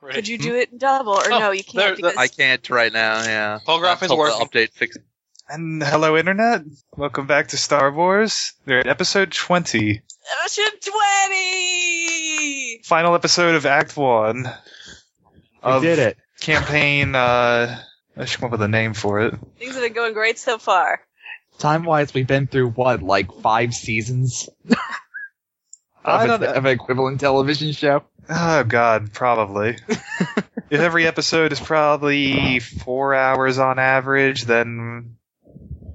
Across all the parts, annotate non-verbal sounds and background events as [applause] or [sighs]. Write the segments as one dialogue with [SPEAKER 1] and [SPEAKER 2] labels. [SPEAKER 1] Right.
[SPEAKER 2] Could you
[SPEAKER 3] Hmm?
[SPEAKER 2] do it in double? Or
[SPEAKER 1] Oh,
[SPEAKER 2] no, you
[SPEAKER 1] there-
[SPEAKER 2] can't. Because
[SPEAKER 3] I can't right now. Yeah.
[SPEAKER 1] Holograph is
[SPEAKER 3] Until the
[SPEAKER 1] working.
[SPEAKER 3] Update fix.
[SPEAKER 4] And hello, Internet. Welcome back to Star Wars. They're at episode 20.
[SPEAKER 2] Episode 20!
[SPEAKER 4] Final episode of Act 1
[SPEAKER 5] We
[SPEAKER 4] of
[SPEAKER 5] did it.
[SPEAKER 4] campaign. Uh, I should come up with a name for it.
[SPEAKER 2] Things have been going great so far.
[SPEAKER 5] Time wise, we've been through what, like five seasons of,
[SPEAKER 4] I
[SPEAKER 5] a,
[SPEAKER 4] don't
[SPEAKER 5] of an equivalent television
[SPEAKER 4] [laughs]
[SPEAKER 5] show?
[SPEAKER 4] Oh,
[SPEAKER 5] [laughs]
[SPEAKER 4] God, probably. if every episode is probably four hours on average, then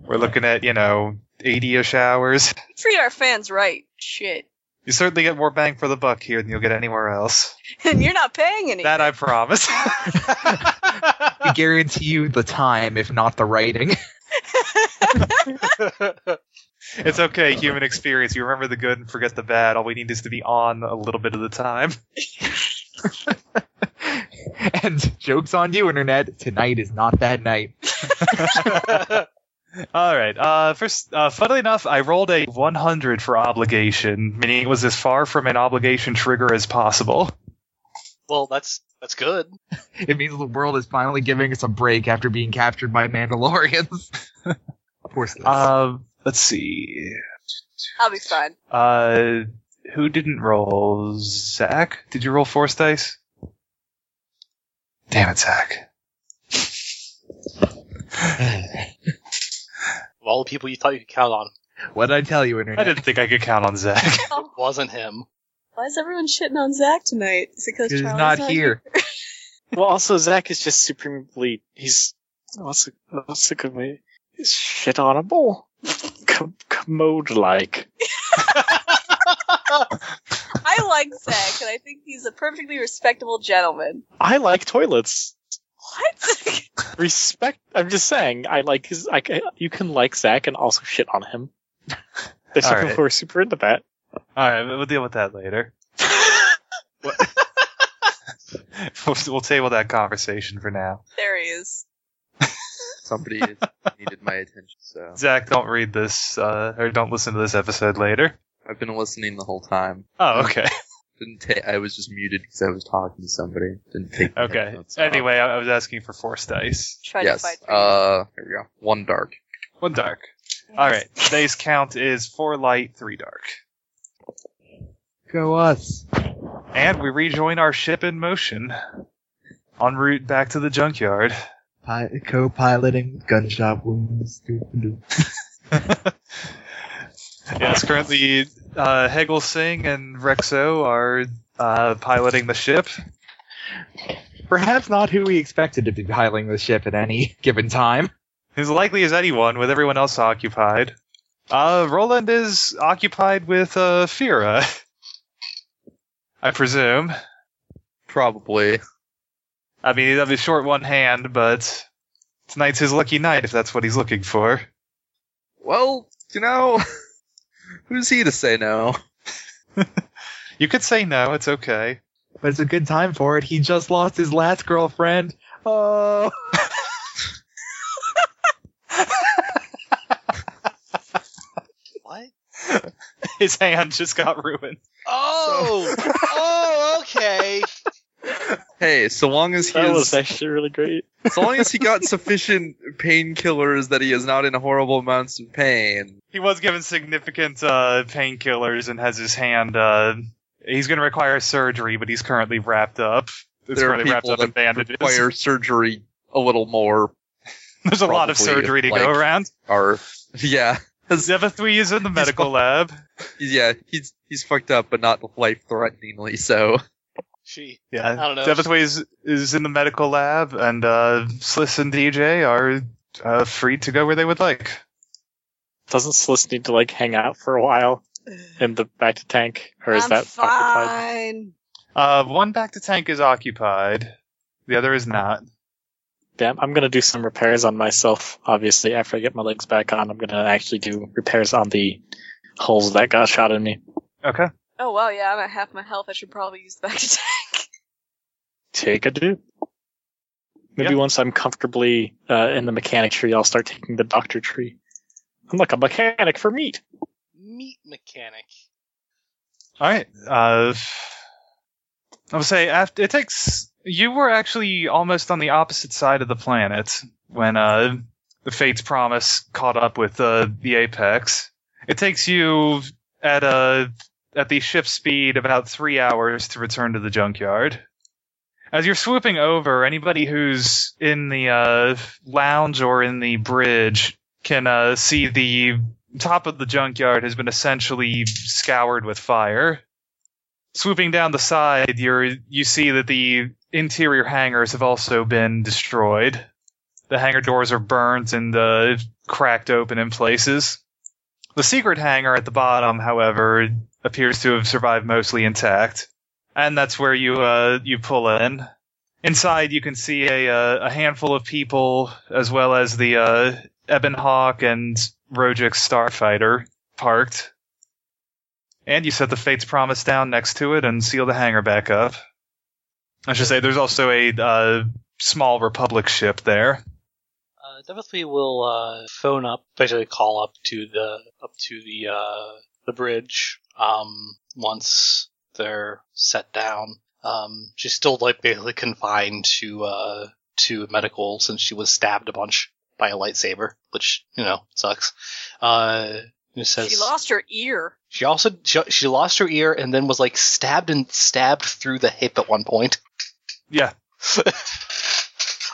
[SPEAKER 4] we're looking at, you know, 80 ish hours.
[SPEAKER 2] Treat our fans right. Shit. [laughs]
[SPEAKER 4] You certainly get more bang for the buck here than you'll get anywhere else.
[SPEAKER 2] And you're not paying any.
[SPEAKER 4] That I promise. [laughs]
[SPEAKER 5] We guarantee you the time, if not the writing. [laughs]
[SPEAKER 4] It's okay, human experience. You remember the good and forget the bad. All we need is to be on a little bit of the time. [laughs]
[SPEAKER 5] and jokes on you, internet. Tonight is not that night.
[SPEAKER 4] All right. Uh, first, uh, funnily enough, I rolled a 100 for obligation, meaning it was as far from an obligation trigger as possible.
[SPEAKER 1] [laughs] Well, that's that's good.
[SPEAKER 5] It means the world is finally giving us a break after being captured by
[SPEAKER 4] [laughs]
[SPEAKER 5] Mandalorians. Uh, of course. it is.
[SPEAKER 4] Um, let's see.
[SPEAKER 2] I'll be fine.
[SPEAKER 4] Uh, who didn't roll? Zach? Did you roll force dice? Damn it, Zach.
[SPEAKER 1] Of all the people you thought you could count on,
[SPEAKER 5] what did I tell you,
[SPEAKER 4] I
[SPEAKER 5] internet?
[SPEAKER 4] didn't think I could count on Zach.
[SPEAKER 1] it wasn't him.
[SPEAKER 2] Why is everyone shitting on Zach tonight? Is it because
[SPEAKER 5] He's
[SPEAKER 2] Charlie's
[SPEAKER 5] not here.
[SPEAKER 6] well, also Zach is just supremely he's what's a, what's a good way? He's shit onable, [laughs] Com- commode like.
[SPEAKER 2] I like Zach, and I think he's a perfectly respectable gentleman.
[SPEAKER 6] I like toilets.
[SPEAKER 2] What? [laughs]
[SPEAKER 6] Respect. I'm just saying. I like his. I, ca- you can like Zach and also shit on him.
[SPEAKER 4] [laughs]
[SPEAKER 6] There's
[SPEAKER 4] All
[SPEAKER 6] people
[SPEAKER 4] right.
[SPEAKER 6] who are super into that.
[SPEAKER 4] All right, we'll deal with that later.
[SPEAKER 5] [laughs]
[SPEAKER 4] we'll, we'll table that conversation for now.
[SPEAKER 2] there he is.
[SPEAKER 3] Somebody
[SPEAKER 4] [laughs]
[SPEAKER 3] needed my attention, so
[SPEAKER 4] Zach, don't read this uh, or don't listen to this episode later.
[SPEAKER 3] I've been listening the whole time.
[SPEAKER 4] Oh,
[SPEAKER 5] [laughs]
[SPEAKER 4] okay,
[SPEAKER 3] Didn't ta- I was just muted because I was talking to somebody. Didn't take. my
[SPEAKER 4] okay.
[SPEAKER 3] headphones off.
[SPEAKER 4] Anyway, I, I was asking for force dice.
[SPEAKER 2] Try to
[SPEAKER 3] yes.
[SPEAKER 2] fight for
[SPEAKER 3] Uh, here we go. One dark.
[SPEAKER 4] One dark.
[SPEAKER 2] you.
[SPEAKER 4] All right. Today's count is four light, three dark,
[SPEAKER 5] Go us.
[SPEAKER 4] and we rejoin our ship in motion, en route back to the junkyard.
[SPEAKER 5] Pi- co-piloting gunshot wounds. Doo-doo-doo.
[SPEAKER 4] Yes, currently uh, Hegel Singh and Rexo are uh, piloting the ship.
[SPEAKER 5] Perhaps not who we expected to be piloting the ship at any given time.
[SPEAKER 4] as likely as anyone, with everyone else occupied. Uh, Roland is occupied with uh, Fira, [laughs] I presume.
[SPEAKER 3] Probably.
[SPEAKER 4] I mean, he'll be short one hand, but tonight's his lucky night if that's what he's looking for.
[SPEAKER 3] Well, you know, who's he to say no?
[SPEAKER 4] You could say no, it's okay.
[SPEAKER 5] But it's a good time for it. He just lost his last girlfriend. Oh.
[SPEAKER 1] What?
[SPEAKER 4] [laughs] His hand just got ruined.
[SPEAKER 1] Oh,
[SPEAKER 2] [laughs]
[SPEAKER 1] oh, okay.
[SPEAKER 3] Hey, so long as he
[SPEAKER 6] That
[SPEAKER 3] is,
[SPEAKER 6] was actually really great.
[SPEAKER 3] so long as he got sufficient painkillers that he is not in horrible amounts of pain.
[SPEAKER 4] He was given significant uh, painkillers and has his hand. Uh, he's going to require surgery, but he's currently wrapped up. It's
[SPEAKER 3] There are
[SPEAKER 4] currently wrapped
[SPEAKER 3] people
[SPEAKER 4] up in
[SPEAKER 3] that
[SPEAKER 4] bandages. [laughs]
[SPEAKER 3] Require surgery a little more. [laughs]
[SPEAKER 4] There's a lot of
[SPEAKER 3] probably,
[SPEAKER 4] surgery to go
[SPEAKER 3] like-
[SPEAKER 4] around.
[SPEAKER 3] Or yeah,
[SPEAKER 4] Zevethwy is in the medical lab.
[SPEAKER 3] yeah, he's he's fucked up, but not life threateningly. So
[SPEAKER 1] She.
[SPEAKER 4] Yeah,
[SPEAKER 1] I don't know.
[SPEAKER 4] Devithway is, is in the medical lab, and uh, Sliss and DJ are uh, free to go where they would like.
[SPEAKER 6] Doesn't Sliss need to like hang out for a while in the back to tank, or is
[SPEAKER 2] I'm
[SPEAKER 6] that
[SPEAKER 2] fine.
[SPEAKER 6] occupied?
[SPEAKER 4] Uh, one back to tank is occupied, the other is not.
[SPEAKER 6] Damn, I'm gonna do some repairs on myself. Obviously, after I get my legs back on, I'm gonna actually do repairs on the holes that got shot in me.
[SPEAKER 4] Okay.
[SPEAKER 2] Oh, wow, yeah, I'm at half my health. I should probably use the back [laughs] attack.
[SPEAKER 6] Take a do. Maybe
[SPEAKER 4] Yeah.
[SPEAKER 6] once I'm comfortably uh, in the mechanic tree, I'll start taking the doctor tree. I'm like a mechanic for meat.
[SPEAKER 1] meat mechanic.
[SPEAKER 4] All right. Uh, I'll say after it takes You were actually almost on the opposite side of the planet when uh, the Fates Promise caught up with uh, the Apex. It takes you at uh, at the ship speed about three hours to return to the junkyard. As you're swooping over, anybody who's in the uh, lounge or in the bridge can uh, see the top of the junkyard has been essentially scoured with fire swooping down the side, you're you see that the interior hangars have also been destroyed. The hangar doors are burnt and uh, cracked open in places. The secret hangar at the bottom, however, appears to have survived mostly intact, and that's where you uh, you pull in. Inside, you can see a uh, a handful of people, as well as the uh, Ebonhawk and Rojik starfighter parked. And you set the Fate's Promise down next to it and seal the hangar back up. I should say there's also a uh, small Republic ship there.
[SPEAKER 1] Uh, Devil Three will uh, phone up, basically call up to the up to the uh, the bridge. Um, once they're set down, um, she's still like basically confined to uh, to medical since she was stabbed a bunch by a lightsaber, which you know sucks. Uh, it says
[SPEAKER 2] she lost her ear.
[SPEAKER 1] she also she, she lost her ear and then was like stabbed and stabbed through the hip at one point.
[SPEAKER 4] Yeah.
[SPEAKER 1] [laughs]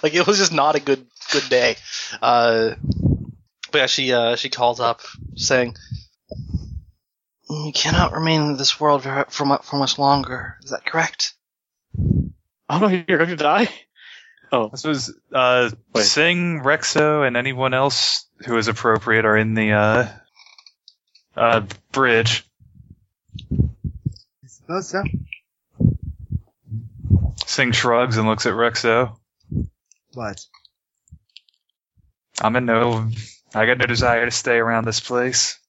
[SPEAKER 1] like it was just not a good good day. Uh, but yeah, she uh, she calls up saying, "We cannot remain in this world for for much, for much longer. Is that correct?"
[SPEAKER 6] Oh no, you're going to die. Oh,
[SPEAKER 4] This was uh,
[SPEAKER 6] Wait.
[SPEAKER 4] Singh, Rexo, and anyone else who is appropriate are in the uh, uh, bridge.
[SPEAKER 5] I suppose so.
[SPEAKER 4] Singh shrugs and looks at Rexo.
[SPEAKER 5] But
[SPEAKER 4] I'm in no. I got no desire to stay around this place.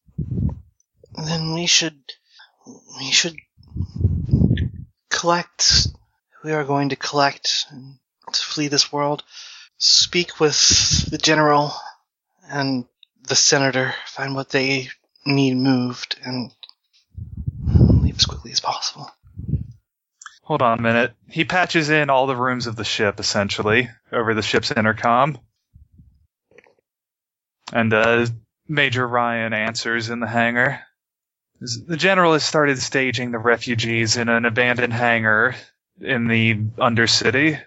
[SPEAKER 1] Then we should we should collect. We are going to collect and to flee this world. Speak with the general and the senator. Find what they need moved and leave as quickly as possible.
[SPEAKER 4] Hold on a minute. He patches in all the rooms of the ship, essentially, over the ship's intercom. And uh, Major Ryan answers in the hangar. The general has started staging the refugees in an abandoned hangar in the Undercity.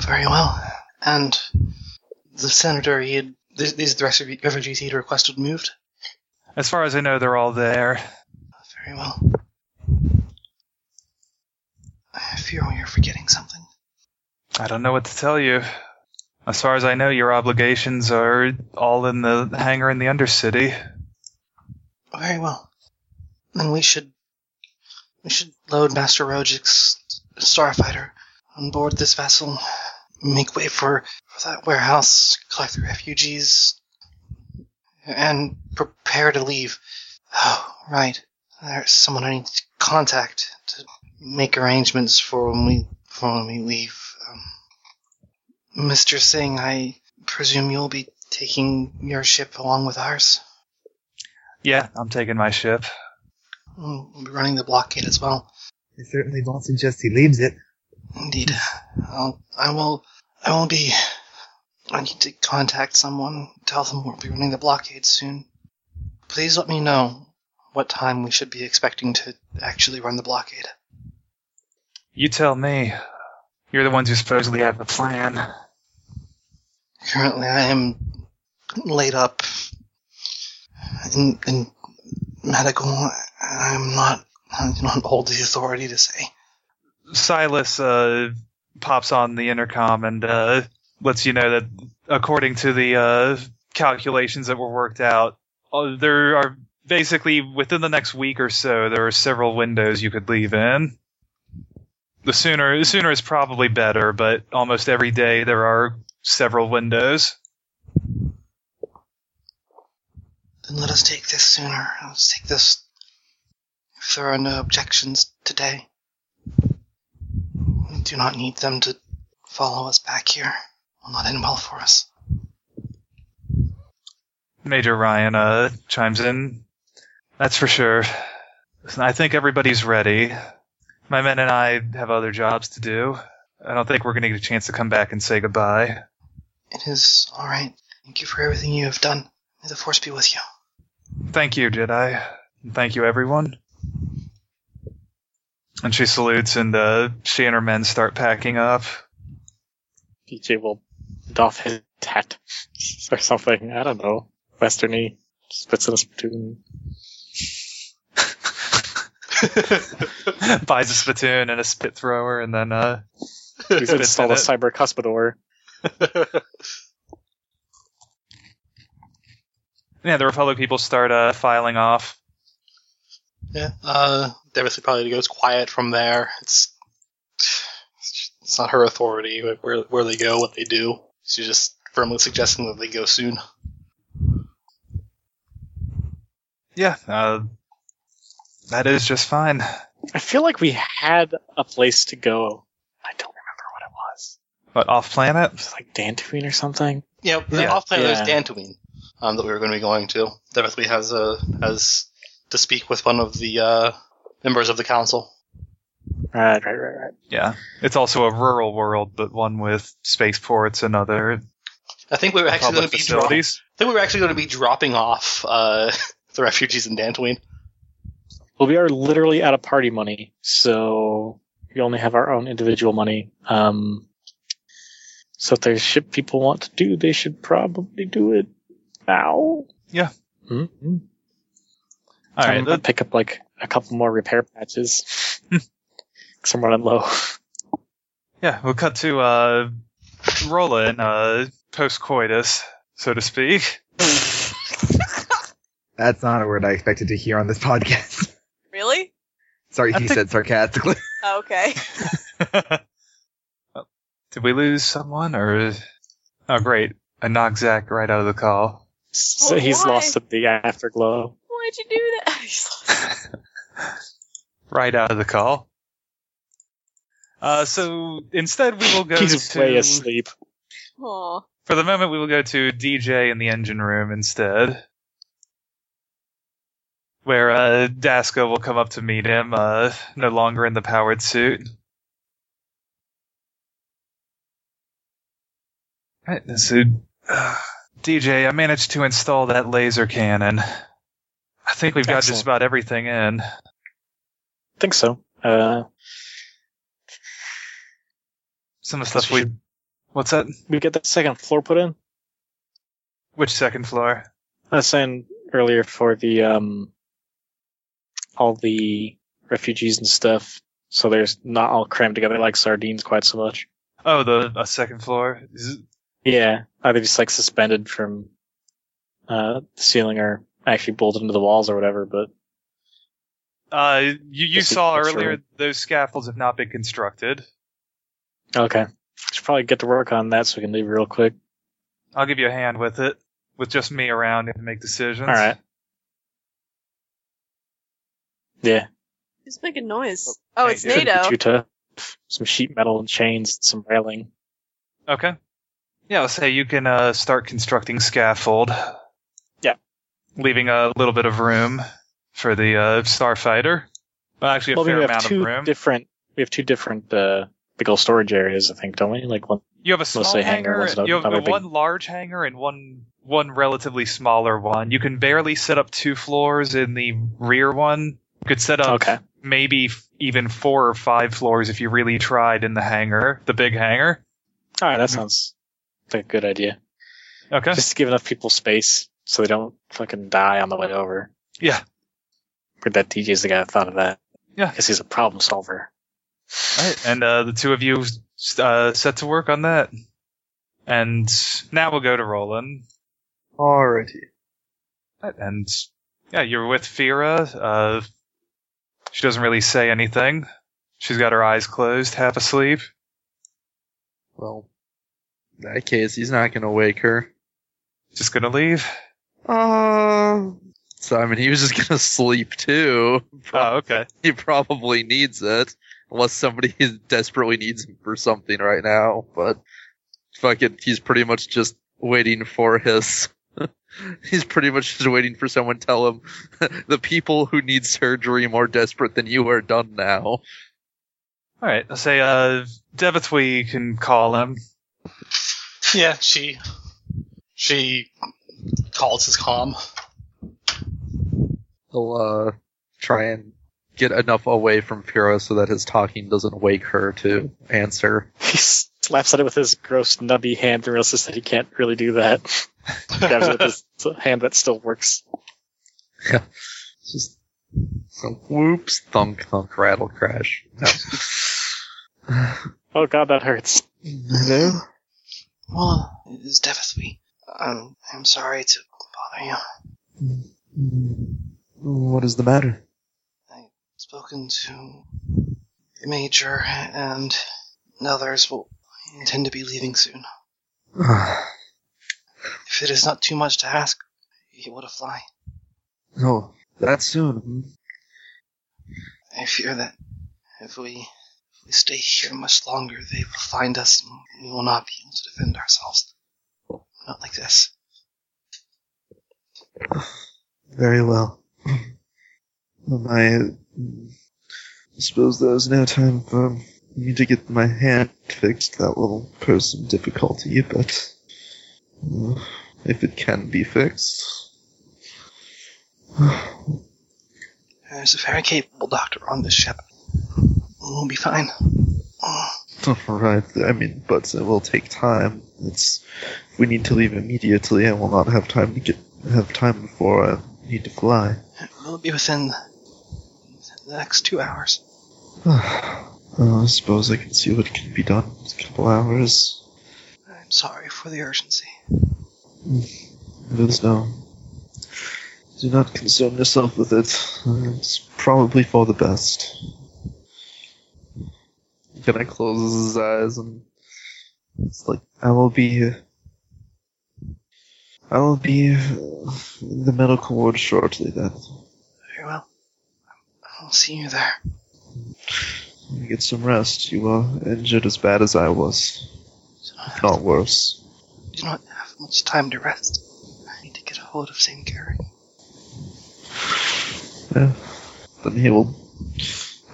[SPEAKER 1] Very well. And the senator, he had th- these are the rest of the refugees he'd requested moved.
[SPEAKER 4] As far as I know, they're all there.
[SPEAKER 1] Very well. I fear we are forgetting something.
[SPEAKER 4] I don't know what to tell you. As far as I know, your obligations are all in the hangar in the Undercity.
[SPEAKER 1] Very well. Then we should we should load Master Rojik's starfighter on board this vessel. Make way for, for that warehouse, collect the refugees, and prepare to leave. Oh, right. There's someone I need to contact to make arrangements for when we for when we leave. Um, Mr. Singh, I presume you'll be taking your ship along with ours.
[SPEAKER 4] Yeah, I'm taking my ship.
[SPEAKER 1] We'll be running the blockade as well.
[SPEAKER 5] they certainly don't suggest he leaves it.
[SPEAKER 1] Indeed, I'll, I will. I will be. I need to contact someone. Tell them we'll be running the blockade soon. Please let me know what time we should be expecting to actually run the blockade.
[SPEAKER 4] You tell me. You're the ones who supposedly have the plan.
[SPEAKER 1] Currently, I am laid up in, in medical. I'm not. I do not hold the authority to say.
[SPEAKER 4] Silas uh, pops on the intercom and uh, lets you know that, according to the uh, calculations that were worked out, uh, there are basically within the next week or so there are several windows you could leave in. The sooner the sooner is probably better, but almost every day there are several windows.
[SPEAKER 1] Then let us take this sooner. Let's take this. If there are no objections today, we do not need them to follow us back here. Will not end well for us.
[SPEAKER 4] Major Ryan uh, chimes in. That's for sure. Listen, I think everybody's ready. My men and I have other jobs to do. I don't think we're going to get a chance to come back and say goodbye.
[SPEAKER 1] It is all right. Thank you for everything you have done. May the force be with you.
[SPEAKER 4] Thank you, Jedi. And Thank you, everyone. And she salutes, and uh, she and her men start packing up. [laughs]
[SPEAKER 6] DJ will doff his hat [laughs] or something. I don't know. Westerny spits in a spittoon. [laughs]
[SPEAKER 4] Buys a spittoon and a spit thrower, and then uh,
[SPEAKER 6] He's
[SPEAKER 4] Spits
[SPEAKER 6] installed
[SPEAKER 4] in
[SPEAKER 6] a
[SPEAKER 4] it.
[SPEAKER 6] cyber cuspidor.
[SPEAKER 4] yeah, the Republic people start uh, filing off.
[SPEAKER 1] Yeah. Uh, Devacy probably goes quiet from there. It's it's not her authority like, where where they go, what they do. She's just firmly suggesting that they go soon.
[SPEAKER 4] Yeah, uh, that is just fine.
[SPEAKER 6] I feel like we had a place to go. I don't remember what it was.
[SPEAKER 4] But off planet,
[SPEAKER 6] It was like Dantooine or something.
[SPEAKER 1] Yeah, the
[SPEAKER 4] Yeah.
[SPEAKER 1] off planet
[SPEAKER 6] Yeah.
[SPEAKER 1] is Dantooine um, that we were going to be going to. Devacy has uh, has to speak with one of the uh, members of the council.
[SPEAKER 6] Right, right, right, right.
[SPEAKER 4] yeah, it's also a rural world, but one with spaceports and other
[SPEAKER 1] I think we were actually going
[SPEAKER 4] public
[SPEAKER 1] to be dro- I
[SPEAKER 4] facilities.
[SPEAKER 1] think we were actually going to be dropping off uh, [laughs] the refugees in Dantooine.
[SPEAKER 6] Well, we are literally out of party money, so we only have our own individual money. Um, so if there's shit people want to do, they should probably do it now.
[SPEAKER 4] Yeah.
[SPEAKER 6] Mm-hmm.
[SPEAKER 4] All right,
[SPEAKER 6] I'm gonna pick up like a couple more repair patches.
[SPEAKER 4] Hmm.
[SPEAKER 6] Cause I'm running low. [laughs]
[SPEAKER 4] Yeah, we'll cut to uh, Roland, uh, post coitus, so to speak. [laughs]
[SPEAKER 5] That's not a word I expected to hear on this podcast. [laughs]
[SPEAKER 2] Really?
[SPEAKER 5] Sorry,
[SPEAKER 4] I
[SPEAKER 5] he
[SPEAKER 4] think-
[SPEAKER 5] said sarcastically.
[SPEAKER 2] Oh, okay.
[SPEAKER 4] Oh, Did we lose someone? Or oh, great, I knocked Zach right out of the call.
[SPEAKER 6] so
[SPEAKER 2] Well,
[SPEAKER 6] he's
[SPEAKER 2] why?
[SPEAKER 6] lost the afterglow.
[SPEAKER 2] Why'd you do that? [laughs] He's like,
[SPEAKER 4] Right out of the call. Uh, so instead, we will go
[SPEAKER 6] he's
[SPEAKER 4] to
[SPEAKER 6] way asleep.
[SPEAKER 2] Aw.
[SPEAKER 4] for the moment. We will go to DJ in the engine room instead, where uh, Dasco will come up to meet him, uh, no longer in the powered suit. Right, so, uh, DJ, I managed to install that laser cannon. I think we've got just
[SPEAKER 6] Excellent.
[SPEAKER 4] about everything in.
[SPEAKER 6] think so. Uh,
[SPEAKER 4] Some of the
[SPEAKER 6] Guess
[SPEAKER 4] stuff
[SPEAKER 6] we
[SPEAKER 4] we. What's that?
[SPEAKER 6] we get that second floor put in.
[SPEAKER 4] Which second floor?
[SPEAKER 6] I was saying earlier for the um all the refugees and stuff, so there's not all crammed together like sardines quite so much.
[SPEAKER 4] Oh, the a second floor. Is it-
[SPEAKER 6] Yeah, either just like suspended from uh the ceiling or actually bolted into the walls or whatever. But
[SPEAKER 4] Uh, you you
[SPEAKER 6] Yes, it-
[SPEAKER 4] saw
[SPEAKER 6] it's
[SPEAKER 4] earlier
[SPEAKER 6] right.
[SPEAKER 4] those scaffolds have not been constructed.
[SPEAKER 6] okay, should probably get to work on that so we can leave real quick.
[SPEAKER 4] I'll give you a hand with it, with just me around to make decisions.
[SPEAKER 6] All right. Yeah,
[SPEAKER 2] Who's making noise? Oh, it's
[SPEAKER 4] Hey,
[SPEAKER 6] shouldn't be
[SPEAKER 2] NATO.
[SPEAKER 6] too tough. Some sheet metal and chains, some railing.
[SPEAKER 4] Okay. Yeah, I'll say you can uh, start constructing scaffold.
[SPEAKER 6] Yeah.
[SPEAKER 4] Leaving a little bit of room for the uh, starfighter. Well, actually, a
[SPEAKER 6] well, we
[SPEAKER 4] fair
[SPEAKER 6] have
[SPEAKER 4] amount of
[SPEAKER 6] two
[SPEAKER 4] room.
[SPEAKER 6] different. We have two different uh, big old storage areas, I think, don't we? Like one.
[SPEAKER 4] You have a small
[SPEAKER 6] Mostly hangar,
[SPEAKER 4] hangar.
[SPEAKER 6] one's not-
[SPEAKER 4] you have
[SPEAKER 6] not very big.
[SPEAKER 4] one large hangar and one one relatively smaller one. You can barely set up two floors in the rear one. You could set up
[SPEAKER 6] Okay.
[SPEAKER 4] maybe f- even four or five floors if you really tried in the hangar, the big hangar.
[SPEAKER 6] All right, that
[SPEAKER 4] mm-hmm.
[SPEAKER 6] sounds like a good idea.
[SPEAKER 4] Okay.
[SPEAKER 6] Just to give enough people space so they don't fucking die on the way over.
[SPEAKER 4] yeah.
[SPEAKER 6] But that DJ's the guy that thought of that.
[SPEAKER 4] Yeah.
[SPEAKER 6] Because he's a problem solver. [laughs]
[SPEAKER 4] All right. And uh, the two of you s- uh, set to work on that. And now we'll go to Roland.
[SPEAKER 5] Alrighty.
[SPEAKER 4] And yeah, you're with Fira. Uh, she doesn't really say anything. She's got her eyes closed, half asleep.
[SPEAKER 5] Well,
[SPEAKER 3] In that case, he's not gonna wake her.
[SPEAKER 4] Just gonna leave.
[SPEAKER 3] Uh, Simon, he was just gonna [laughs] sleep too.
[SPEAKER 4] Oh, okay.
[SPEAKER 3] [laughs] He probably needs it, unless somebody [laughs] is desperately needs him for something right now. But fucking, he's pretty much just waiting for his. [laughs] he's pretty much just waiting for someone to [laughs] tell him the people who need surgery more desperate than you are done now.
[SPEAKER 4] All right, I'll say uh, Devithui can call him.
[SPEAKER 1] Yeah, she she calls his calm.
[SPEAKER 3] He'll uh, try and get enough away from Pyrrha so that his talking doesn't wake her to answer.
[SPEAKER 6] He slaps at it with his gross nubby hand and realizes that he can't really do that. [laughs] Grabs
[SPEAKER 1] [laughs]
[SPEAKER 6] it with his hand that still works.
[SPEAKER 3] Just so whoops, thunk, thunk, rattle, crash. No.
[SPEAKER 6] Oh god, that hurts.
[SPEAKER 3] Hello?
[SPEAKER 1] Well, it is Devithwy. I'm I'm sorry to bother you.
[SPEAKER 3] What is the [sighs] matter?
[SPEAKER 1] Spoken to the major and others will I intend to be leaving soon. If it is not too much to ask, you would fly.
[SPEAKER 3] no, that Oh, soon.
[SPEAKER 1] I fear that if we if we stay here much longer, they will find us and we will not be able to defend ourselves. Not like this.
[SPEAKER 3] Very well. Um, I suppose there is no time for me to get my hand fixed. That will pose some difficulty, but uh, if it can be fixed. [laughs]
[SPEAKER 1] There's a very capable doctor on this ship. We'll be fine.
[SPEAKER 3] Right. I mean, but it will take time. It's we need to leave immediately. I will not have time to get have time before I need to fly.
[SPEAKER 1] We'll be within the next two hours.
[SPEAKER 3] Uh, I suppose I can see what can be done in a couple hours.
[SPEAKER 1] I'm sorry for the urgency.
[SPEAKER 3] It is now. um, Do not concern yourself with it. Uh, It's probably for the best. Can I close his eyes and it's like I will be here. I will be uh, in the medical ward shortly. Then
[SPEAKER 1] Very well. I'll see you there.
[SPEAKER 3] Let me get some rest. You are injured as bad as I was,
[SPEAKER 1] Do not
[SPEAKER 3] if
[SPEAKER 1] have,
[SPEAKER 3] not worse.
[SPEAKER 1] do not have much time to rest. I need to get a hold of St. Gary.
[SPEAKER 3] Then he will.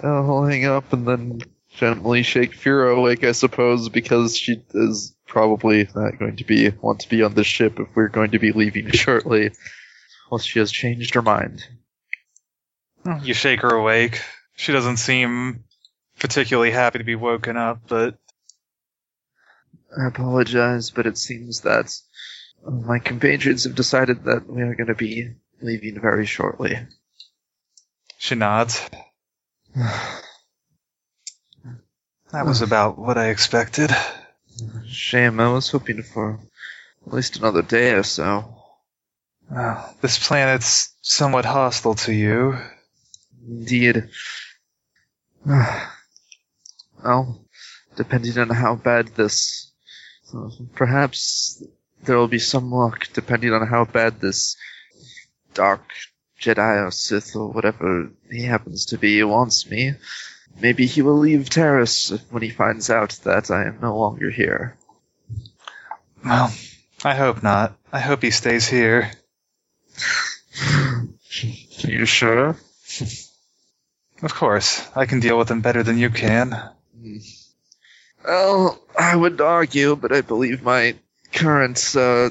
[SPEAKER 3] Uh, he'll hang up and then gently shake Fira awake, I suppose, because she is probably not going to be want to be on this ship if we're going to be leaving [laughs] shortly, unless she has changed her mind.
[SPEAKER 4] You shake her awake. She doesn't seem particularly happy to be woken up, but
[SPEAKER 3] I apologize, but it seems that uh, my compatriots have decided that we are going to be leaving very shortly.
[SPEAKER 4] she nods. [sighs] That was about what I expected.
[SPEAKER 3] Shame. I was hoping for at least another day or so.
[SPEAKER 4] Uh, this planet's somewhat hostile to you.
[SPEAKER 3] Indeed. [sighs] Well, depending on how bad this. uh, Perhaps there will be some luck depending on how bad this dark Jedi or Sith or whatever he happens to be wants me. Maybe he will leave Terrace when he finds out that I am no longer here.
[SPEAKER 4] Well, I hope not. I hope he stays here.
[SPEAKER 3] You sure?
[SPEAKER 4] Of course, I can deal with him better than you can.
[SPEAKER 3] Well, I would argue, but I believe my current uh,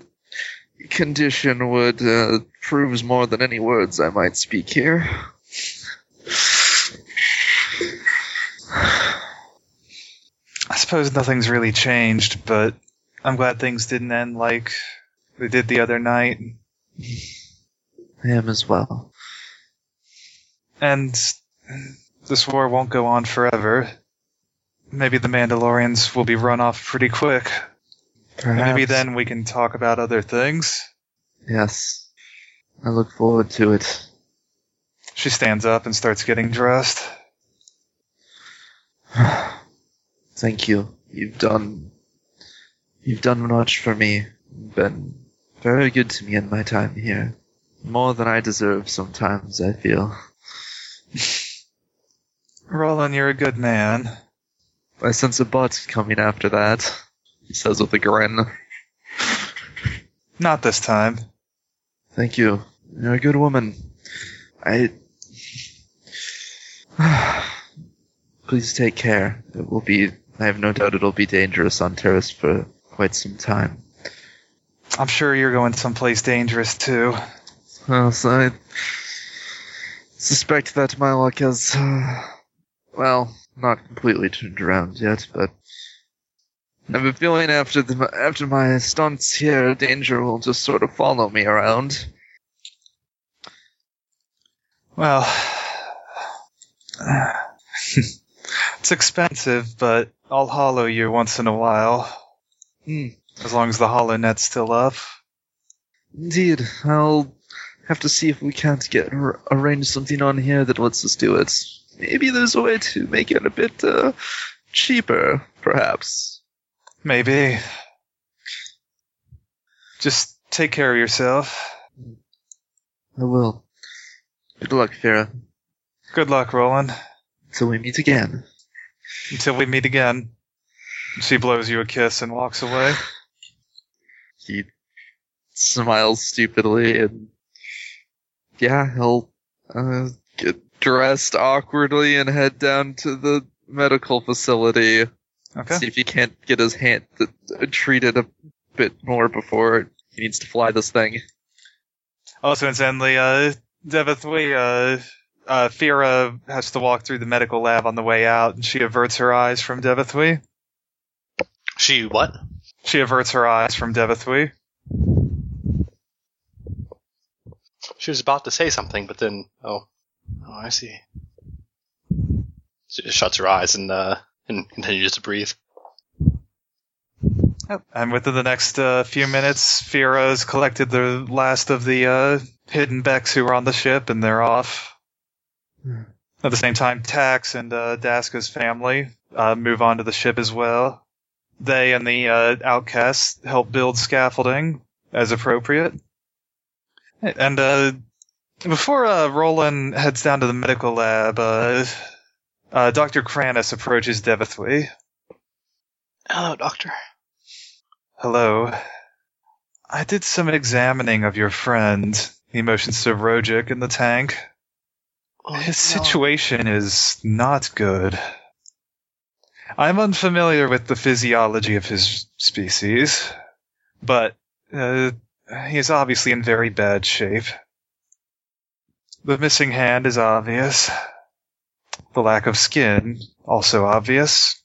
[SPEAKER 3] condition would uh, proves more than any words I might speak here.
[SPEAKER 4] I suppose nothing's really changed, but I'm glad things didn't end like they did the other night.
[SPEAKER 3] I am as well.
[SPEAKER 4] And this war won't go on forever. Maybe the Mandalorians will be run off pretty quick. Maybe
[SPEAKER 3] Perhaps-
[SPEAKER 4] then we can talk about other things.
[SPEAKER 3] Yes, I look forward to it. [sighs]
[SPEAKER 4] She stands up and starts getting dressed.
[SPEAKER 3] Thank you. You've done. You've done much for me. Been very good to me in my time here. More than I deserve sometimes, I feel.
[SPEAKER 4] Roland, you're a good man.
[SPEAKER 3] I sense a butt coming after that. He says with a grin.
[SPEAKER 4] Not this time.
[SPEAKER 3] Thank you. You're a good woman. I. [sighs] Please take care. It will be, I have no doubt it'll be dangerous on Terrace for quite some time.
[SPEAKER 4] I'm sure you're going someplace dangerous too.
[SPEAKER 3] Well, so I suspect that my luck has, [sighs] uh, well, not completely turned around yet, but I have a feeling after the, after my stunts here, danger will just sort of follow me around.
[SPEAKER 4] Well, [sighs] it's expensive, but I'll hollow you once in a while.
[SPEAKER 3] Hmm.
[SPEAKER 4] As long as the hollow net's still up.
[SPEAKER 3] Indeed, I'll have to see if we can't get ar- arrange something on here that lets us do it. Maybe there's a way to make it a bit uh, cheaper, perhaps.
[SPEAKER 4] Maybe. Just take care of yourself.
[SPEAKER 3] I will. Good luck, Farah.
[SPEAKER 4] Good luck, Roland.
[SPEAKER 3] Till we meet again.
[SPEAKER 4] Until we meet again. She blows you a kiss and walks away.
[SPEAKER 3] He smiles stupidly and yeah, he'll uh, get dressed awkwardly and head down to the medical facility.
[SPEAKER 4] Okay.
[SPEAKER 3] See if he can't get his hand th- th- treated a bit more before he needs to fly this thing.
[SPEAKER 4] Also, incidentally, uh, Devith, we, uh, uh, Fira has to walk through the medical lab on the way out, and she averts her eyes from Devithwy.
[SPEAKER 1] She what?
[SPEAKER 4] She averts her eyes from Devithwy.
[SPEAKER 1] She was about to say something, but then oh, oh, I see. She just shuts her eyes and uh and continues to breathe.
[SPEAKER 4] And within the next uh, few minutes, Fira's collected the last of the uh, hidden Becks who were on the ship, and they're off.
[SPEAKER 3] Hmm.
[SPEAKER 4] At the same time, Tax and uh, Daska's family uh, move onto the ship as well. They and the uh, outcasts help build scaffolding as appropriate. And uh, before uh, Roland heads down to the medical lab, uh, uh, Dr. Kranis approaches Devithwy.
[SPEAKER 1] Hello, doctor.
[SPEAKER 4] Hello. I did some examining of your friend. He motions to Rogic in the tank.
[SPEAKER 1] Well,
[SPEAKER 4] His
[SPEAKER 1] Oh, no,
[SPEAKER 4] situation is not good. I'm unfamiliar with the physiology of his species, but uh, he is obviously in very bad shape. The missing hand is obvious. The lack of skin, also obvious.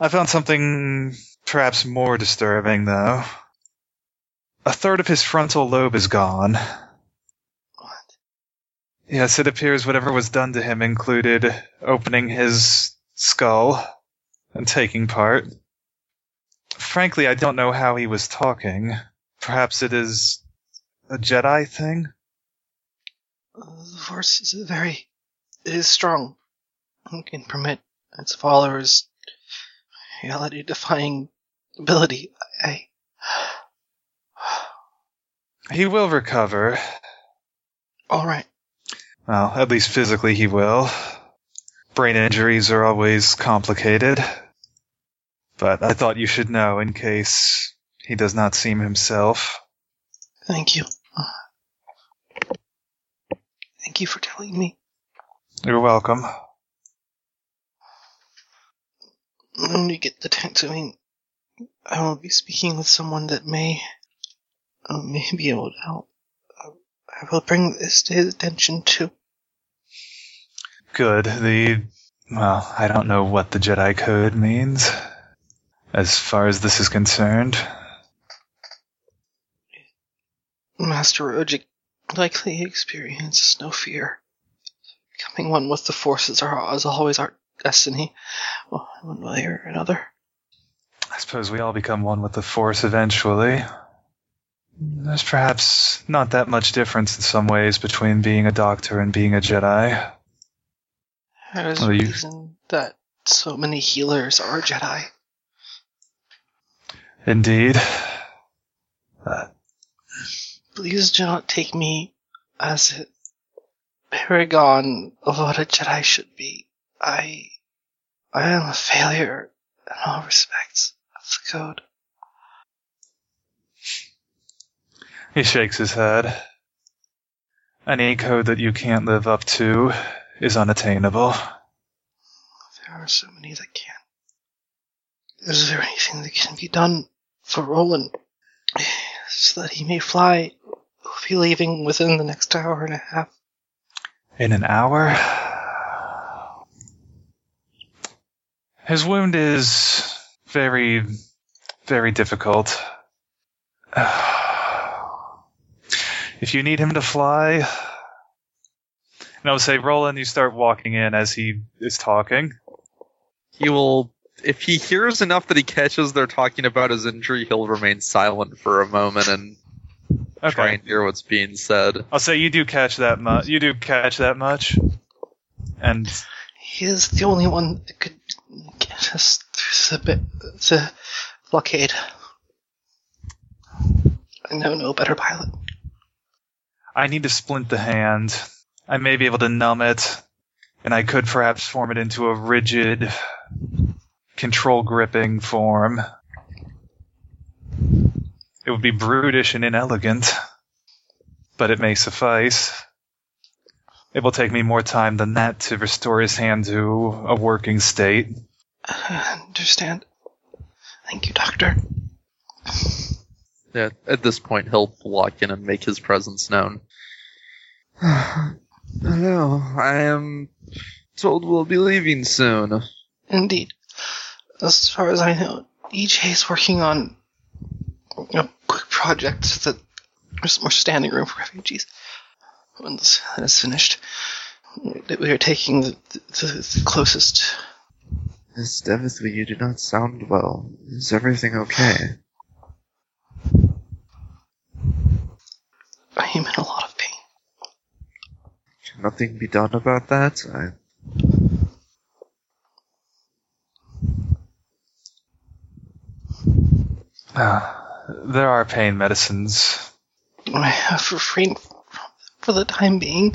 [SPEAKER 4] I found something perhaps more disturbing, though. A third of his frontal lobe is gone.
[SPEAKER 1] what?
[SPEAKER 4] Yes, it appears whatever was done to him included opening his skull and taking part. Frankly, I don't know how he was talking. Perhaps it is a Jedi thing?
[SPEAKER 1] Uh, the force is a very it is strong. and can permit its followers reality defying ability. I
[SPEAKER 4] He will recover.
[SPEAKER 1] alright.
[SPEAKER 4] Well, at least physically he will. Brain injuries are always complicated. But I thought you should know in case he does not seem himself.
[SPEAKER 1] Thank you. Thank you for telling me.
[SPEAKER 4] You're welcome.
[SPEAKER 1] when we get the tattooing, I will be speaking with someone that may, uh, may be able to help. I I will bring this to his attention too.
[SPEAKER 4] good. The well, I don't know what the Jedi Code means as far as this is concerned.
[SPEAKER 1] Master Rogic likely experiences no fear. Becoming one with the forces are, is always our destiny, well, in one way or another.
[SPEAKER 4] I suppose we all become one with the Force eventually. There's perhaps not that much difference in some ways between being a doctor and being a Jedi.
[SPEAKER 1] There is a
[SPEAKER 4] Oh, you-
[SPEAKER 1] reason that so many healers are Jedi.
[SPEAKER 4] Indeed. Uh,
[SPEAKER 1] Please do not take me as a paragon of what a Jedi should be. I, I am a failure in all respects of the code.
[SPEAKER 4] he shakes his head. Any code that you can't live up to is unattainable.
[SPEAKER 1] There are so many that can. Is there anything that can be done for Roland [sighs] so that he may fly? Will be leaving within the next hour and a half.
[SPEAKER 4] In an hour. His wound is very, very difficult. [sighs] If you need him to fly. And I would say, Roland, you start walking in as he is talking.
[SPEAKER 3] He will, if he hears enough that he catches they're talking about his injury, he'll remain silent for a moment and
[SPEAKER 4] Okay.
[SPEAKER 3] try and hear what's being said.
[SPEAKER 4] I'll say you do catch that much. You do catch that much. And
[SPEAKER 1] He is the only one that could get us through the, bi- the blockade. I know no better pilot.
[SPEAKER 4] I need to splint the hand. I may be able to numb it, and I could perhaps form it into a rigid, control gripping form. It would be brutish and inelegant, but it may suffice. It will take me more time than that to restore his hand to a working state. [sighs]
[SPEAKER 1] I understand. Thank you, Doctor.
[SPEAKER 3] Yeah, at this point, he'll walk in and make his presence [sighs] known. Hello, I am told we'll be leaving soon.
[SPEAKER 1] Indeed. As far as I know, EJ is working on a quick project so that there's more standing room for refugees. When this that is finished, that we are taking the, the, the closest.
[SPEAKER 3] Miss Devithy, you do not sound well. Is everything okay?
[SPEAKER 1] I am in a lot of pain.
[SPEAKER 3] Can nothing be done about that? I...
[SPEAKER 4] Ah, there are pain medicines.
[SPEAKER 1] [laughs] I have refrained for the time being.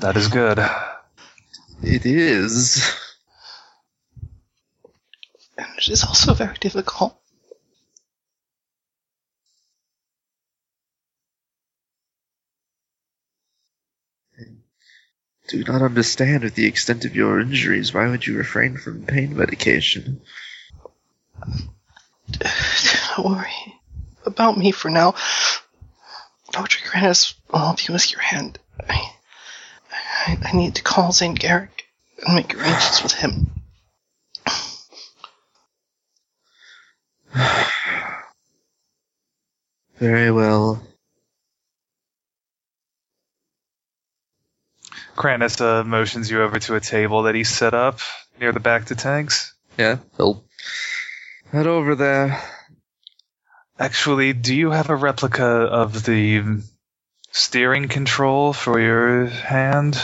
[SPEAKER 4] That is good.
[SPEAKER 3] It is.
[SPEAKER 1] and it is also very difficult.
[SPEAKER 3] Do not understand with the extent of your injuries. Why would you refrain from pain medication?
[SPEAKER 1] Don't worry about me for now. Dr. Granis will help you with your hand. I, I, I need to call St. Garrick and make arrangements with him.
[SPEAKER 3] Very well.
[SPEAKER 4] Kranis uh, motions you over to a table that he set up near the back to tanks.
[SPEAKER 3] Yeah, he'll head over there.
[SPEAKER 4] Actually, do you have a replica of the steering control for your hand?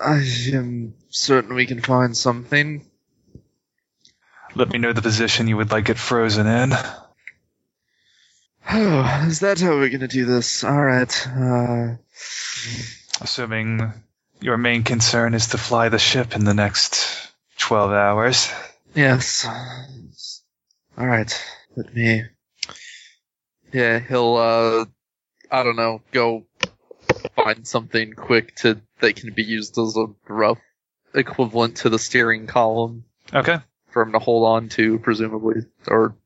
[SPEAKER 3] I am certain we can find something. [sighs]
[SPEAKER 4] Let me know the position you would like it frozen in.
[SPEAKER 3] Oh, is that how we're gonna do this? Alright, uh.
[SPEAKER 4] Assuming your main concern is to fly the ship in the next 12 hours.
[SPEAKER 3] Yes. Alright, Um, let me. Yeah, he'll, uh. I don't know, go find something quick to that can be used as a rough equivalent to the steering column
[SPEAKER 4] Okay.
[SPEAKER 3] for him to hold on to, presumably. Or.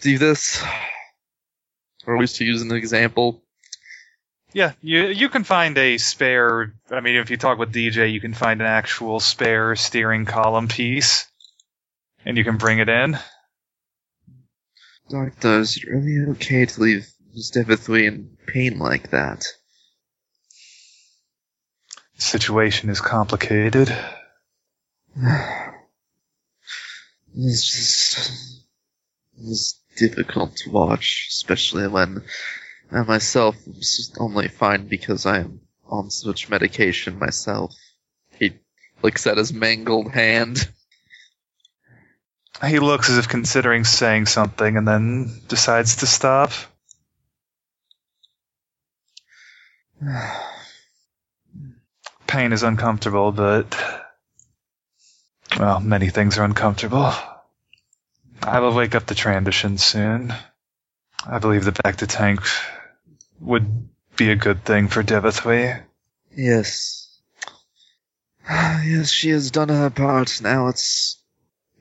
[SPEAKER 3] Do this. Or at least to use an example.
[SPEAKER 4] Yeah, you you can find a spare. I mean, if you talk with DJ, you can find an actual spare steering column piece, and you can bring it in.
[SPEAKER 3] Doctor, is it really okay to leave Miss Devithwy in pain like that?
[SPEAKER 4] Situation is complicated.
[SPEAKER 3] It's just it's difficult to watch, especially when I myself am s- only fine because I am on such medication myself. He looks at his mangled hand.
[SPEAKER 4] He looks as if considering saying something and then decides to stop. [sighs] Pain is uncomfortable, but. Well, many things are uncomfortable. I will wake up the transition soon. I believe the back to tank would be a good thing for Devithwy.
[SPEAKER 3] Yes. [sighs] yes, she has done her part. Now it's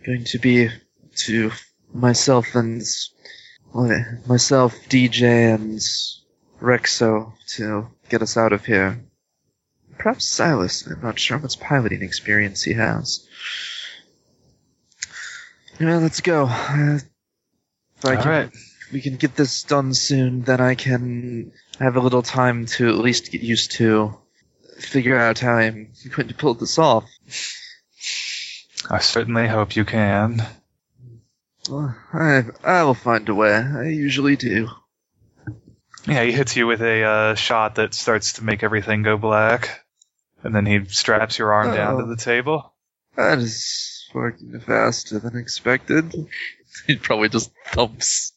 [SPEAKER 3] going to be to myself and well, myself, DJ, and Rexo to get us out of here. Perhaps Silas. I'm not sure how much piloting experience he has. Yeah, let's go. Uh, if I
[SPEAKER 4] All
[SPEAKER 3] can-
[SPEAKER 4] right.
[SPEAKER 3] we can get this done soon, then I can have a little time to at least get used to figure out how I'm going to pull this off.
[SPEAKER 4] I certainly hope you can.
[SPEAKER 3] Well, I, I will find a way. I usually do.
[SPEAKER 4] Yeah, he hits you with a uh, shot that starts to make everything go black, and then he straps your arm down to
[SPEAKER 3] Oh.
[SPEAKER 4] the table.
[SPEAKER 3] That is working faster than expected. [laughs]
[SPEAKER 7] He probably just thumps.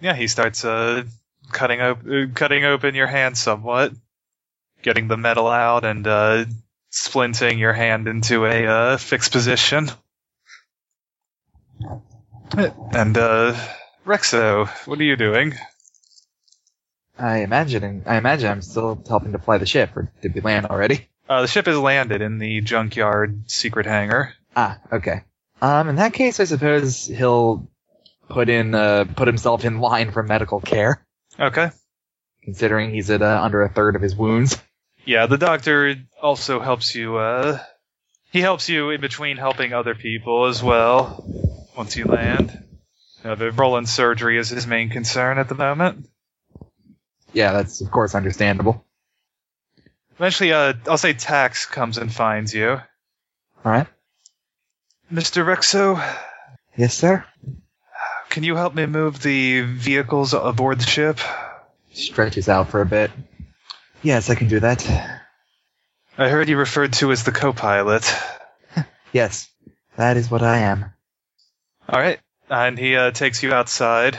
[SPEAKER 4] Yeah, he starts uh, cutting op- uh, cutting open your hand somewhat, getting the metal out and uh, splinting your hand into a uh, fixed position. And uh, Rexo, what are you doing?
[SPEAKER 5] I imagine. I imagine I'm still helping to fly the ship, or did we land already?
[SPEAKER 4] Uh, the ship has landed in the junkyard secret hangar.
[SPEAKER 5] Ah, okay. Um, in that case, I suppose he'll put in uh, put himself in line for medical care,
[SPEAKER 4] Okay.
[SPEAKER 5] considering he's at uh, under a third of his wounds.
[SPEAKER 4] Yeah, the doctor also helps you. Uh, he helps you in between helping other people as well. Once you land, uh, the Roland surgery is his main concern at the moment.
[SPEAKER 5] Yeah, that's of course understandable.
[SPEAKER 4] Eventually, uh, I'll say Tax comes and finds you,
[SPEAKER 5] All right.
[SPEAKER 4] Mister Rexo.
[SPEAKER 5] Yes, sir.
[SPEAKER 4] Can you help me move the vehicles aboard the ship?
[SPEAKER 5] Stretches out for a bit. Yes, I can do that.
[SPEAKER 4] I heard you referred to as the co-pilot.
[SPEAKER 5] Yes, that is what I am.
[SPEAKER 4] All right, and he uh, takes you outside.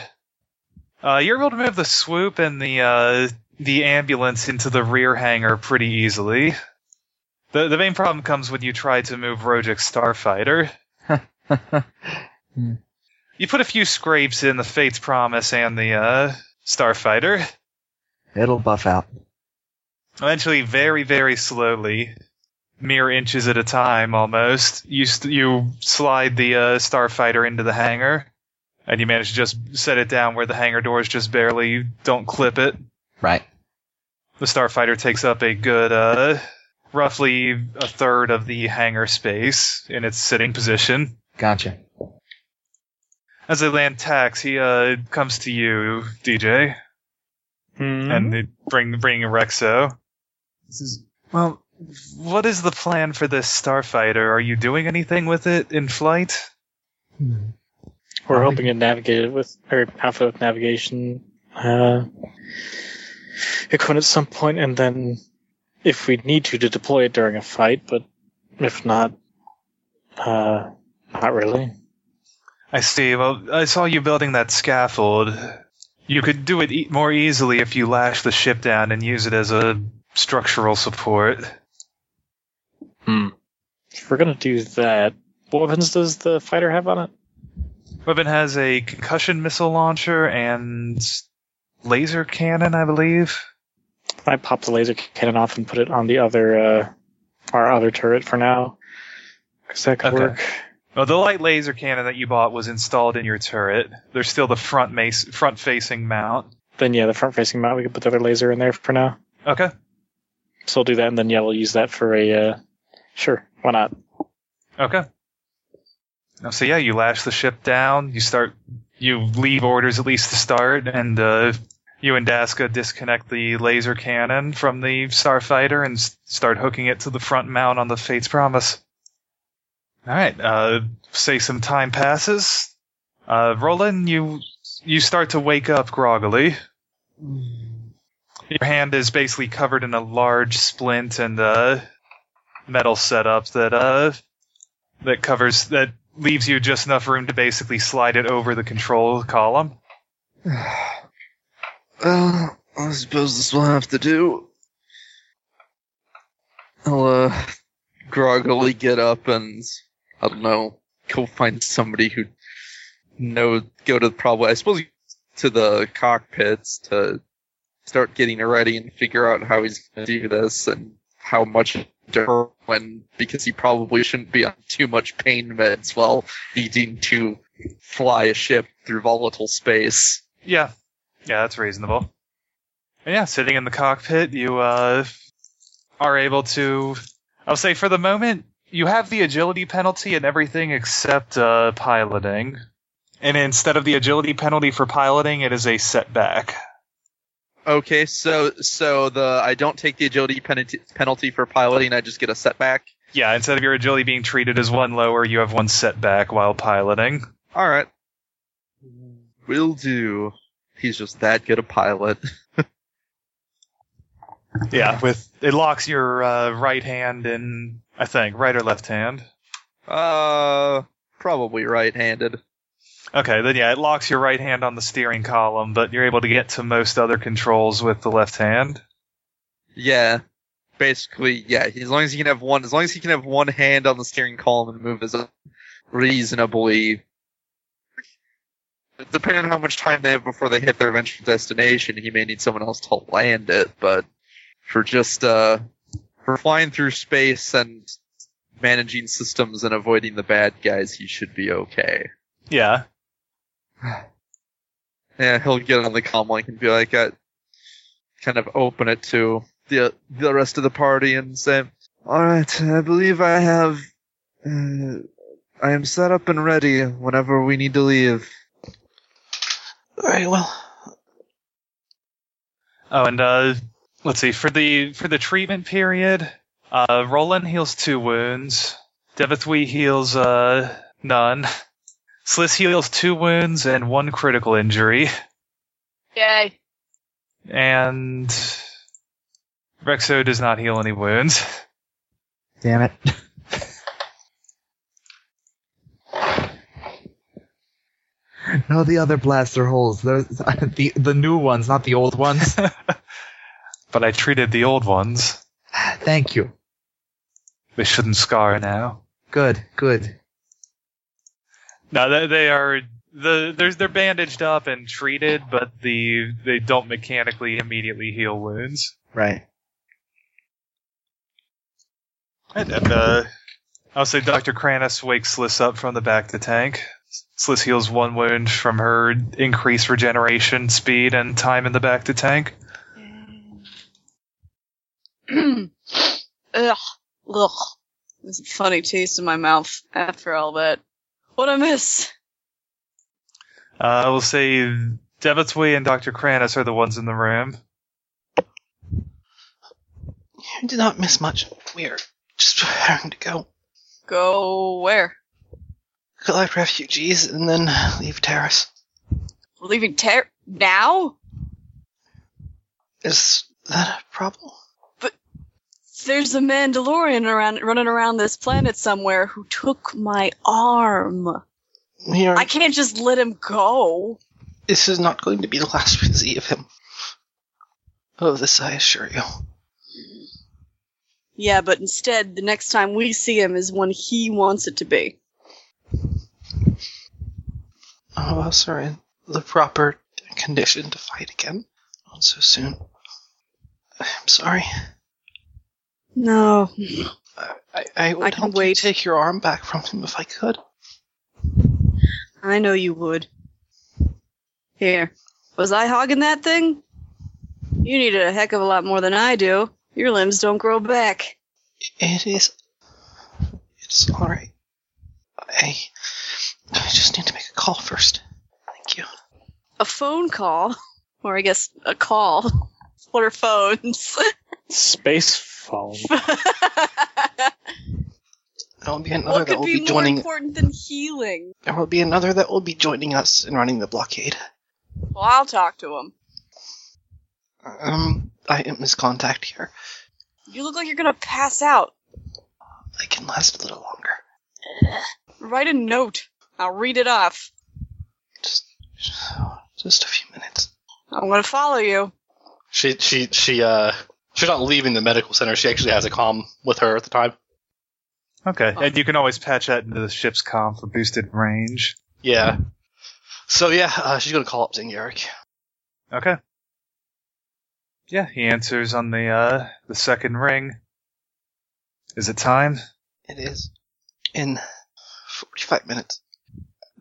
[SPEAKER 4] Uh, you're able to move the swoop and the uh, the ambulance into the rear hangar pretty easily. The the main problem comes when you try to move Rojik's starfighter. You put a few scrapes in the Fate's Promise and the uh, starfighter.
[SPEAKER 5] It'll buff out.
[SPEAKER 4] Eventually, very very slowly, mere inches at a time almost, you st- you slide the uh, starfighter into the hangar, and you manage to just set it down where the hangar doors just barely don't clip it.
[SPEAKER 5] Right.
[SPEAKER 4] The starfighter takes up a good uh, roughly a third of the hangar space in its sitting position.
[SPEAKER 5] Gotcha.
[SPEAKER 4] As they land tax, he uh, comes to you, DJ, and they bring bring Rexo. This is well. What is the plan for this starfighter? Are you doing anything with it in flight?
[SPEAKER 6] We're hoping to navigate it with or half of navigation uh, equipment at some point, and then if we need to, to deploy it during a fight. But if not, uh, not really.
[SPEAKER 4] I see. Well, I saw you building that scaffold. You could do it e- more easily if you lash the ship down and use it as a structural support.
[SPEAKER 6] If we're gonna do that, what weapons does the fighter have on it?
[SPEAKER 4] Weapon has a concussion missile launcher and laser cannon, I believe.
[SPEAKER 6] Can I pop the laser cannon off and put it on the other uh, our other turret for now? Because that could
[SPEAKER 4] Okay.
[SPEAKER 6] work.
[SPEAKER 4] Well, Oh, the light laser cannon that you bought was installed in your turret. There's still the front mace, front facing mount.
[SPEAKER 6] Then yeah, the front-facing mount. We could put the other laser in there for now.
[SPEAKER 4] Okay.
[SPEAKER 6] So we'll do that, and then yeah, we'll use that for a. Uh, sure, why not?
[SPEAKER 4] Okay. Now, so yeah, you lash the ship down. You start. You leave orders at least to start, and uh, you and Daska disconnect the laser cannon from the starfighter and s- start hooking it to the front mount on the Fate's Promise. All right. Uh, say some time passes. Uh, Roland, you you start to wake up groggily. Your hand is basically covered in a large splint and uh, metal setup that uh that covers that leaves you just enough room to basically slide it over the control column.
[SPEAKER 3] Well, I suppose this will have to do. I'll uh, groggily get up and I don't know, go find somebody who know go to probably I suppose to the cockpits to start getting ready and figure out how he's gonna do this and how much to when because he probably shouldn't be on too much pain meds while needing to fly a ship through volatile space.
[SPEAKER 4] Yeah. Yeah, that's reasonable. And yeah, sitting in the cockpit, you uh, are able to. I'll say for the moment, you have the agility penalty and everything except uh, piloting. And instead of the agility penalty for piloting, it is a setback.
[SPEAKER 3] Okay, so so the I don't take the agility penalty penalty for piloting. I just get a setback.
[SPEAKER 4] Yeah, instead of your agility being treated as one lower, you have one setback while piloting.
[SPEAKER 3] All right, will do. He's just that good a pilot.
[SPEAKER 4] Yeah, with it locks your uh, right hand in, I think, right or left hand.
[SPEAKER 3] Uh, probably right-handed.
[SPEAKER 4] Okay, then yeah, it locks your right hand on the steering column, but you're able to get to most other controls with the left hand.
[SPEAKER 3] Yeah, basically, yeah. As long as he can have one, as long as he can have one hand on the steering column and move as reasonably. Depending on how much time they have before they hit their eventual destination, he may need someone else to land it. But for just uh, for flying through space and managing systems and avoiding the bad guys, he should be okay.
[SPEAKER 4] Yeah.
[SPEAKER 3] Yeah, he'll get on the comm link and be like, uh, kind of open it to the the rest of the party and say, "All right, I believe I have, uh, I am set up and ready whenever we need to leave."
[SPEAKER 1] All right, well,
[SPEAKER 4] Oh, and uh, let's see for the for the treatment period, uh, Roland heals two wounds, Devithwy heals uh none, Sliss heals two wounds and one critical injury,
[SPEAKER 2] Yay.
[SPEAKER 4] and Rexo does not heal any wounds.
[SPEAKER 5] Damn it. [laughs] no, the other blaster holes. Those, the the new ones, not the old ones.
[SPEAKER 4] But I treated the old ones.
[SPEAKER 5] Thank you.
[SPEAKER 4] They shouldn't scar now.
[SPEAKER 5] Good, good.
[SPEAKER 4] No, they, they are the there's they're bandaged up and treated, but the they don't mechanically immediately heal wounds.
[SPEAKER 5] Right.
[SPEAKER 4] And, and uh, I'll say Doctor Kranis wakes Sliss up from the back to tank. Sliss heals one wound from her increased regeneration speed and time in the back to tank.
[SPEAKER 2] Ugh. [clears throat] Ugh. There's a funny taste in my mouth after all that. What I miss?
[SPEAKER 4] Uh, I will say Devitwy and Doctor Kranis are the ones in the room.
[SPEAKER 1] you did not miss much. We are just preparing to go
[SPEAKER 2] Go where?
[SPEAKER 1] collect refugees and then leave Terrace.
[SPEAKER 2] We're leaving Ter now?
[SPEAKER 1] Is that a problem?
[SPEAKER 2] There's a Mandalorian around running around this planet somewhere who took my arm.
[SPEAKER 1] We are.
[SPEAKER 2] I can't just let him go.
[SPEAKER 1] This is not going to be the last we see of him. Oh, this I assure you.
[SPEAKER 2] Yeah, but instead, the next time we see him is when he wants it to be.
[SPEAKER 1] None of us are in the proper condition to fight again. Not so soon. I'm sorry.
[SPEAKER 2] No.
[SPEAKER 1] I, I, I would
[SPEAKER 2] I can
[SPEAKER 1] help you
[SPEAKER 2] wait.
[SPEAKER 1] take your arm back from him if I could.
[SPEAKER 2] I know you would. Here. Was I hogging that thing? You need it a heck of a lot more than I do. Your limbs don't grow back.
[SPEAKER 1] It is. It's alright. I. I just need to make a call first. Thank you.
[SPEAKER 2] A phone call, or I guess a call. [laughs] What are phones? [laughs]
[SPEAKER 6] Space phone.
[SPEAKER 1] There will be another that
[SPEAKER 2] what could
[SPEAKER 1] will
[SPEAKER 2] be,
[SPEAKER 1] be
[SPEAKER 2] more
[SPEAKER 1] joining.
[SPEAKER 2] important than healing?
[SPEAKER 1] There will be another that will be joining us in running the blockade.
[SPEAKER 2] Well, I'll talk to him.
[SPEAKER 1] Um, I am his contact here.
[SPEAKER 2] You look like you're gonna pass out.
[SPEAKER 1] I can last a little longer.
[SPEAKER 2] Write a note. I'll read it off.
[SPEAKER 1] Just, just a few minutes.
[SPEAKER 2] I'm gonna follow you.
[SPEAKER 8] She she she uh she's not leaving the medical center. She actually has a comm with her at the time.
[SPEAKER 4] Okay, and you can always patch that into the ship's comm for boosted range.
[SPEAKER 8] Yeah. So yeah, uh, she's gonna call up Zingyark.
[SPEAKER 4] Okay. Yeah, he answers on the uh, the second ring. Is it time?
[SPEAKER 1] It is in 45 minutes.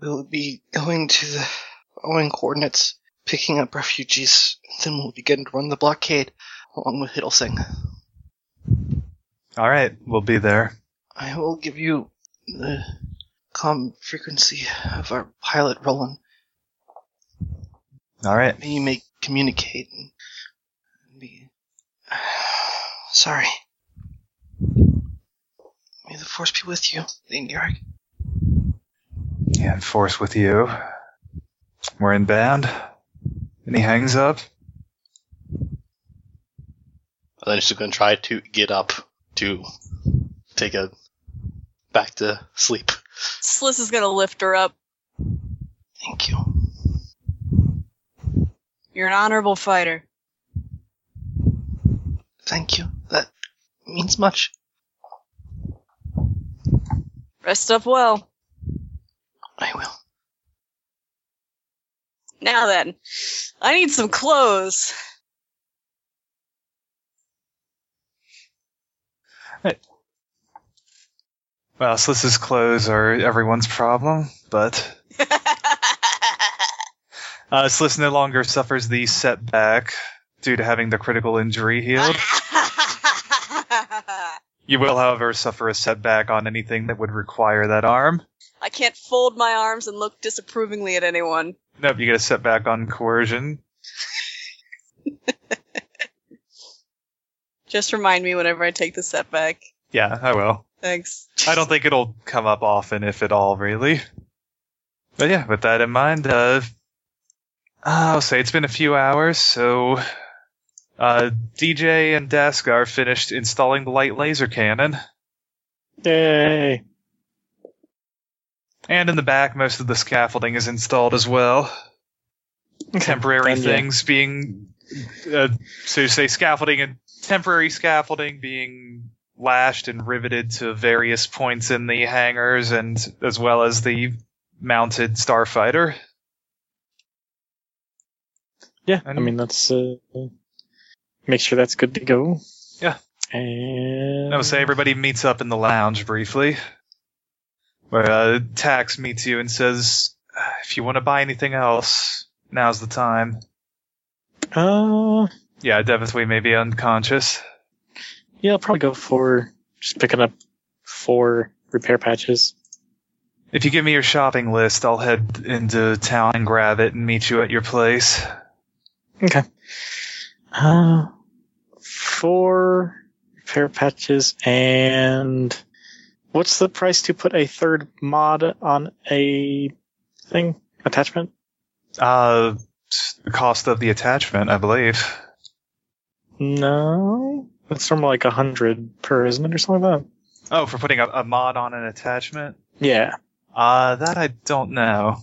[SPEAKER 1] We will be going to the following coordinates, picking up refugees, then we'll begin to run the blockade along with Hiddlesing.
[SPEAKER 4] All right, we'll be there.
[SPEAKER 1] I will give you the com frequency of our pilot, Roland.
[SPEAKER 4] All right.
[SPEAKER 1] You may communicate and be. [sighs] Sorry. May the force be with you, Lane Garrick.
[SPEAKER 4] Yeah, force with you. We're in band. And he hangs up.
[SPEAKER 8] And then she's going to try to get up to take a back to sleep.
[SPEAKER 2] Sliss is gonna lift her up.
[SPEAKER 1] Thank you.
[SPEAKER 2] You're an honorable fighter.
[SPEAKER 1] Thank you. That means much.
[SPEAKER 2] Rest up well.
[SPEAKER 1] I will.
[SPEAKER 2] Now then, I need some clothes.
[SPEAKER 4] Well, Sliss's clothes are everyone's problem, but uh, Sliss no longer suffers the setback due to having the critical
[SPEAKER 2] [laughs]
[SPEAKER 4] injury healed.
[SPEAKER 2] I
[SPEAKER 4] You will, however, suffer a setback on anything that would require that arm.
[SPEAKER 2] can't fold my arms and look disapprovingly at anyone.
[SPEAKER 4] Nope, you get a setback on coercion.
[SPEAKER 2] Just remind me whenever I take the setback.
[SPEAKER 4] Yeah, I will.
[SPEAKER 2] Thanks.
[SPEAKER 4] I don't think it'll come up often, if at all, really. But yeah, with that in mind, uh, I'll say it's been a few hours, so uh, DJ and Daskar finished installing the light laser cannon.
[SPEAKER 6] Yay!
[SPEAKER 4] And in the back, most of the scaffolding is installed as well. Temporary
[SPEAKER 6] Done, yeah.
[SPEAKER 4] things being, uh, so to say, scaffolding and temporary scaffolding being lashed and riveted to various points in the hangars, and as well as the mounted starfighter.
[SPEAKER 6] Yeah, I
[SPEAKER 4] And-
[SPEAKER 6] mean that's uh, make sure that's good to go.
[SPEAKER 4] Yeah.
[SPEAKER 6] And
[SPEAKER 4] No, say everybody meets up in the lounge briefly, where uh, Tax meets you and says, "If you want to buy anything else, now's the time."
[SPEAKER 6] Uh,
[SPEAKER 4] Yeah, Devithwy may be unconscious.
[SPEAKER 6] yeah, I'll probably go for just picking up four repair patches.
[SPEAKER 4] If you give me your shopping list, I'll head into town and grab it and meet you at your place.
[SPEAKER 6] Uh, four repair patches and what's the price to put a third mod on a thing attachment?
[SPEAKER 4] Uh, the cost of the attachment, I believe.
[SPEAKER 6] No, that's normally like a hundred per, isn't it, or something like that?
[SPEAKER 4] Oh, for putting a, a mod on an attachment?
[SPEAKER 6] Yeah.
[SPEAKER 4] Uh, that I don't know.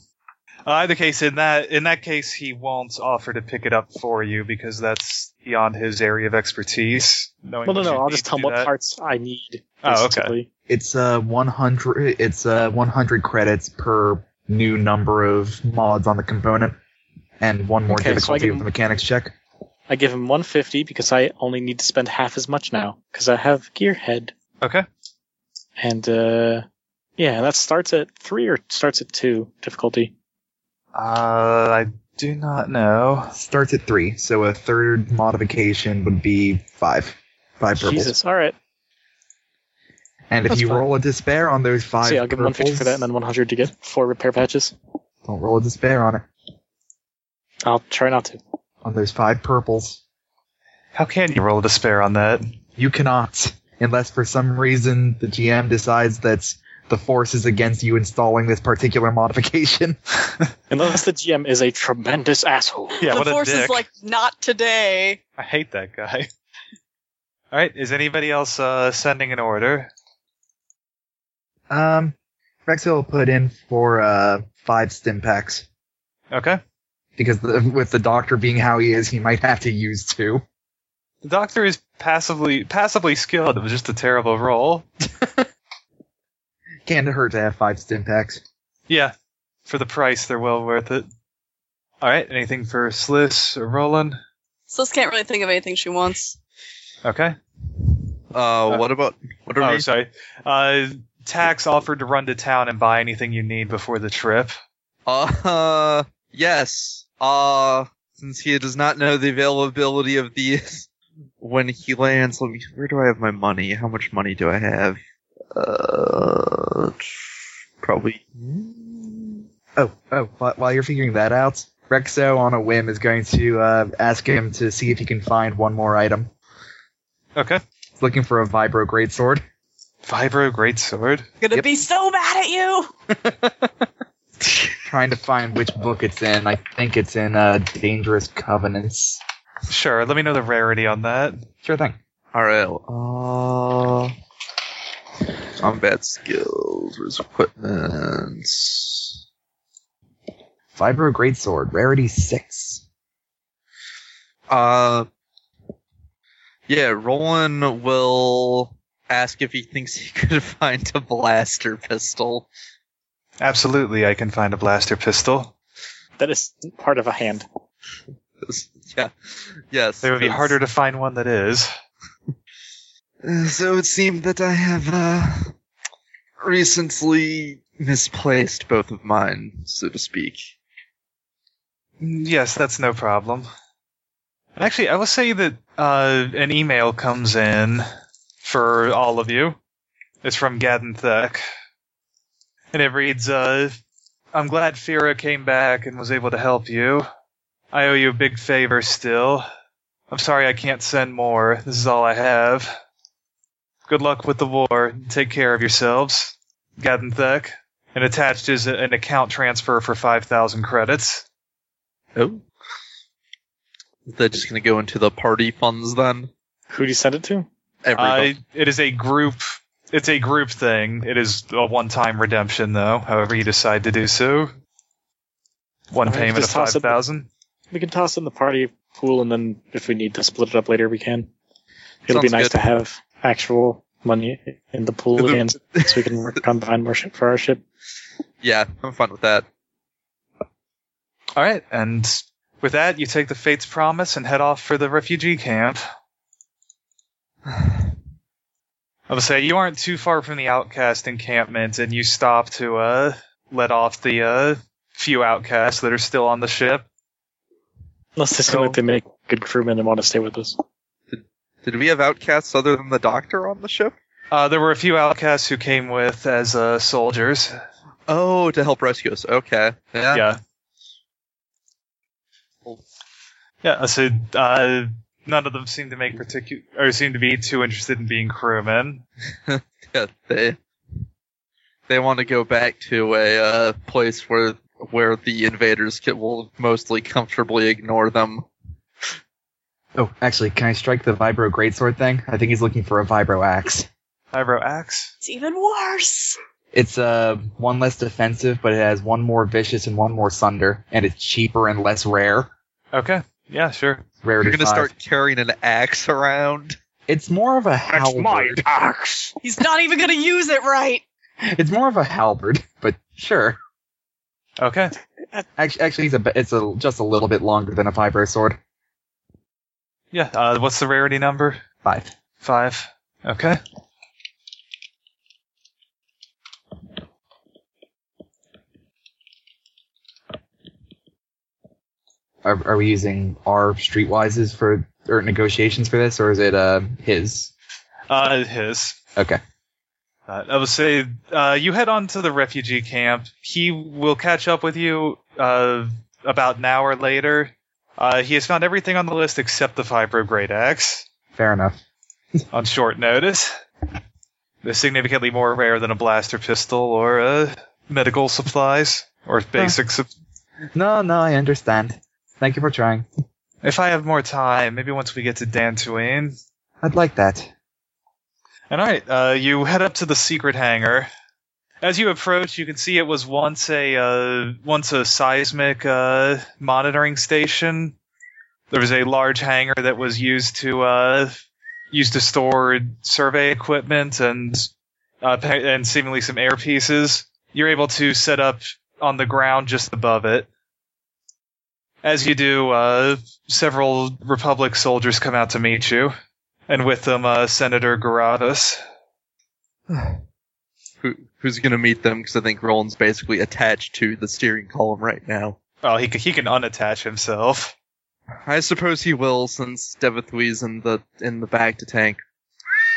[SPEAKER 4] Uh, either case, in that in that case, he won't offer to pick it up for you because that's beyond his area of expertise. Knowing
[SPEAKER 6] Well, no,
[SPEAKER 4] what
[SPEAKER 6] no.
[SPEAKER 4] you
[SPEAKER 6] I'll
[SPEAKER 4] need
[SPEAKER 6] just
[SPEAKER 4] to
[SPEAKER 6] tell him
[SPEAKER 4] do
[SPEAKER 6] what
[SPEAKER 4] that.
[SPEAKER 6] parts I need.
[SPEAKER 4] Oh, okay.
[SPEAKER 6] basically.
[SPEAKER 5] It's uh 100. It's uh 100 credits per new number of mods on the component, and one more
[SPEAKER 6] Okay, so I
[SPEAKER 5] difficulty
[SPEAKER 6] can-
[SPEAKER 5] with the mechanics check.
[SPEAKER 6] I give him 150 because I only need to spend half as much now because I have Gearhead.
[SPEAKER 4] Okay.
[SPEAKER 6] And uh yeah, that starts at 3 or starts at 2 difficulty.
[SPEAKER 4] Uh, I do not know.
[SPEAKER 5] Starts at three, so a third modification would be five, five purples.
[SPEAKER 6] Jesus. All right.
[SPEAKER 5] And if
[SPEAKER 6] That's
[SPEAKER 5] you
[SPEAKER 6] fine.
[SPEAKER 5] roll a despair on those five,
[SPEAKER 6] so yeah, I'll give him 150 for that and
[SPEAKER 5] purples,
[SPEAKER 6] then 100 to get four repair patches.
[SPEAKER 5] don't roll a despair on it
[SPEAKER 6] I'll try not to.
[SPEAKER 5] on those five purples.
[SPEAKER 4] How can you roll a despair on that?
[SPEAKER 5] You cannot, unless for some reason the GM decides that the force is against you installing this particular [laughs] modification.
[SPEAKER 6] Unless the GM is a tremendous asshole.
[SPEAKER 2] [laughs]
[SPEAKER 4] Yeah,
[SPEAKER 2] the
[SPEAKER 4] what a
[SPEAKER 2] force
[SPEAKER 4] dick.
[SPEAKER 2] is like not today.
[SPEAKER 4] I hate that guy. [laughs] All right, is anybody else uh, sending an order?
[SPEAKER 5] Um, Rexhill will put in for uh five stim packs
[SPEAKER 4] Okay.
[SPEAKER 5] because the, with the doctor being how he is, he might have to use two.
[SPEAKER 4] The doctor is passively passively skilled. It was just a terrible roll.
[SPEAKER 5] Can't hurt to have five stim packs.
[SPEAKER 4] Yeah, for the price, they're well worth it. All right, anything for Sliss or Roland?
[SPEAKER 2] Sliss can't really think of anything she wants.
[SPEAKER 4] Okay.
[SPEAKER 3] Uh,
[SPEAKER 4] Uh,
[SPEAKER 3] what about What are
[SPEAKER 4] Oh,
[SPEAKER 3] we?
[SPEAKER 4] sorry. Uh, Tax offered to run to town and buy anything you need before the trip.
[SPEAKER 3] Uh, yes. Uh, since he does not know the availability of these [laughs] when he lands, let me, where do I have my money? How much money do I have? Uh, probably.
[SPEAKER 5] Oh, oh, wh- while you're figuring that out, Rexo on a whim is going to uh, ask him to see if he can find one more item.
[SPEAKER 4] Okay.
[SPEAKER 5] He's looking for a Vibro Greatsword. [laughs]
[SPEAKER 4] Vibro Greatsword.
[SPEAKER 2] Gonna
[SPEAKER 5] Yep.
[SPEAKER 2] be so mad at you.
[SPEAKER 5] Trying to find which book it's in. I think it's in uh, Dangerous Covenants.
[SPEAKER 4] Sure, let me know the rarity on that.
[SPEAKER 5] Sure thing.
[SPEAKER 3] Alright, uh, combat skills, where's equipment?
[SPEAKER 5] Vibro Greatsword, rarity 6.
[SPEAKER 3] Uh, yeah, Roland will ask if he thinks he [laughs] could find a blaster pistol. [laughs]
[SPEAKER 4] Absolutely, I can find a blaster pistol.
[SPEAKER 6] That is part of a hand.
[SPEAKER 3] yeah. Yes.
[SPEAKER 4] It would be
[SPEAKER 3] yes.
[SPEAKER 4] harder to find one that is.
[SPEAKER 3] Uh, So it seemed that I have uh, recently misplaced both of mine, so to speak.
[SPEAKER 4] Yes, that's no problem. Actually, I will say that uh, an email comes in for all of you. It's from Gadden Thek. And it reads uh, I'm glad Fira came back and was able to help you. I owe you a big favor still. I'm sorry I can't send more. This is all I have. Good luck with the war. Take care of yourselves. Gadden Thek. And attached is a- an account transfer for 5,000 credits.
[SPEAKER 3] Oh. Is that just going to go into the party funds then?
[SPEAKER 6] Who do you send it to?
[SPEAKER 3] Everybody.
[SPEAKER 4] Uh, it is a group. It's a group thing. It is a one-time redemption, though. However, you decide to do so. One
[SPEAKER 6] Alright,
[SPEAKER 4] payment of
[SPEAKER 6] just
[SPEAKER 4] five
[SPEAKER 6] toss it-
[SPEAKER 4] thousand.
[SPEAKER 6] We can toss in the party pool, and then if we need to split it up later, we can. It'll be
[SPEAKER 3] Sounds
[SPEAKER 6] nice
[SPEAKER 3] good.
[SPEAKER 6] to have actual money in the pool,
[SPEAKER 3] The-
[SPEAKER 6] and [laughs] so we can work on buying more ship for our ship.
[SPEAKER 3] yeah, I'm fine with that.
[SPEAKER 4] All right, and with that, you take the fate's promise and head off for the refugee camp. [sighs] I would say you aren't too far from the outcast encampment, and you stop to uh, let off the uh, few outcasts that are still on the ship.
[SPEAKER 6] Unless they seem
[SPEAKER 4] So-
[SPEAKER 6] like they make good crewmen and want to stay with us.
[SPEAKER 3] Did we have outcasts other than the doctor on the ship?
[SPEAKER 4] Uh, there were a few outcasts who came with as uh, soldiers.
[SPEAKER 3] Oh, to help rescue us. Okay. Yeah.
[SPEAKER 4] yeah. Yeah, so uh, none of them seem to make particular or seem to be too interested in being crewmen.
[SPEAKER 3] Yeah, they they want to go back to a uh, place where where the invaders can, will mostly comfortably ignore them.
[SPEAKER 5] Oh, actually, can I strike the Vibro Greatsword thing? I think he's looking for a Vibro Axe.
[SPEAKER 4] Vibro axe.
[SPEAKER 2] It's even worse.
[SPEAKER 5] It's uh, one less defensive, but it has one more vicious and one more sunder, and it's cheaper and less rare.
[SPEAKER 4] Okay. Yeah, sure.
[SPEAKER 5] Rarity
[SPEAKER 3] You're gonna
[SPEAKER 5] five.
[SPEAKER 3] start carrying an axe around.
[SPEAKER 5] It's more of a halberd.
[SPEAKER 6] axe.
[SPEAKER 2] He's not even gonna use it right.
[SPEAKER 5] It's more of a halberd, [laughs] but sure.
[SPEAKER 4] Okay.
[SPEAKER 5] Actually, actually, it's a bit- it's a just a little bit longer than a vibro sword.
[SPEAKER 4] Yeah. Uh, what's the rarity number?
[SPEAKER 5] Five.
[SPEAKER 4] Five. Okay.
[SPEAKER 5] Are, are we using our streetwises for or negotiations for this, or is it uh his?
[SPEAKER 4] Uh, his.
[SPEAKER 5] Okay.
[SPEAKER 4] Uh, I would say uh, you head on to the refugee camp. He will catch up with you uh, about an hour later. Uh, he has found everything on the list except the Vibro Great Axe.
[SPEAKER 5] Fair enough.
[SPEAKER 4] on short notice. They're significantly more rare than a blaster pistol or uh, medical supplies or basic. sup-
[SPEAKER 5] No, no, I understand. Thank you for trying.
[SPEAKER 4] if I have more time, maybe once we get to Dantooine.
[SPEAKER 5] I'd like that.
[SPEAKER 4] And all right, uh, you head up to the secret hangar. As you approach, you can see it was once a uh, once a seismic uh, monitoring station. There was a large hangar that was used to uh, used to store survey equipment and uh, pa- and seemingly some air pieces. You're able to set up on the ground just above it. As you do, uh, several Republic soldiers come out to meet you and with them uh, Senator Garavis.
[SPEAKER 3] Who, who's going to meet them? Because I think Roland's basically attached to the steering column right now.
[SPEAKER 4] Well, he c- he can unattach himself.
[SPEAKER 3] I suppose he will, since Devithwee's in the in the back to tank.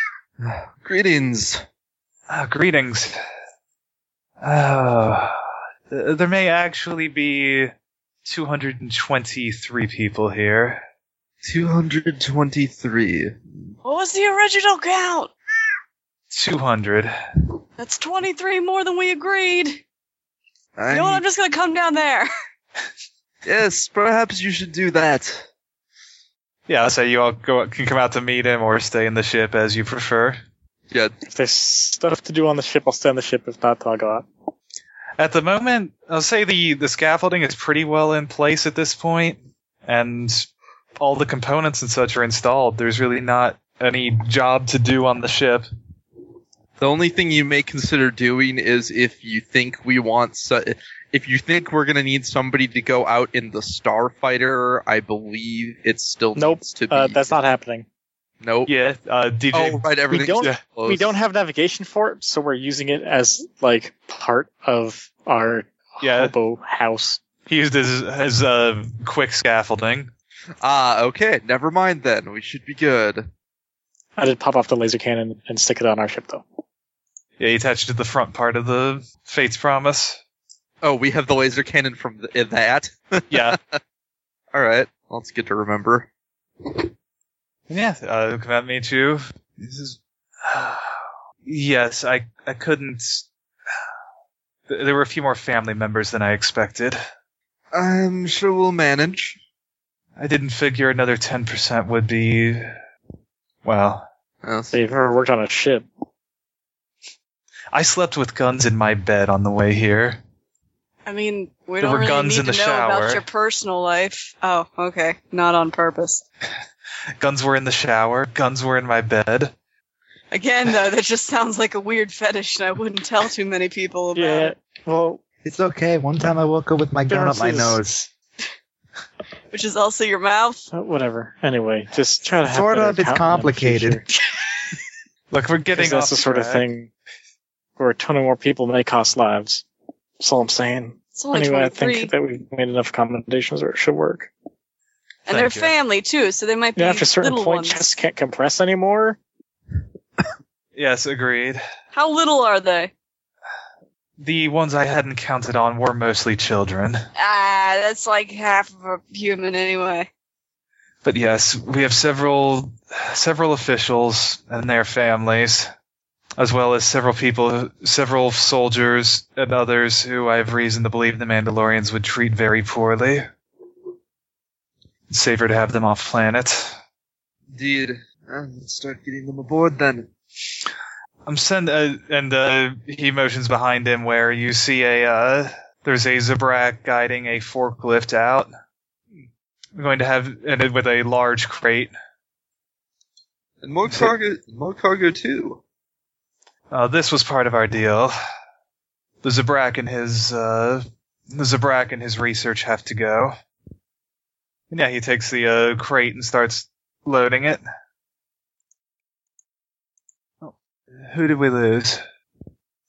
[SPEAKER 3] [sighs] Greetings.
[SPEAKER 4] Ah, greetings. Uh, th- there may actually be 223 people here.
[SPEAKER 3] 223.
[SPEAKER 2] What was the original count?
[SPEAKER 4] 200.
[SPEAKER 2] That's 23 more than we agreed.
[SPEAKER 3] I-
[SPEAKER 2] You know what? I'm just gonna come down there.
[SPEAKER 3] yes, perhaps you should do that.
[SPEAKER 4] Yeah, so you all go can come out to meet him or stay in the ship as you prefer.
[SPEAKER 3] Yeah,
[SPEAKER 6] If there's stuff to do on the ship, I'll stay on the ship. If not, I'll go out.
[SPEAKER 4] At the moment, I'll say the, the scaffolding is pretty well in place at this point, and all the components and such are installed. There's really not any job to do on the ship.
[SPEAKER 3] The only thing you may consider doing is if you think we want, su- if you think we're gonna need somebody to go out in the Starfighter, I believe it still
[SPEAKER 6] Nope,
[SPEAKER 3] needs to be.
[SPEAKER 6] Uh, that's not happening.
[SPEAKER 3] Nope.
[SPEAKER 4] Yeah, uh, DJ.
[SPEAKER 3] Oh, right, everything's
[SPEAKER 6] don't-
[SPEAKER 3] just closed.
[SPEAKER 6] We don't have navigation for it, so we're using it as like part of our
[SPEAKER 4] Yeah.
[SPEAKER 6] hobo house.
[SPEAKER 4] He used his, his uh, quick scaffolding.
[SPEAKER 3] Ah, okay. Never mind then. We should be good.
[SPEAKER 6] I did pop off the laser cannon and stick it on our ship, though.
[SPEAKER 4] Yeah, he attached it to the front part of the Fate's Promise. [laughs]
[SPEAKER 3] Oh, we have the laser cannon from th- in that.
[SPEAKER 4] Yeah,
[SPEAKER 3] All right. Well, it's good to remember.
[SPEAKER 4] yeah. Uh, come out meet you. This is. [sighs] yes, I I couldn't. [sighs] There were a few more family members than I expected.
[SPEAKER 3] I'm Um, sure we'll manage.
[SPEAKER 4] I didn't figure another 10% would be. Well,
[SPEAKER 3] Yes.
[SPEAKER 6] So you've ever worked on a ship?
[SPEAKER 4] I slept with guns in my bed on the way here.
[SPEAKER 2] I mean, we
[SPEAKER 4] There
[SPEAKER 2] don't
[SPEAKER 4] were
[SPEAKER 2] really
[SPEAKER 4] guns
[SPEAKER 2] need
[SPEAKER 4] in
[SPEAKER 2] to
[SPEAKER 4] the
[SPEAKER 2] know
[SPEAKER 4] shower.
[SPEAKER 2] about your personal life. Oh, okay, not on purpose.
[SPEAKER 4] Guns were in the shower. Guns were in my bed.
[SPEAKER 2] Again, though, that just sounds like a weird fetish, and I wouldn't tell too many people about
[SPEAKER 6] Yeah.
[SPEAKER 2] it.
[SPEAKER 6] Well,
[SPEAKER 5] It's okay. One time I woke up with my gun up my
[SPEAKER 6] Darcy's-
[SPEAKER 5] nose.
[SPEAKER 2] Which is also your mouth.
[SPEAKER 6] uh, whatever. Anyway, just try to have
[SPEAKER 5] Sort
[SPEAKER 6] better
[SPEAKER 5] of, it's
[SPEAKER 6] accounting in the
[SPEAKER 5] complicated.
[SPEAKER 6] future,
[SPEAKER 4] Look, we're
[SPEAKER 6] 'cause
[SPEAKER 4] getting
[SPEAKER 6] that's
[SPEAKER 4] off
[SPEAKER 6] the sort of
[SPEAKER 4] track.
[SPEAKER 6] thing where a ton of more people may cost lives. That's all I'm saying.
[SPEAKER 2] It's only
[SPEAKER 6] anyway, I
[SPEAKER 2] 23.
[SPEAKER 6] think that we've made enough accommodations where it should work.
[SPEAKER 2] and they're
[SPEAKER 4] Thank you.
[SPEAKER 2] family, too, so they might be
[SPEAKER 6] Yeah, after a certain
[SPEAKER 2] little
[SPEAKER 6] point,
[SPEAKER 2] ones.
[SPEAKER 6] chests can't compress anymore.
[SPEAKER 4] Yes, agreed.
[SPEAKER 2] How little are they?
[SPEAKER 4] The ones I hadn't counted on were mostly children.
[SPEAKER 2] Ah, that's like half of a human anyway.
[SPEAKER 4] But yes, we have several several officials and their families, as well as several people, several soldiers and others who I have reason to believe the Mandalorians would treat very poorly. It's safer to have them off planet.
[SPEAKER 3] Indeed. Uh, let's start getting them aboard then.
[SPEAKER 4] I'm send uh, and uh, he motions behind him where you see a uh, there's a Zabrak guiding a forklift out. I'm going to have and with a large crate.
[SPEAKER 3] And more cargo. More cargo too.
[SPEAKER 4] Uh, this was part of our deal. The Zabrak and his uh, the Zabrak and his research have to go. And yeah, he takes the uh, crate and starts loading it. Oh, who did we lose?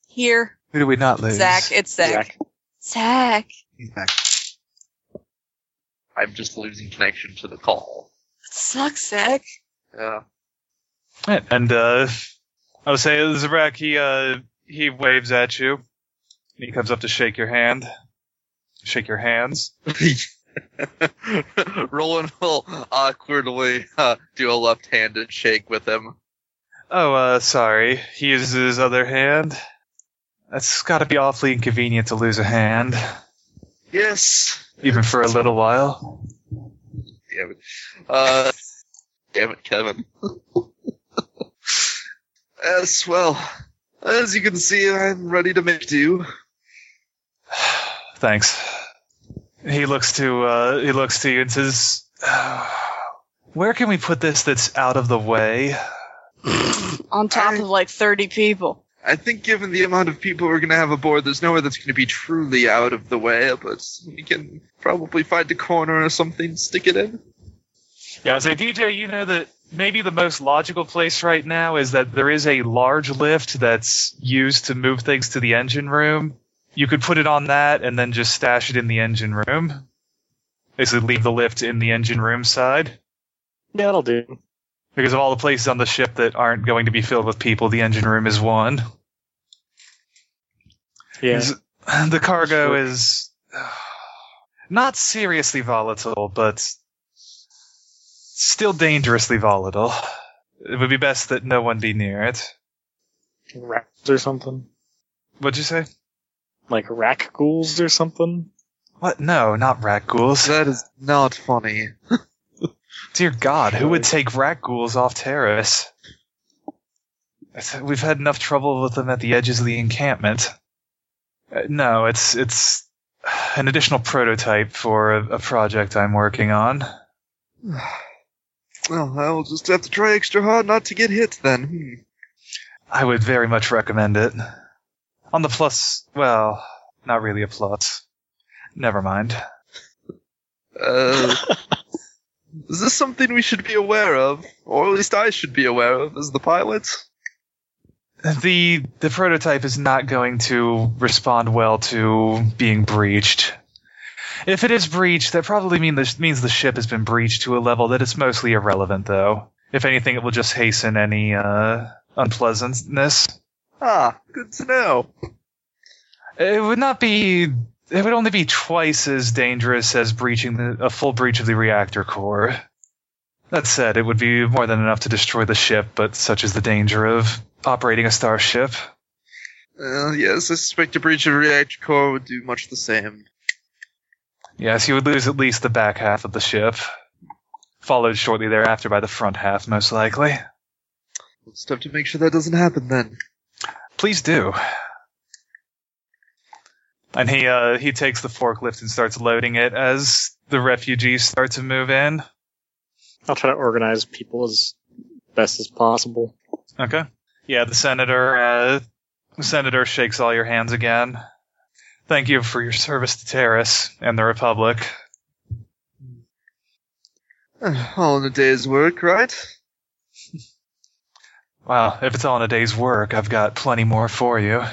[SPEAKER 2] Here,
[SPEAKER 4] Who did we not lose?
[SPEAKER 2] Zach, it's Zach.
[SPEAKER 6] Zach.
[SPEAKER 2] Zach.
[SPEAKER 5] He's back.
[SPEAKER 7] I'm just losing connection to the call.
[SPEAKER 2] Sucks, Zach.
[SPEAKER 3] [laughs]
[SPEAKER 7] Yeah.
[SPEAKER 4] Yeah, And uh, I would say Zabrak, he uh, he waves at you. He comes up to shake your hand, shake your hands.
[SPEAKER 3] Roland will awkwardly uh, do a left-handed shake with him.
[SPEAKER 4] Oh, uh, sorry. He uses his other hand. That's got to be awfully inconvenient to lose a hand,
[SPEAKER 3] Yes.
[SPEAKER 4] even for a little while.
[SPEAKER 7] Damn it. Uh, damn it, Kevin.
[SPEAKER 3] Yes. Well, as you can see, I'm ready to make do.
[SPEAKER 4] Thanks. He looks to uh, he looks to you and says, [sighs] "Where can we put this that's out of the way?"
[SPEAKER 2] On top of like 30 people.
[SPEAKER 3] I think, given the amount of people we're going to have aboard, there's nowhere that's going to be truly out of the way. But we can probably find a corner or something, to stick it in.
[SPEAKER 4] Yeah, I say, DJ, you know that maybe the most logical place right now is that there is a large lift that's used to move things to the engine room. You could put it on that and then just stash it in the engine room. Basically, leave the lift in the engine room side.
[SPEAKER 6] Yeah, that'll do.
[SPEAKER 4] Because of all the places on the ship that aren't going to be filled with people, the engine room is one.
[SPEAKER 6] Yeah.
[SPEAKER 4] Is- The cargo is [sighs] not seriously volatile, but still dangerously volatile. It would be best that no one be near it.
[SPEAKER 6] Racks or something?
[SPEAKER 4] What'd you say?
[SPEAKER 6] Like rack ghouls or something?
[SPEAKER 4] What? No, not rat ghouls.
[SPEAKER 3] That is not funny.
[SPEAKER 4] Dear God, who would take rat ghouls off Terrace? I th- We've had enough trouble with them at the edges of the encampment. Uh, no, it's it's an additional prototype for a, a project I'm working on.
[SPEAKER 3] Well, I'll just have to try extra hard not to get hit then. Hmm.
[SPEAKER 4] I would very much recommend it. On the plus, well, not really a plus. Never mind.
[SPEAKER 3] Uh, is this something we should be aware of, or at least I should be aware of as the pilot?
[SPEAKER 4] The the prototype is not going to respond well to being breached. If it is breached, that probably mean the, means the ship has been breached to a level that it's mostly irrelevant, though. If anything, it will just hasten any uh, unpleasantness.
[SPEAKER 3] Ah, good to know.
[SPEAKER 4] It would not be. It would only be twice as dangerous as breaching the, a full breach of the reactor core. That said, it would be more than enough to destroy the ship, but such is the danger of operating a starship.
[SPEAKER 3] Uh, yes, I suspect a breach of reactor core would do much the same.
[SPEAKER 4] Yes, you would lose at least the back half of the ship, followed shortly thereafter by the front half, most likely.
[SPEAKER 3] We'll just have to make sure that doesn't happen then.
[SPEAKER 4] Please do. And he uh, he takes the forklift and starts loading it as the refugees start to move in.
[SPEAKER 6] I'll try to organize people as best as possible.
[SPEAKER 4] Okay. Yeah, the senator uh, the senator shakes all your hands again. Thank you for your service to Terrace and the Republic.
[SPEAKER 3] Uh, All in a day's work, right?
[SPEAKER 4] Wow, if it's all in a day's work, I've got plenty more for you.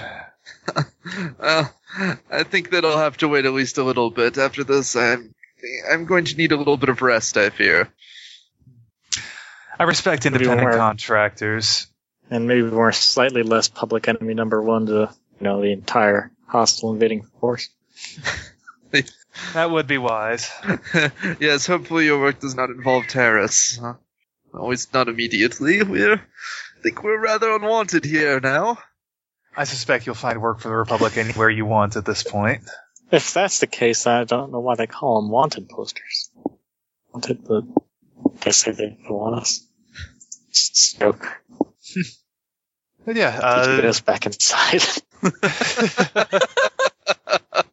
[SPEAKER 3] Well, Uh, I think that I'll have to wait at least a little bit. After this, I'm I'm going to need a little bit of rest. I fear.
[SPEAKER 4] I respect
[SPEAKER 6] do you
[SPEAKER 4] independent
[SPEAKER 6] wear?
[SPEAKER 4] contractors.
[SPEAKER 6] And maybe we're slightly less public enemy number one to, you know, the entire hostile invading force.
[SPEAKER 4] That would be wise.
[SPEAKER 3] [laughs] yes, hopefully your work does not involve terrorists. Huh? Always not immediately. We're I think we're rather unwanted here now. [laughs]
[SPEAKER 4] I suspect you'll find work for the Republic anywhere you want at this point.
[SPEAKER 6] If that's the case, I don't know why they call them wanted posters. Wanted, but I guess they didn't want us. Just a joke.
[SPEAKER 4] But yeah,
[SPEAKER 6] Just get
[SPEAKER 4] uh,
[SPEAKER 6] us back inside. [laughs]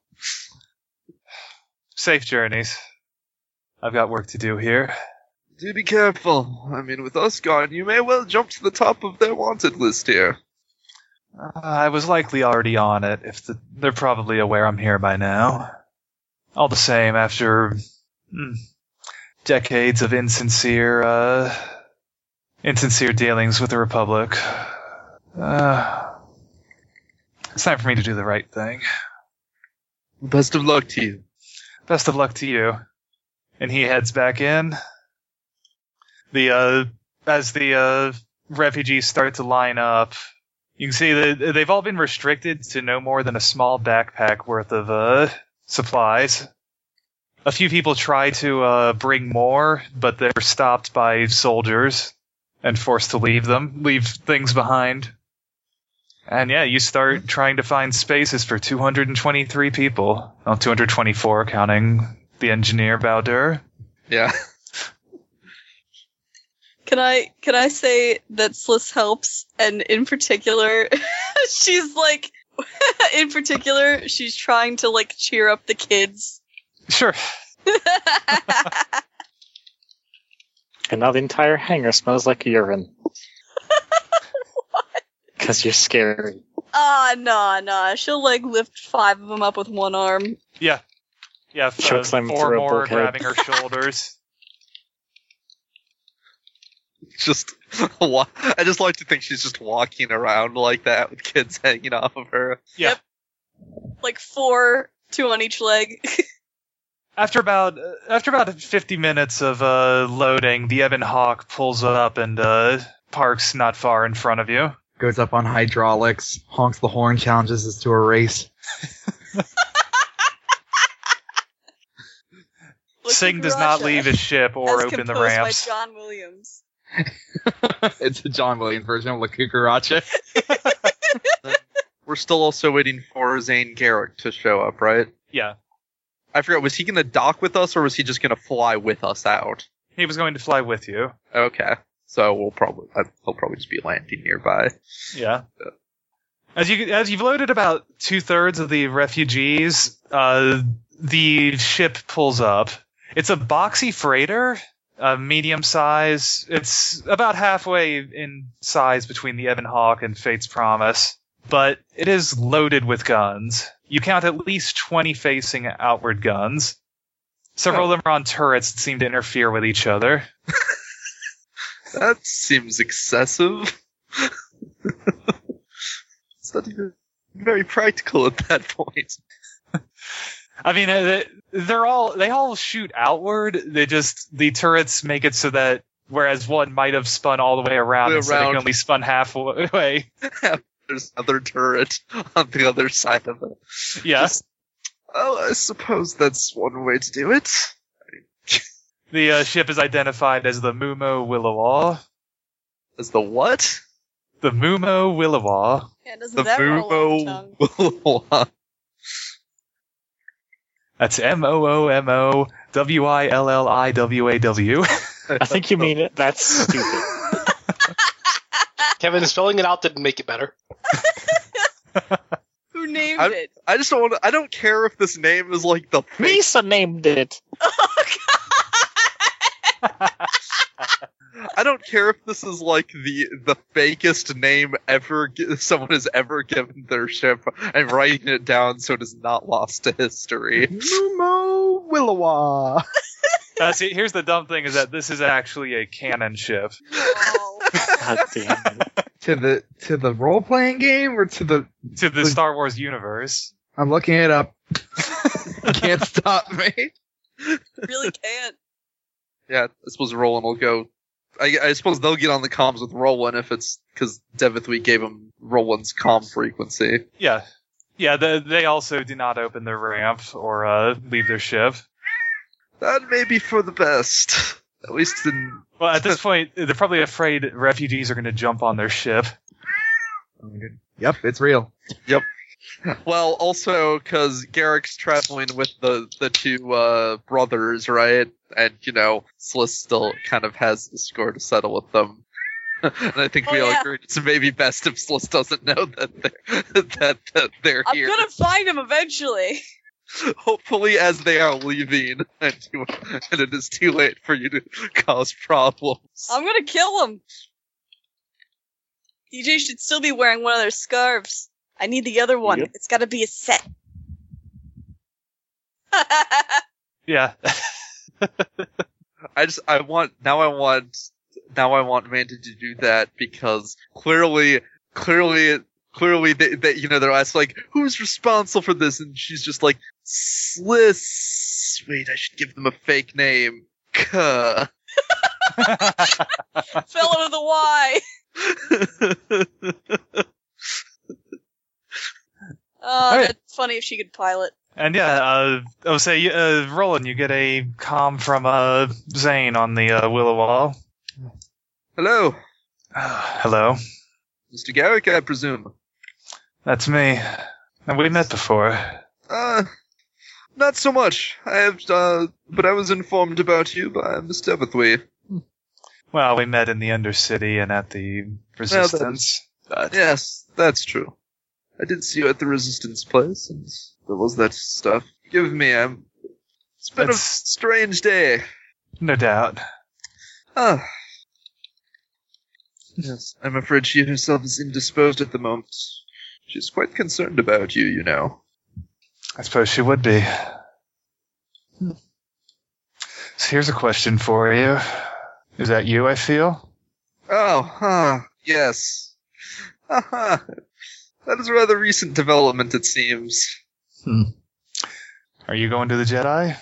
[SPEAKER 4] safe journeys. I've got work to do here.
[SPEAKER 3] Do be careful. I mean, with us gone, you may well jump to the top of their wanted list here.
[SPEAKER 4] Uh, I was likely already on it. If the, they're probably aware I'm here by now. All the same, after mm, decades of insincere, uh, insincere dealings with the Republic, uh, it's time for me to do the right thing.
[SPEAKER 3] Best of luck to you.
[SPEAKER 4] Best of luck to you. And he heads back in. The uh, as the uh, refugees start to line up, you can see that they've all been restricted to no more than a small backpack worth of uh, supplies. A few people try to uh, bring more, but they're stopped by soldiers and forced to leave them, leave things behind. And yeah, you start trying to find spaces for 223 people. Well, 224 counting the engineer Baudur.
[SPEAKER 3] Yeah. [laughs]
[SPEAKER 2] Can I can I say that Sliss helps and in particular [laughs] she's like [laughs] in particular she's trying to like cheer up the kids. [laughs]
[SPEAKER 4] Sure.
[SPEAKER 6] and now the entire hangar smells like
[SPEAKER 4] [laughs]
[SPEAKER 6] urine. Because you're scary.
[SPEAKER 2] Ah, nah, nah. She'll like lift five of them up with one arm.
[SPEAKER 4] Yeah, f- uh,
[SPEAKER 6] Chokes them [laughs]
[SPEAKER 4] four
[SPEAKER 6] through a
[SPEAKER 4] more
[SPEAKER 6] bulkhead.
[SPEAKER 4] grabbing her shoulders.
[SPEAKER 3] just [laughs] wa- I just like to think she's just walking around like that with kids [laughs] hanging off of her.
[SPEAKER 2] Like four, two on each leg. [laughs]
[SPEAKER 4] After about uh, after about 50 minutes of uh, loading, the Ebon Hawk pulls up and uh, parks not far in front of you.
[SPEAKER 5] Goes up on hydraulics, honks the horn, challenges us to a race.
[SPEAKER 2] Looking
[SPEAKER 4] Sing does
[SPEAKER 2] Russia,
[SPEAKER 4] not leave his ship or
[SPEAKER 2] as
[SPEAKER 4] open the
[SPEAKER 2] composed
[SPEAKER 4] ramps.
[SPEAKER 2] By John Williams.
[SPEAKER 5] [laughs] it's a John Williams version of La Cucaracha.
[SPEAKER 3] We're still also waiting for Zane Garrick to show up, right?
[SPEAKER 4] Yeah,
[SPEAKER 3] I forgot, was he gonna dock with us or was he just gonna fly with us out?
[SPEAKER 4] he was going to fly with you.
[SPEAKER 3] Okay. So we'll probably, I- he'll probably just be landing nearby.
[SPEAKER 4] Yeah. As you as you've loaded about two thirds of the refugees, uh, the ship pulls up. It's a boxy freighter, a medium size. It's about halfway in size between the Ebon Hawk and Fate's Promise, but it is loaded with guns. You count at least twenty facing outward guns. Several of them are on turrets that seem to interfere with each other.
[SPEAKER 3] That seems excessive. [laughs] it's not even very practical at that point.
[SPEAKER 4] I mean, uh, they- they're all they all shoot outward. They just the turrets make it so that whereas one might have spun all the way around,
[SPEAKER 3] Way
[SPEAKER 4] instead they can
[SPEAKER 3] around.
[SPEAKER 4] only spun [laughs] halfway.
[SPEAKER 3] There's another turret on the other side of it.
[SPEAKER 4] Yeah,
[SPEAKER 3] Just- Oh, I suppose that's one way to do it.
[SPEAKER 4] the uh, ship is identified as the Mumo Willowaw.
[SPEAKER 3] As the what?
[SPEAKER 4] The Mumo Willowaw.
[SPEAKER 2] Yeah, doesn't
[SPEAKER 3] The
[SPEAKER 2] that roll off the tongue?
[SPEAKER 3] [laughs] Bumo.
[SPEAKER 4] That's M O O M O W I L L I W A W. [laughs]
[SPEAKER 6] I think you mean it. That's stupid.
[SPEAKER 8] [laughs] Kevin, spelling it out didn't make it better.
[SPEAKER 2] Who named
[SPEAKER 3] I'm-
[SPEAKER 2] it?
[SPEAKER 3] I just don't want to. I don't care if this name is like the face.
[SPEAKER 6] Misa named it.
[SPEAKER 2] Oh
[SPEAKER 3] I don't care if this is like the the fakest name ever gi- [laughs] someone has ever given their ship. I'm writing it down so it is not lost to
[SPEAKER 5] [laughs]
[SPEAKER 3] history.
[SPEAKER 5] Mumo Willowa.
[SPEAKER 4] Uh, see, here's the dumb thing: is that this is actually a cannon ship.
[SPEAKER 2] God. No.
[SPEAKER 6] [laughs] God damn it.
[SPEAKER 5] to the to the role playing game or to the
[SPEAKER 4] To the Star Wars universe,
[SPEAKER 5] I'm looking it [laughs] up. Can't stop me.
[SPEAKER 2] really can't.
[SPEAKER 3] Yeah, I suppose Roland will go. I, I suppose they'll get on the comms with Roland if it's because Devithwe gave him Roland's comm frequency.
[SPEAKER 4] Yeah. Yeah, the, they also do not open their ramp or uh, leave their ship.
[SPEAKER 3] That may be for the best. At least in
[SPEAKER 4] Well, at this point, they're probably afraid refugees are going to jump on their ship.
[SPEAKER 5] Yep, it's real.
[SPEAKER 3] Well, also because Garrick's traveling with the the two uh, brothers, right? And you know, Sliss still kind of has the score to settle with them. [laughs] and I think we
[SPEAKER 2] Oh,
[SPEAKER 3] all
[SPEAKER 2] yeah.
[SPEAKER 3] agree it's maybe best if Sliss doesn't know that they're [laughs] that, that they're
[SPEAKER 2] I'm
[SPEAKER 3] here.
[SPEAKER 2] gonna find him eventually.
[SPEAKER 3] Hopefully, as they are leaving, [laughs] and, you, and it is too late for you to [laughs] cause problems.
[SPEAKER 2] I'm gonna kill him. DJ should still be wearing one of their scarves. I need the other one.
[SPEAKER 6] Yep.
[SPEAKER 2] It's gotta be a set. [laughs]
[SPEAKER 4] Yeah.
[SPEAKER 3] I just I want now I want now I want Manta to do that because clearly clearly clearly they, they you know they're asked like who's responsible for this and she's just like Sliss wait I should give them a fake name Kuh.
[SPEAKER 2] Fell under the Y. Oh,
[SPEAKER 4] Alright.
[SPEAKER 2] that's funny if she could pilot.
[SPEAKER 4] and yeah, uh, I would say, uh, Roland, you get a comm from uh, Zane on the uh, Willow Wall.
[SPEAKER 3] [laughs] Hello,
[SPEAKER 4] [sighs] hello.
[SPEAKER 3] Mr. Garrick, I presume.
[SPEAKER 4] That's me. And we met before.
[SPEAKER 3] Uh, not so much. I have uh, but I was informed about you by Miss Devithwe.
[SPEAKER 4] Well, we met in the Undercity and at the Resistance.
[SPEAKER 3] Yes, that's true. I did see you at the Resistance place, and there was that stuff. Give me, I'm. It's been
[SPEAKER 4] That's-
[SPEAKER 3] a strange day.
[SPEAKER 4] no doubt.
[SPEAKER 3] Ah. Yes, I'm afraid she herself is indisposed at the moment. She's quite concerned about you, you know.
[SPEAKER 4] I suppose she would be. So here's a question for you. Is that you, I feel?
[SPEAKER 3] Oh, huh. Yes. [laughs] that is a rather recent development, it seems.
[SPEAKER 4] Are you going to the Jedi?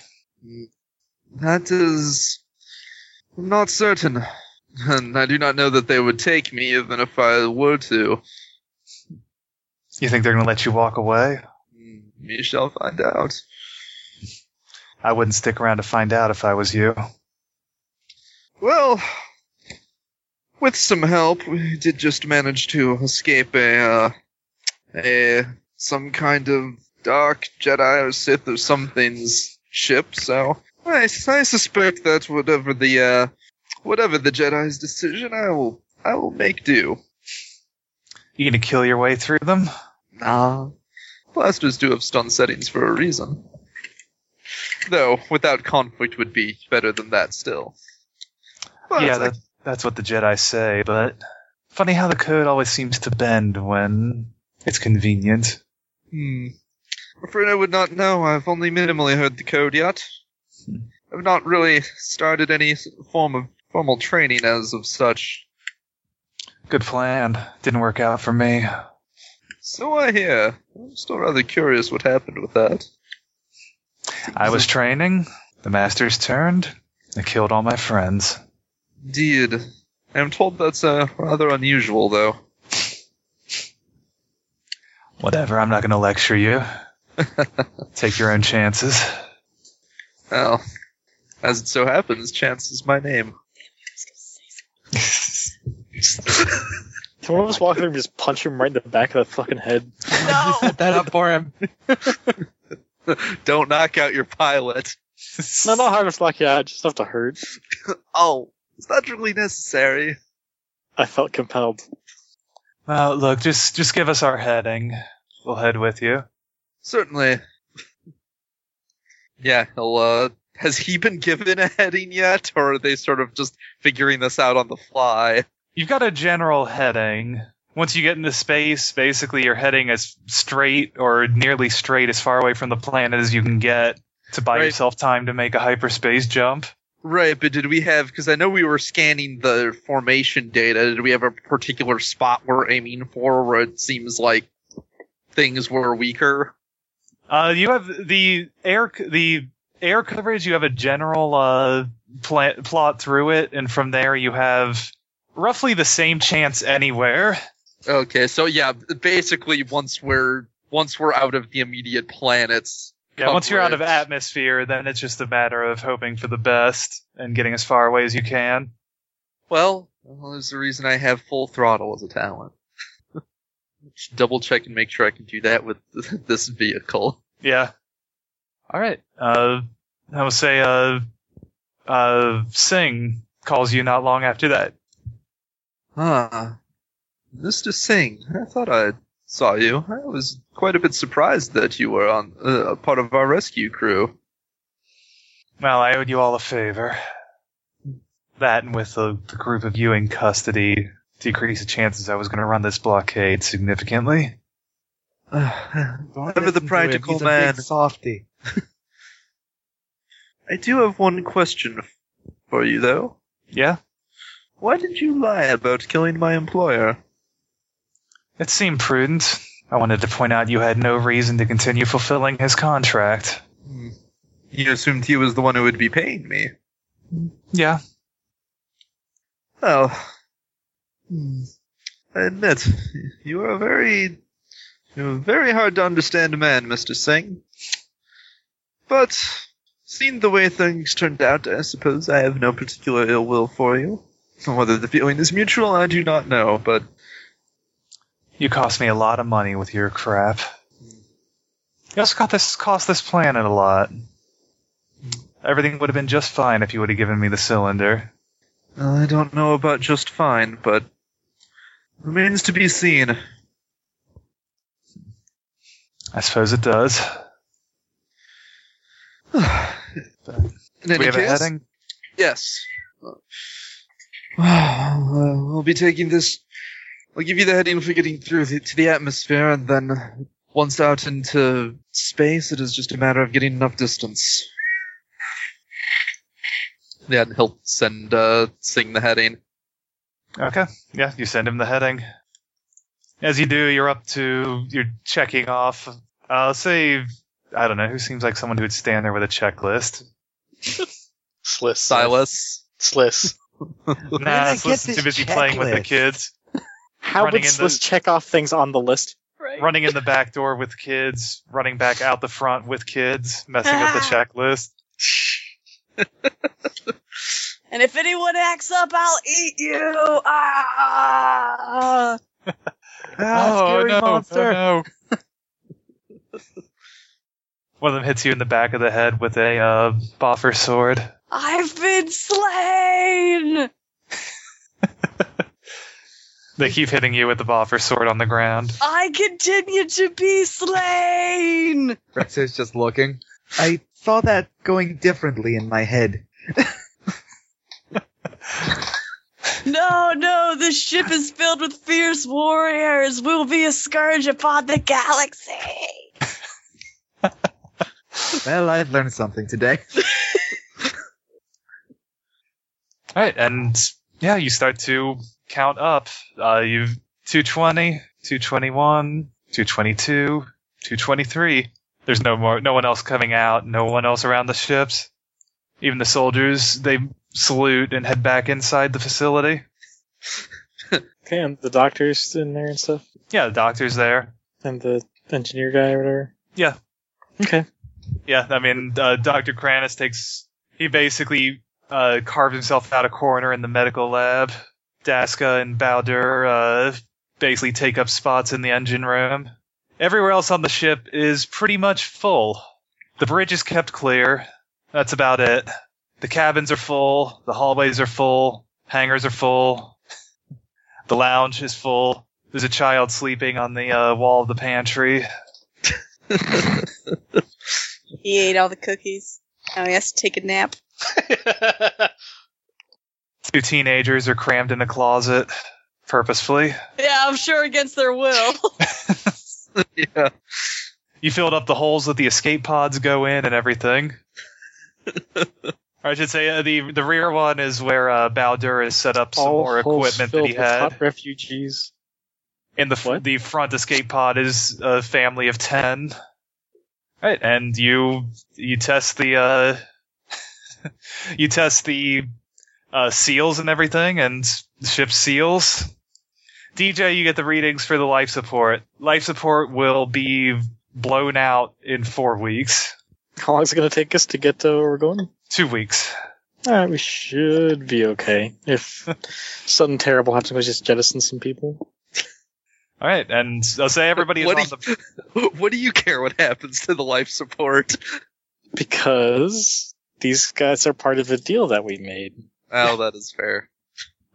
[SPEAKER 3] That is I'm not certain. And I do not know that they would take me even if I were to.
[SPEAKER 4] You think they're going to let you walk away?
[SPEAKER 3] Hmm, We shall find out.
[SPEAKER 4] I wouldn't stick around to find out if I was you.
[SPEAKER 3] Well, with some help, we did just manage to escape a, uh, a some kind of dark Jedi or Sith or something's ship. So I, I suspect that whatever the uh, whatever the Jedi's decision, I will I will make do.
[SPEAKER 4] You going to kill your way through them? Ah.
[SPEAKER 3] Nah, blasters do have stun settings for a reason. Though without conflict would be better than that still. But
[SPEAKER 4] yeah,
[SPEAKER 3] I
[SPEAKER 4] that, that's what the Jedi say, but funny how the code always seems to bend when it's convenient.
[SPEAKER 3] Hmm. I'm afraid I would not know. I've only minimally heard the code yet.
[SPEAKER 4] Hmm.
[SPEAKER 3] I've not really started any s- form of formal training as of such.
[SPEAKER 4] Good plan. Didn't work out for me.
[SPEAKER 3] So I hear. I'm still rather curious what happened with that.
[SPEAKER 4] I was training, the masters turned, and killed all my friends.
[SPEAKER 3] Indeed. I'm told that's uh, rather unusual, though.
[SPEAKER 4] Whatever, I'm not going to lecture you. Take your own chances.
[SPEAKER 3] Well, as it so happens, Chance is my name.
[SPEAKER 6] Can one of us walk through and just punch him right in the back of the fucking head?
[SPEAKER 5] Set that up for him.
[SPEAKER 3] Don't knock out your pilot.
[SPEAKER 6] No, not hard to knock you out, just enough to hurt.
[SPEAKER 3] [laughs] Oh, is that really necessary?
[SPEAKER 6] I felt compelled.
[SPEAKER 4] Well, look, just just give us our heading. We'll head with you.
[SPEAKER 3] Certainly. Yeah, he'll, uh, has he been given a heading yet, or are they sort of just figuring this out on the fly?
[SPEAKER 4] You've got a general heading. Once you get into space, basically your heading is straight or nearly straight as far away from the planet as you can get to buy
[SPEAKER 3] Right.
[SPEAKER 4] yourself time to make a hyperspace jump.
[SPEAKER 3] Right, but did we have, because I know we were scanning the formation data, did we have a particular spot we're aiming for where it seems like things were weaker?
[SPEAKER 4] Uh, you have the air the air coverage. You have a general uh, pla plot through it, and from there you have roughly the same chance anywhere.
[SPEAKER 3] Okay, so yeah, basically once we're, once we're out of the immediate planets.
[SPEAKER 4] Yeah, once you're out of
[SPEAKER 3] coverage-
[SPEAKER 4] atmosphere, then it's just a matter of hoping for the best and getting as far away as you can.
[SPEAKER 3] Well, well, there's the reason I have full throttle as a talent. [laughs] Just Double check and make sure I can do that with [laughs] this vehicle.
[SPEAKER 4] Yeah. All right. Uh, I will say, uh, uh, Singh calls you not long after that.
[SPEAKER 3] Ah, Mr. Singh, I thought I saw you. I was quite a bit surprised that you were on uh, part of our rescue crew. [sighs]
[SPEAKER 4] Well, I owed you all a favor. That and with the, the group of you in custody decreased the chances I was going to run this blockade significantly.
[SPEAKER 3] Remember the practical
[SPEAKER 5] He's a
[SPEAKER 3] man.
[SPEAKER 5] Big softy.
[SPEAKER 3] I do have one question for you, though.
[SPEAKER 4] Yeah?
[SPEAKER 3] Why did you lie about killing my employer?
[SPEAKER 4] It seemed prudent. I wanted to point out you had no reason to continue fulfilling his contract.
[SPEAKER 3] You assumed he was the one who would be paying me.
[SPEAKER 4] Yeah.
[SPEAKER 3] Well, hmm, I admit, you are a very, you're a very hard to understand man, Mr. Singh. But, seeing the way things turned out, I suppose I have no particular ill will for you. Whether the feeling is mutual, I do not know, but
[SPEAKER 4] You cost me a lot of money with your crap. You also got this, cost this planet a lot. Everything would have been just fine if you would have given me the cylinder.
[SPEAKER 3] uh, I don't know about just fine, but remains to be seen.
[SPEAKER 4] I suppose it does.
[SPEAKER 3] In
[SPEAKER 4] Do
[SPEAKER 3] any
[SPEAKER 4] we have
[SPEAKER 3] case-
[SPEAKER 4] a heading?
[SPEAKER 3] Yes. Uh, [sighs] we'll be taking this. I'll give you the heading for getting through the, to the atmosphere, and then once out into space, it is just a matter of getting enough distance. Yeah, and he'll send uh, Sing the heading.
[SPEAKER 4] Okay. Yeah, you send him the heading. As you do, you're up to you're checking off. Uh, say, I don't know who seems like someone who would stand there with a checklist.
[SPEAKER 8] Sliss.
[SPEAKER 3] Silas.
[SPEAKER 8] Sliss.
[SPEAKER 4] Nah,
[SPEAKER 5] get
[SPEAKER 4] Sliss is too
[SPEAKER 5] this
[SPEAKER 4] busy playing with the
[SPEAKER 5] checklist?
[SPEAKER 4] kids,
[SPEAKER 6] How
[SPEAKER 4] Running
[SPEAKER 6] would
[SPEAKER 4] in
[SPEAKER 6] Sliss
[SPEAKER 4] the-
[SPEAKER 6] check off things on the list?
[SPEAKER 2] Right.
[SPEAKER 4] running in the back door with kids, running back out the front with kids, messing
[SPEAKER 5] [laughs]
[SPEAKER 4] up the
[SPEAKER 2] Ah.
[SPEAKER 4] checklist.
[SPEAKER 2] And if anyone acts up, I'll eat you. Ah!
[SPEAKER 5] Ah, scary
[SPEAKER 4] no,
[SPEAKER 5] monster.
[SPEAKER 4] no. [laughs] One of them hits you in the back of the head with a uh, boffer sword.
[SPEAKER 2] I've been slain.
[SPEAKER 4] They keep hitting you with the boffer sword on the ground.
[SPEAKER 2] I continue to be slain.
[SPEAKER 5] Rexo's just looking. I saw that going differently in my head.
[SPEAKER 2] No, no, this ship is filled with fierce warriors. We'll be a scourge upon the galaxy.
[SPEAKER 5] Well, I've learned something today.
[SPEAKER 4] All right, and yeah, you start to count up. Uh, you've 220, 221, 222, 223. There's no more, no one else coming out, no one else around the ships. Even the soldiers, they salute and head back inside the facility.
[SPEAKER 6] Okay, and the doctor's in there and stuff,
[SPEAKER 4] Yeah, the doctor's there.
[SPEAKER 6] and the engineer guy or whatever.
[SPEAKER 4] Yeah.
[SPEAKER 6] Okay.
[SPEAKER 4] Yeah, I mean, uh, Dr. Kranis takes, he basically uh, carved himself out a corner in the medical lab. Daska and Baldur uh, basically take up spots in the engine room. Everywhere else on the ship is pretty much full. The bridge is kept clear. That's about it. The cabins are full. The hallways are full. Hangars are full. The lounge is full. There's a child sleeping on the uh, wall of the pantry.
[SPEAKER 2] He ate all the cookies. Now he has to take a nap.
[SPEAKER 4] two teenagers are crammed in a closet purposefully.
[SPEAKER 2] Yeah, I'm sure against their will. [laughs]
[SPEAKER 3] Oh, yeah.
[SPEAKER 4] You filled up the holes that the escape pods go in and everything. Or I should say uh, the the rear one is where uh, Baldur has set up some
[SPEAKER 6] All
[SPEAKER 4] more
[SPEAKER 6] holes
[SPEAKER 4] equipment that
[SPEAKER 6] filled
[SPEAKER 4] he
[SPEAKER 6] with
[SPEAKER 4] had.
[SPEAKER 6] hot refugees.
[SPEAKER 4] And the f
[SPEAKER 6] What?
[SPEAKER 4] the front escape pod is a family of ten. Right, and you you test the uh, [laughs] you test the uh, seals and everything, and ship seals. DJ, you get the readings for the life support. Life support will be blown out in four weeks,
[SPEAKER 6] How long is it going to take us to get to where we're going?
[SPEAKER 4] two weeks.
[SPEAKER 6] All right, we should be okay.
[SPEAKER 4] [laughs]
[SPEAKER 6] If something terrible happens, we just jettison some people.
[SPEAKER 4] All right, and I'll say everybody is
[SPEAKER 3] What
[SPEAKER 4] on
[SPEAKER 3] do
[SPEAKER 4] the
[SPEAKER 3] [laughs] What do you care what happens to the life support?
[SPEAKER 6] Because these guys are part of the deal that we made.
[SPEAKER 3] Oh, that is fair.
[SPEAKER 4] [laughs]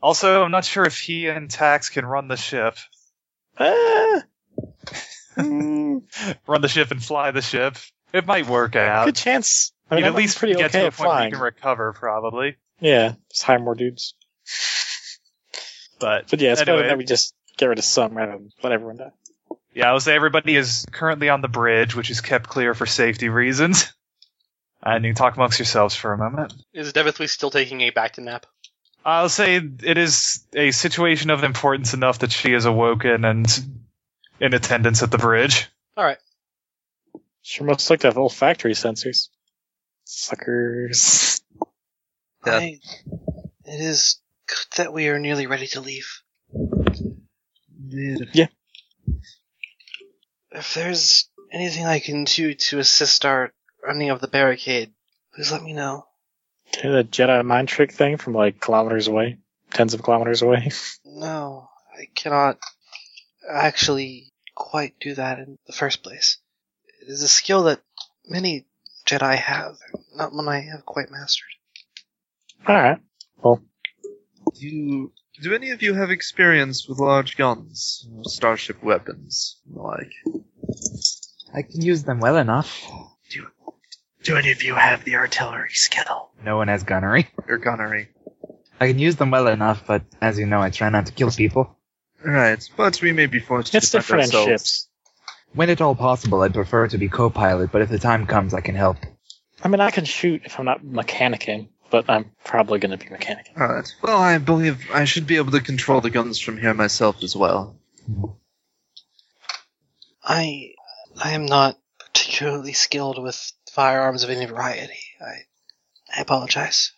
[SPEAKER 4] Also, I'm not sure if he and Tax can run the ship.
[SPEAKER 6] Ah! Mm,
[SPEAKER 4] Run the ship and fly the ship. It might work [laughs] out.
[SPEAKER 6] good chance.
[SPEAKER 4] I
[SPEAKER 6] I mean,
[SPEAKER 4] mean,
[SPEAKER 6] I'm
[SPEAKER 4] at least
[SPEAKER 6] pretty
[SPEAKER 4] get
[SPEAKER 6] okay
[SPEAKER 4] to a
[SPEAKER 6] at
[SPEAKER 4] point where you
[SPEAKER 6] flying.
[SPEAKER 4] can recover, probably.
[SPEAKER 6] yeah, just hire more dudes.
[SPEAKER 4] But
[SPEAKER 6] But yeah, it's better
[SPEAKER 4] Anyway.
[SPEAKER 6] that we just get rid of some rather than let everyone die.
[SPEAKER 4] yeah, I would say everybody is currently on the bridge, which is kept clear for safety reasons. [laughs] And you can talk amongst yourselves for a moment.
[SPEAKER 8] Is Devithly still taking a back to nap?
[SPEAKER 4] I'll say it is a situation of importance enough that she is awoken and in attendance at the bridge.
[SPEAKER 6] Sure, must like to have olfactory sensors. Suckers. [laughs]
[SPEAKER 3] Yeah.
[SPEAKER 1] I, it is good that we are nearly ready to leave.
[SPEAKER 6] Yeah.
[SPEAKER 1] If there's anything I can do to assist our running of the barricade, please let me know.
[SPEAKER 6] Okay, that Jedi mind trick thing from like kilometers away, tens of kilometers away. [laughs]
[SPEAKER 1] No, I cannot actually quite do that in the first place. It is a skill that many Jedi have, not one I have quite mastered.
[SPEAKER 6] All right.
[SPEAKER 3] Do Do any of you have experience with large guns, starship weapons, and the like?
[SPEAKER 5] I can use them well enough.
[SPEAKER 1] Do any of you have the artillery skill?
[SPEAKER 5] No one has gunnery.
[SPEAKER 3] Or gunnery?
[SPEAKER 5] I can use them well enough, but as you know, I try not to kill people.
[SPEAKER 3] Right, but we may be forced to
[SPEAKER 6] It's
[SPEAKER 3] defend
[SPEAKER 6] different in
[SPEAKER 3] ourselves.
[SPEAKER 6] ships.
[SPEAKER 5] When at all possible, I'd prefer to be co-pilot, but if the time comes, I can help.
[SPEAKER 6] I mean, I can shoot if I'm not mechanicking, but I'm probably going to be mechanic.
[SPEAKER 3] All right. Well, I believe I should be able to control the guns from here myself as well.
[SPEAKER 1] I I am not particularly skilled with firearms of any variety. I I apologize.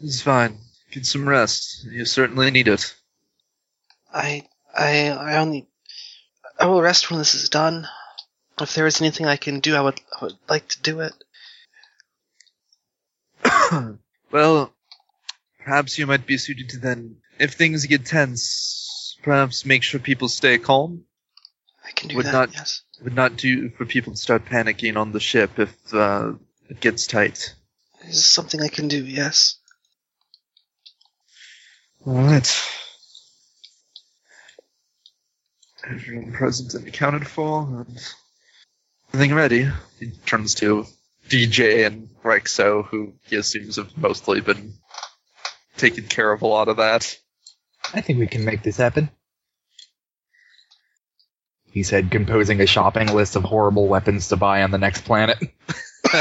[SPEAKER 3] It's fine. Get some rest. You certainly need it.
[SPEAKER 1] I I I only I will rest when this is done. If there is anything I can do, I would I would like to do it.
[SPEAKER 3] well, perhaps you might be suited to then. If things get tense, perhaps make sure people stay calm.
[SPEAKER 1] I can do
[SPEAKER 3] Would
[SPEAKER 1] that.
[SPEAKER 3] not-
[SPEAKER 1] yes.
[SPEAKER 3] Would not do for people to start panicking on the ship if uh, it gets tight.
[SPEAKER 1] This is something I can do. Yes.
[SPEAKER 3] All right. Everyone present and accounted for, and I think ready. He turns to DJ and Rexo, who he assumes have mostly been taking care of a lot of that. [laughs]
[SPEAKER 5] I think we can make this happen. He said, composing a shopping list of horrible weapons to buy on the next planet. [laughs]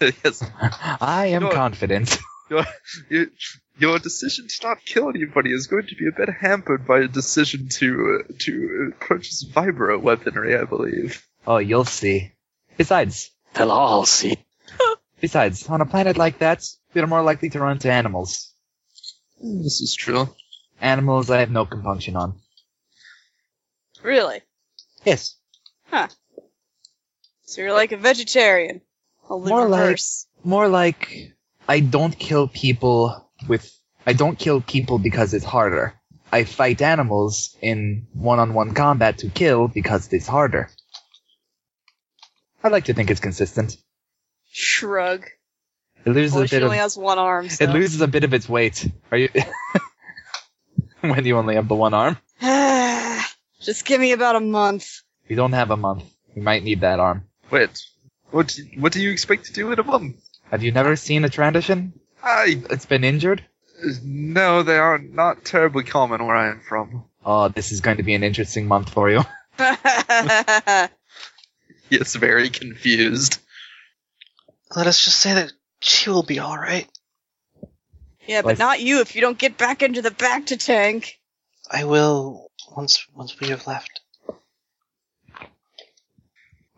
[SPEAKER 3] yes,
[SPEAKER 5] I am
[SPEAKER 3] Sure.
[SPEAKER 5] confident.
[SPEAKER 3] your, your decision to not kill anybody is going to be a bit hampered by a decision to uh, to uh, purchase vibro weaponry, I believe.
[SPEAKER 5] Oh, you'll see. Besides,
[SPEAKER 6] They'll all see.
[SPEAKER 5] besides, on a planet like that, we are more likely to run into animals.
[SPEAKER 3] Hmm, This is true.
[SPEAKER 5] Animals I have no compunction on.
[SPEAKER 2] Really?
[SPEAKER 5] Yes,
[SPEAKER 2] So you're like a vegetarian. A
[SPEAKER 5] More like-
[SPEAKER 2] reverse.
[SPEAKER 5] more like I don't kill people with I don't kill people because it's harder. I fight animals in one-on-one combat to kill because it's harder. I like to think it's consistent.
[SPEAKER 2] Shrug.
[SPEAKER 5] It loses
[SPEAKER 2] Well,
[SPEAKER 5] a
[SPEAKER 2] she
[SPEAKER 5] bit of
[SPEAKER 2] only has one arm. So.
[SPEAKER 5] it loses a bit of its weight. Are you [laughs] when you only have the one arm?
[SPEAKER 2] [sighs] Just give me about a month. [laughs]
[SPEAKER 5] You don't have a month. You might need that arm.
[SPEAKER 3] Wait, what what do you expect to do in a month?
[SPEAKER 5] Have you never seen a tradition?
[SPEAKER 3] I
[SPEAKER 5] It's been injured.
[SPEAKER 3] no, they are not terribly common where I am [laughs] from.
[SPEAKER 5] Oh, this is going to be an interesting month for you. [laughs]
[SPEAKER 2] That's
[SPEAKER 3] He is very confused.
[SPEAKER 1] Let us just say that she will be all right.
[SPEAKER 2] Yeah, but
[SPEAKER 5] Like-
[SPEAKER 2] not you if you don't get back into the back to tank.
[SPEAKER 1] I will once once we have left.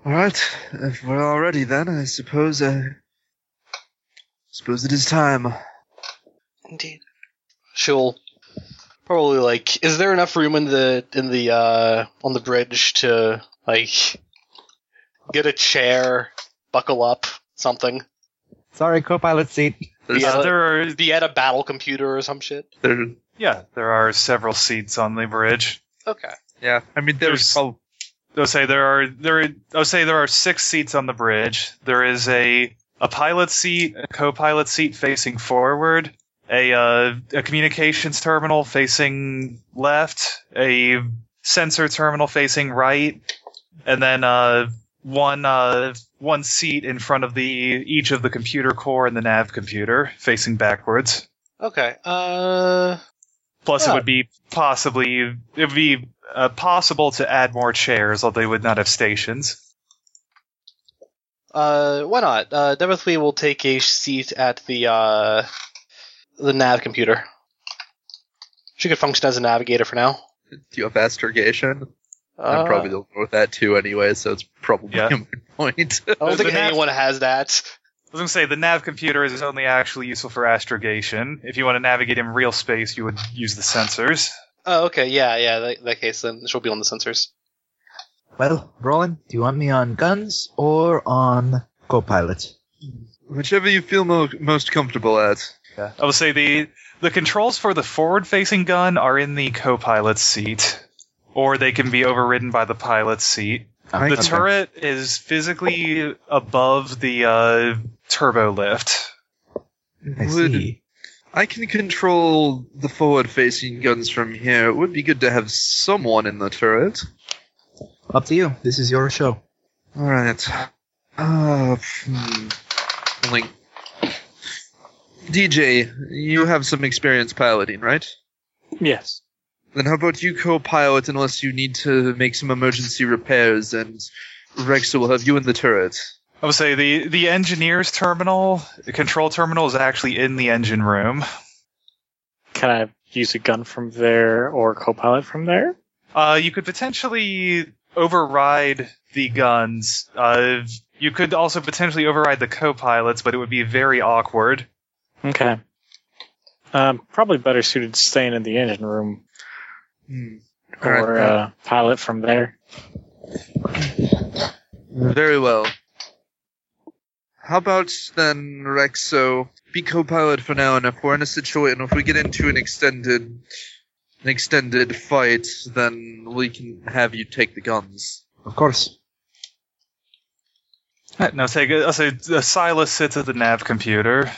[SPEAKER 3] All right, if uh, we're all ready, then I suppose I suppose it is time.
[SPEAKER 1] Indeed.
[SPEAKER 8] [laughs] She'll probably like. Is there enough room in the in the uh on the bridge to like get a chair, buckle up, something?
[SPEAKER 5] Sorry, co-pilot seat.
[SPEAKER 3] There's,
[SPEAKER 8] Yeah.
[SPEAKER 4] Uh, there are
[SPEAKER 8] Be at a battle computer or some shit.
[SPEAKER 3] there,
[SPEAKER 4] yeah, there are several seats on the bridge.
[SPEAKER 8] Okay.
[SPEAKER 3] yeah. I mean, there's,
[SPEAKER 4] There's- I'll say there are there. I'll say there are six seats on the bridge. There is a a pilot seat, a co-pilot seat facing forward, a uh, a communications terminal facing left, a sensor terminal facing right, and then uh one uh one seat in front of the each of the computer core and the nav computer facing backwards.
[SPEAKER 8] Okay. Uh.
[SPEAKER 4] Plus,
[SPEAKER 8] Oh.
[SPEAKER 4] it would be possibly it would be uh, possible to add more chairs, although they would not have stations.
[SPEAKER 8] Uh, why not? Uh, Devathley will take a seat at the uh, the nav computer. She could function as a navigator for now.
[SPEAKER 3] do you have astrogation?
[SPEAKER 8] Uh,
[SPEAKER 3] I'm probably the one with that too, anyway. So it's probably
[SPEAKER 4] Yeah.
[SPEAKER 3] [laughs] a moot point.
[SPEAKER 8] I
[SPEAKER 1] Oh,
[SPEAKER 8] don't
[SPEAKER 4] the
[SPEAKER 8] think
[SPEAKER 4] nav-
[SPEAKER 8] anyone has that.
[SPEAKER 4] I was gonna say the nav computer is only actually useful for astrogation. If you want to navigate in real space, you would use the sensors.
[SPEAKER 8] Oh, okay. Yeah, yeah. That, that case, then she'll be on the sensors.
[SPEAKER 5] Well, Roland, do you want me on guns or on co-pilot?
[SPEAKER 3] Whichever you feel mo- most comfortable at.
[SPEAKER 4] I will say the the controls for the forward-facing gun are in the co-pilot seat, or they can be overridden by the pilot seat.
[SPEAKER 5] Oh,
[SPEAKER 4] The
[SPEAKER 5] okay.
[SPEAKER 4] turret is physically above the uh, turbo lift.
[SPEAKER 5] I
[SPEAKER 3] would-
[SPEAKER 5] see.
[SPEAKER 3] I can control the forward-facing guns from here. It would be good to have someone in the turret.
[SPEAKER 5] Up to you. This is your show.
[SPEAKER 3] All right. Uh, hmm. Link. DJ, you have some experience piloting, right?
[SPEAKER 6] Yes.
[SPEAKER 3] Then how about you co-pilot unless you need to make some emergency repairs, and Rex will have you in the turret.
[SPEAKER 4] I would say the the engineer's terminal, the control terminal, is actually in the engine room.
[SPEAKER 6] Can I use a gun from there or copilot from there?
[SPEAKER 4] Uh, you could potentially override the guns. Uh, you could also potentially override the co-pilots, but it would be very awkward.
[SPEAKER 6] Okay. Um, probably better suited staying in the engine room
[SPEAKER 3] Alright,
[SPEAKER 6] or uh, pilot from there.
[SPEAKER 3] Very well. How about then, Rexo? Be co-pilot for now, and if we're in a situation, if we get into an extended, an extended fight, then we can have you take the guns.
[SPEAKER 5] Of course.
[SPEAKER 4] No, take also uh, Silas sits at the nav computer.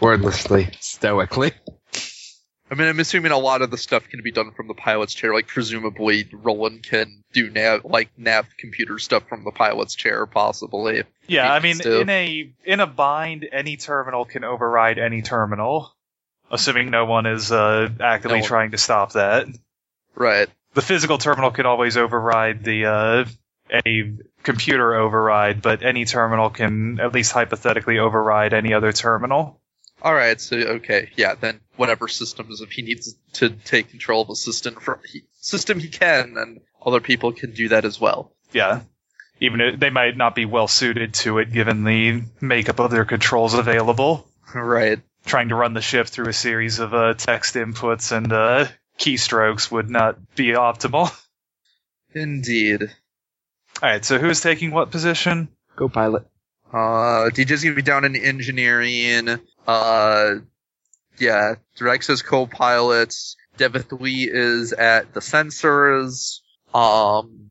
[SPEAKER 5] Wordlessly, stoically.
[SPEAKER 3] I mean, I'm assuming a lot of the stuff can be done from the pilot's chair. Like, presumably, Roland can do nav, like nav computer stuff from the pilot's chair, possibly.
[SPEAKER 4] Yeah, I
[SPEAKER 3] Maybe
[SPEAKER 4] mean,
[SPEAKER 3] still.
[SPEAKER 4] in a in a bind, any terminal can override any terminal, assuming no one is uh, actively
[SPEAKER 3] No one.
[SPEAKER 4] trying to stop that.
[SPEAKER 3] Right.
[SPEAKER 4] The physical terminal could always override the uh, a computer override, but any terminal can at least hypothetically override any other terminal.
[SPEAKER 3] All right. So okay, yeah. Then whatever systems, if he needs to take control of a system from he, system, he can, and other people can do that as well.
[SPEAKER 4] Yeah, even if they might not be well suited to it given the makeup of their controls available.
[SPEAKER 3] Right.
[SPEAKER 4] trying to run the ship through a series of uh, text inputs and uh, keystrokes would not be optimal. [laughs] All
[SPEAKER 3] Indeed.
[SPEAKER 4] right, so who's taking what position?
[SPEAKER 5] Go pilot.
[SPEAKER 3] Uh, DJ's gonna be down in engineering. Uh, yeah, Drex is co-pilot. Devith Lee is at the sensors. Um,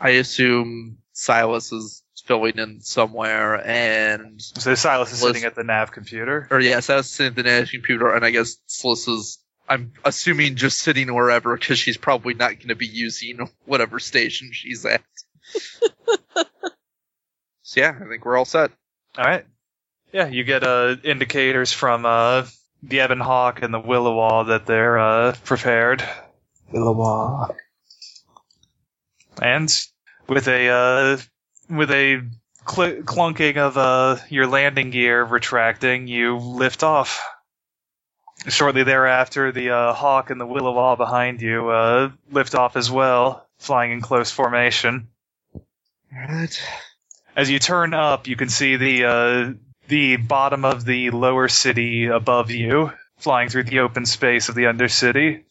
[SPEAKER 3] I assume Silas is filling in somewhere, and
[SPEAKER 4] So Silas is
[SPEAKER 3] Liz-
[SPEAKER 4] sitting at the nav computer.
[SPEAKER 3] or yeah, Silas is at the national computer, and I guess Sliss is. I'm assuming just sitting wherever because she's probably not going to be using whatever station she's at. so yeah, I think we're all set.
[SPEAKER 4] All right. Yeah, you get uh, indicators from uh, the Ebon Hawk and the Willowaw that they're uh, prepared.
[SPEAKER 5] Illawarra.
[SPEAKER 4] And with a uh, with a cl- clunking of uh, your landing gear retracting, you lift off. Shortly thereafter, the uh, hawk and the willowaw behind you uh, lift off as well, flying in close formation.
[SPEAKER 3] Alright.
[SPEAKER 4] As you turn up, you can see the uh, the bottom of the lower city above you, flying through the open space of the undercity.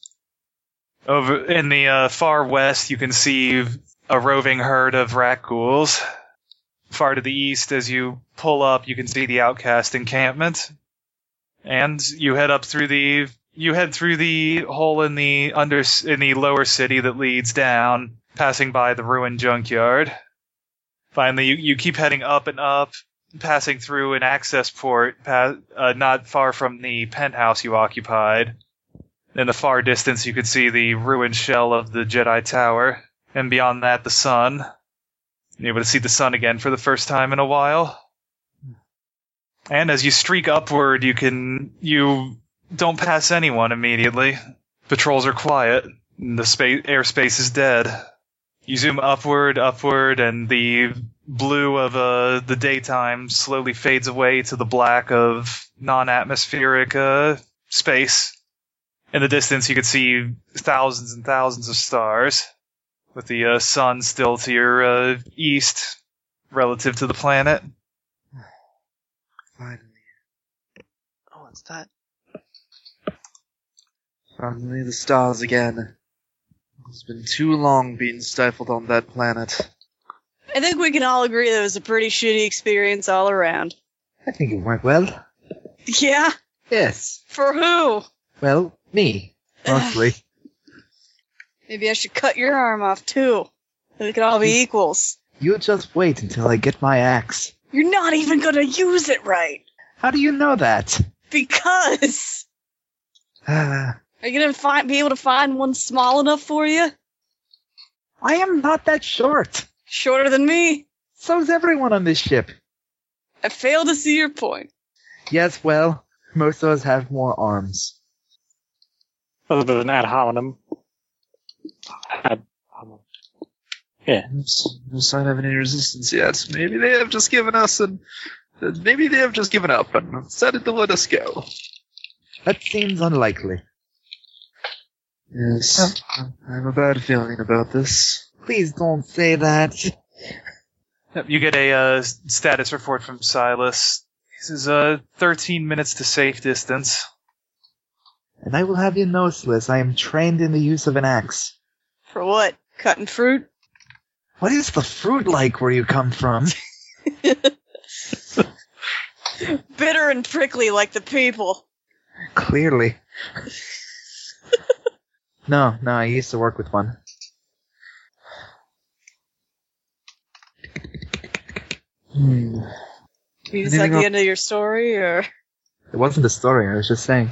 [SPEAKER 4] Over in the uh, far west, you can see a roving herd of rackhools. Far to the east, as you pull up, you can see the outcast encampment, and you head up through the you head through the hole in the under in the lower city that leads down, passing by the ruined junkyard. Finally, you, you keep heading up and up, passing through an access port pa- uh, not far from the penthouse you occupied. In the far distance, you could see the ruined shell of the Jedi Tower, and beyond that, the sun. You're able to see the sun again for the first time in a while. And as you streak upward, you can you don't pass anyone immediately. Patrols are quiet. and The space airspace is dead you zoom upward, upward, and the blue of uh, the daytime slowly fades away to the black of non-atmospheric uh, space. In the distance, you could see thousands and thousands of stars, with the uh, sun still to your uh, east relative to the planet.
[SPEAKER 3] Finally,
[SPEAKER 1] Oh, what's that?
[SPEAKER 3] finally the stars again. It's been too long being stifled on that planet.
[SPEAKER 2] I think we can all agree that it was a pretty shitty experience all around. [laughs]
[SPEAKER 5] I think it went well.
[SPEAKER 2] Yeah?
[SPEAKER 5] Yes.
[SPEAKER 2] For who?
[SPEAKER 5] Well, me. [sighs] Mostly.
[SPEAKER 2] Maybe I should cut your arm off too. Then we could all be equals.
[SPEAKER 5] you just wait until I get my axe.
[SPEAKER 2] You're not even gonna use it right.
[SPEAKER 5] How do you know that? [sighs]
[SPEAKER 2] Because
[SPEAKER 5] Ah,
[SPEAKER 2] are you gonna find be able to find one small enough for you?
[SPEAKER 5] I am not that short.
[SPEAKER 2] Shorter than me?
[SPEAKER 5] So's everyone on this ship.
[SPEAKER 2] I fail to see your point.
[SPEAKER 5] Yes, well, most of us have more arms.
[SPEAKER 6] A little bit of an ad hominem. Ad hominem. Yeah.
[SPEAKER 3] No s- no sign of any resistance yet. Maybe they have just given us and maybe they have just given up and decided to let us go.
[SPEAKER 5] That seems unlikely.
[SPEAKER 3] Yes, I have a bad feeling about this.
[SPEAKER 5] Please don't say that.
[SPEAKER 4] Yep, You get a uh, s- status report from Silas. This is uh, 13 minutes to safe distance.
[SPEAKER 5] And I will have you know, Sliss, I am trained in the use of an axe.
[SPEAKER 2] For what? Cutting fruit?
[SPEAKER 5] What is the fruit like where you come from?
[SPEAKER 2] Bitter and prickly like the people.
[SPEAKER 5] Clearly. no, no, I used to work with one.
[SPEAKER 3] Hmm.
[SPEAKER 2] Is that the end of your story, or
[SPEAKER 5] It wasn't a story, I was just saying.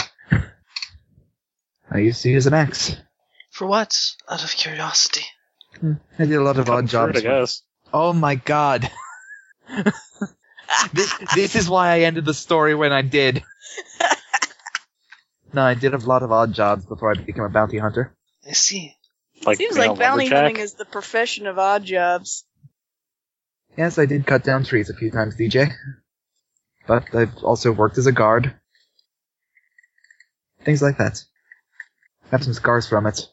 [SPEAKER 5] I used to use an axe.
[SPEAKER 1] For what? Out of curiosity.
[SPEAKER 5] I did a lot of odd
[SPEAKER 6] Sure, I
[SPEAKER 5] jobs.
[SPEAKER 6] guess.
[SPEAKER 5] Oh my god. this, this is why I ended the story when I did. no, I did a lot of odd jobs before I became a bounty hunter.
[SPEAKER 1] I see.
[SPEAKER 6] Like,
[SPEAKER 2] seems
[SPEAKER 6] being
[SPEAKER 2] like
[SPEAKER 6] a
[SPEAKER 2] bounty
[SPEAKER 6] lumberjack.
[SPEAKER 2] hunting is the profession of odd jobs.
[SPEAKER 5] Yes, I did cut down trees a few times, DJ. But I've also worked as a guard. Things like that. I have some scars from it.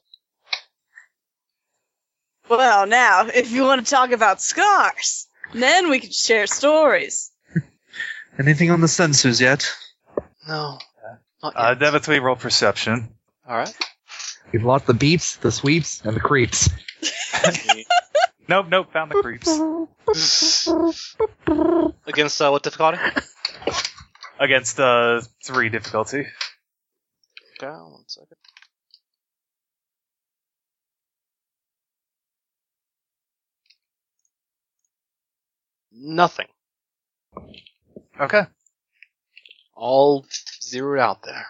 [SPEAKER 2] Well, now if you want to talk about scars, then we can share stories.
[SPEAKER 3] Anything on the sensors yet?
[SPEAKER 1] No. Not yet.
[SPEAKER 4] Uh, Devatui roll perception.
[SPEAKER 8] All right.
[SPEAKER 5] We've lost the beeps, the sweeps, and the creeps.
[SPEAKER 4] [laughs] Nope, nope, found the creeps.
[SPEAKER 8] Against uh, what difficulty?
[SPEAKER 4] Against uh, three difficulty.
[SPEAKER 8] Okay, one second. Nothing.
[SPEAKER 4] Okay.
[SPEAKER 8] All zeroed out there.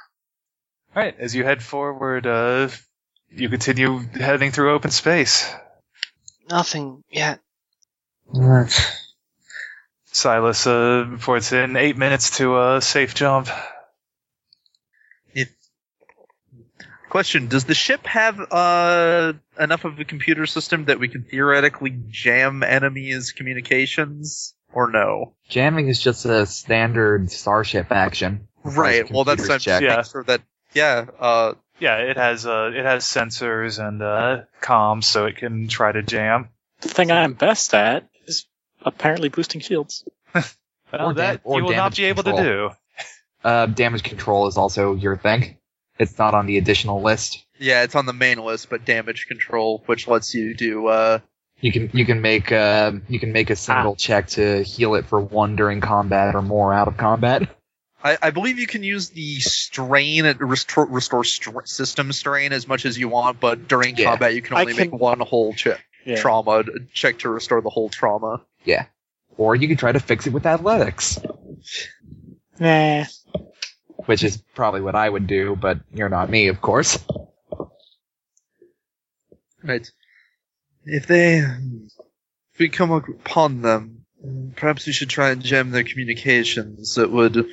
[SPEAKER 4] All right, as you head forward, uh, you continue heading through open space.
[SPEAKER 1] Nothing yet.
[SPEAKER 3] What?
[SPEAKER 4] Silas uh, reports in eight minutes to a uh, safe jump.
[SPEAKER 3] Question: Does the ship have uh, enough of a computer system that we can theoretically jam enemies' communications, or no?
[SPEAKER 5] Jamming is just a standard starship action.
[SPEAKER 3] Right. Well, that's
[SPEAKER 5] Computers
[SPEAKER 3] I'm
[SPEAKER 5] check.
[SPEAKER 3] making sure that. Yeah. Uh,
[SPEAKER 4] Yeah, it has uh, it has sensors and uh, comms, so it can try to jam.
[SPEAKER 6] The thing I'm best at is apparently boosting shields.
[SPEAKER 4] Well,
[SPEAKER 5] Or
[SPEAKER 4] that
[SPEAKER 5] dam- or
[SPEAKER 4] you will not
[SPEAKER 5] damage
[SPEAKER 4] be able to do.
[SPEAKER 5] control. Uh, damage control is also your thing. It's not on the additional list.
[SPEAKER 3] yeah, it's on the main list, but damage control, which lets you do. Uh,
[SPEAKER 5] You can you can make uh, you can make a single
[SPEAKER 3] Ah.
[SPEAKER 5] check to heal it for one during combat or more out of combat.
[SPEAKER 3] I, I believe you can use the strain restore, restore str- system strain as much as you want, but during
[SPEAKER 5] Yeah.
[SPEAKER 3] combat you can
[SPEAKER 6] I
[SPEAKER 3] only make
[SPEAKER 6] can-
[SPEAKER 3] one whole check
[SPEAKER 6] Yeah.
[SPEAKER 3] trauma check to restore the whole trauma.
[SPEAKER 5] Or you can try to fix it with athletics,
[SPEAKER 6] Nah.
[SPEAKER 5] which is probably what I would do, but you're not me, of course.
[SPEAKER 3] Right. If they, if we come upon them, perhaps we should try and jam their communications. That would,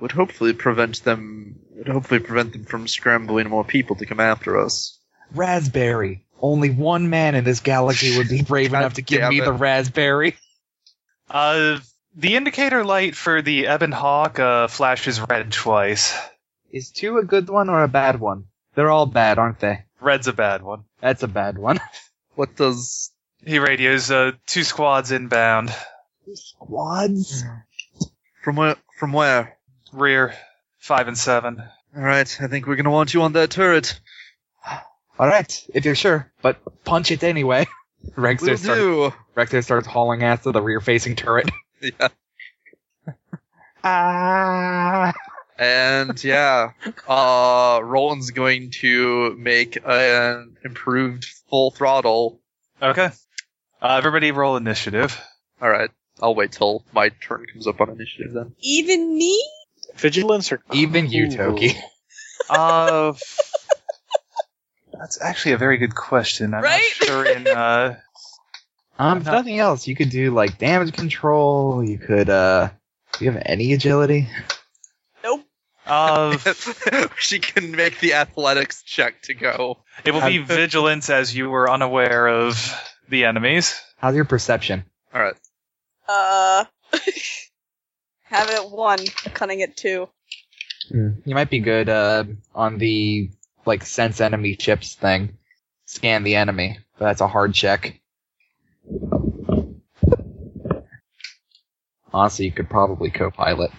[SPEAKER 3] would hopefully prevent them, would hopefully prevent them from scrambling more people to come after us.
[SPEAKER 5] Raspberry. Only one man in this galaxy would be brave
[SPEAKER 3] [laughs] God
[SPEAKER 5] enough to give
[SPEAKER 3] damn
[SPEAKER 5] me
[SPEAKER 3] it.
[SPEAKER 5] the raspberry.
[SPEAKER 4] Uh, the indicator light for the Ebon Hawk uh, flashes red twice.
[SPEAKER 5] Is two a good one or a bad one? They're all bad, aren't they?
[SPEAKER 4] Red's a bad one.
[SPEAKER 5] That's a bad one.
[SPEAKER 3] What does?
[SPEAKER 4] He radios uh, two squads inbound,
[SPEAKER 5] Squads?
[SPEAKER 3] From where? From where?
[SPEAKER 4] rear five and seven.
[SPEAKER 3] All right. I think we're gonna want you on that turret.
[SPEAKER 5] Alright, if you're sure, but punch it anyway. [laughs]
[SPEAKER 3] Will
[SPEAKER 5] Rector starts,
[SPEAKER 3] do.
[SPEAKER 5] Rector starts hauling ass to the rear facing turret. [laughs]
[SPEAKER 3] Yeah.
[SPEAKER 5] Ah!
[SPEAKER 3] And yeah, uh, Roland's going to make an improved full throttle.
[SPEAKER 4] Okay. Uh, everybody roll initiative.
[SPEAKER 3] All right. I'll wait till my turn comes up on initiative then.
[SPEAKER 2] Even me?
[SPEAKER 6] Vigilance or
[SPEAKER 5] Even you, Toki. Um,
[SPEAKER 4] Uh, f- that's actually a very good question. I'm
[SPEAKER 2] Right?
[SPEAKER 4] not sure in. [laughs] Uh,
[SPEAKER 5] Um, if
[SPEAKER 4] No.
[SPEAKER 5] nothing else, you could do like damage control, you could, uh, do you have any agility?
[SPEAKER 4] uh,
[SPEAKER 3] [laughs] she can make the athletics check to go.
[SPEAKER 4] it will be vigilance as you were unaware of the enemies.
[SPEAKER 5] How's your perception?
[SPEAKER 3] All right.
[SPEAKER 2] Uh, [laughs] have it one, cunning it two.
[SPEAKER 3] Hmm.
[SPEAKER 5] You might be good uh, on the like sense enemy chips thing. Scan the enemy, but that's a hard check. Honestly, you could probably co-pilot.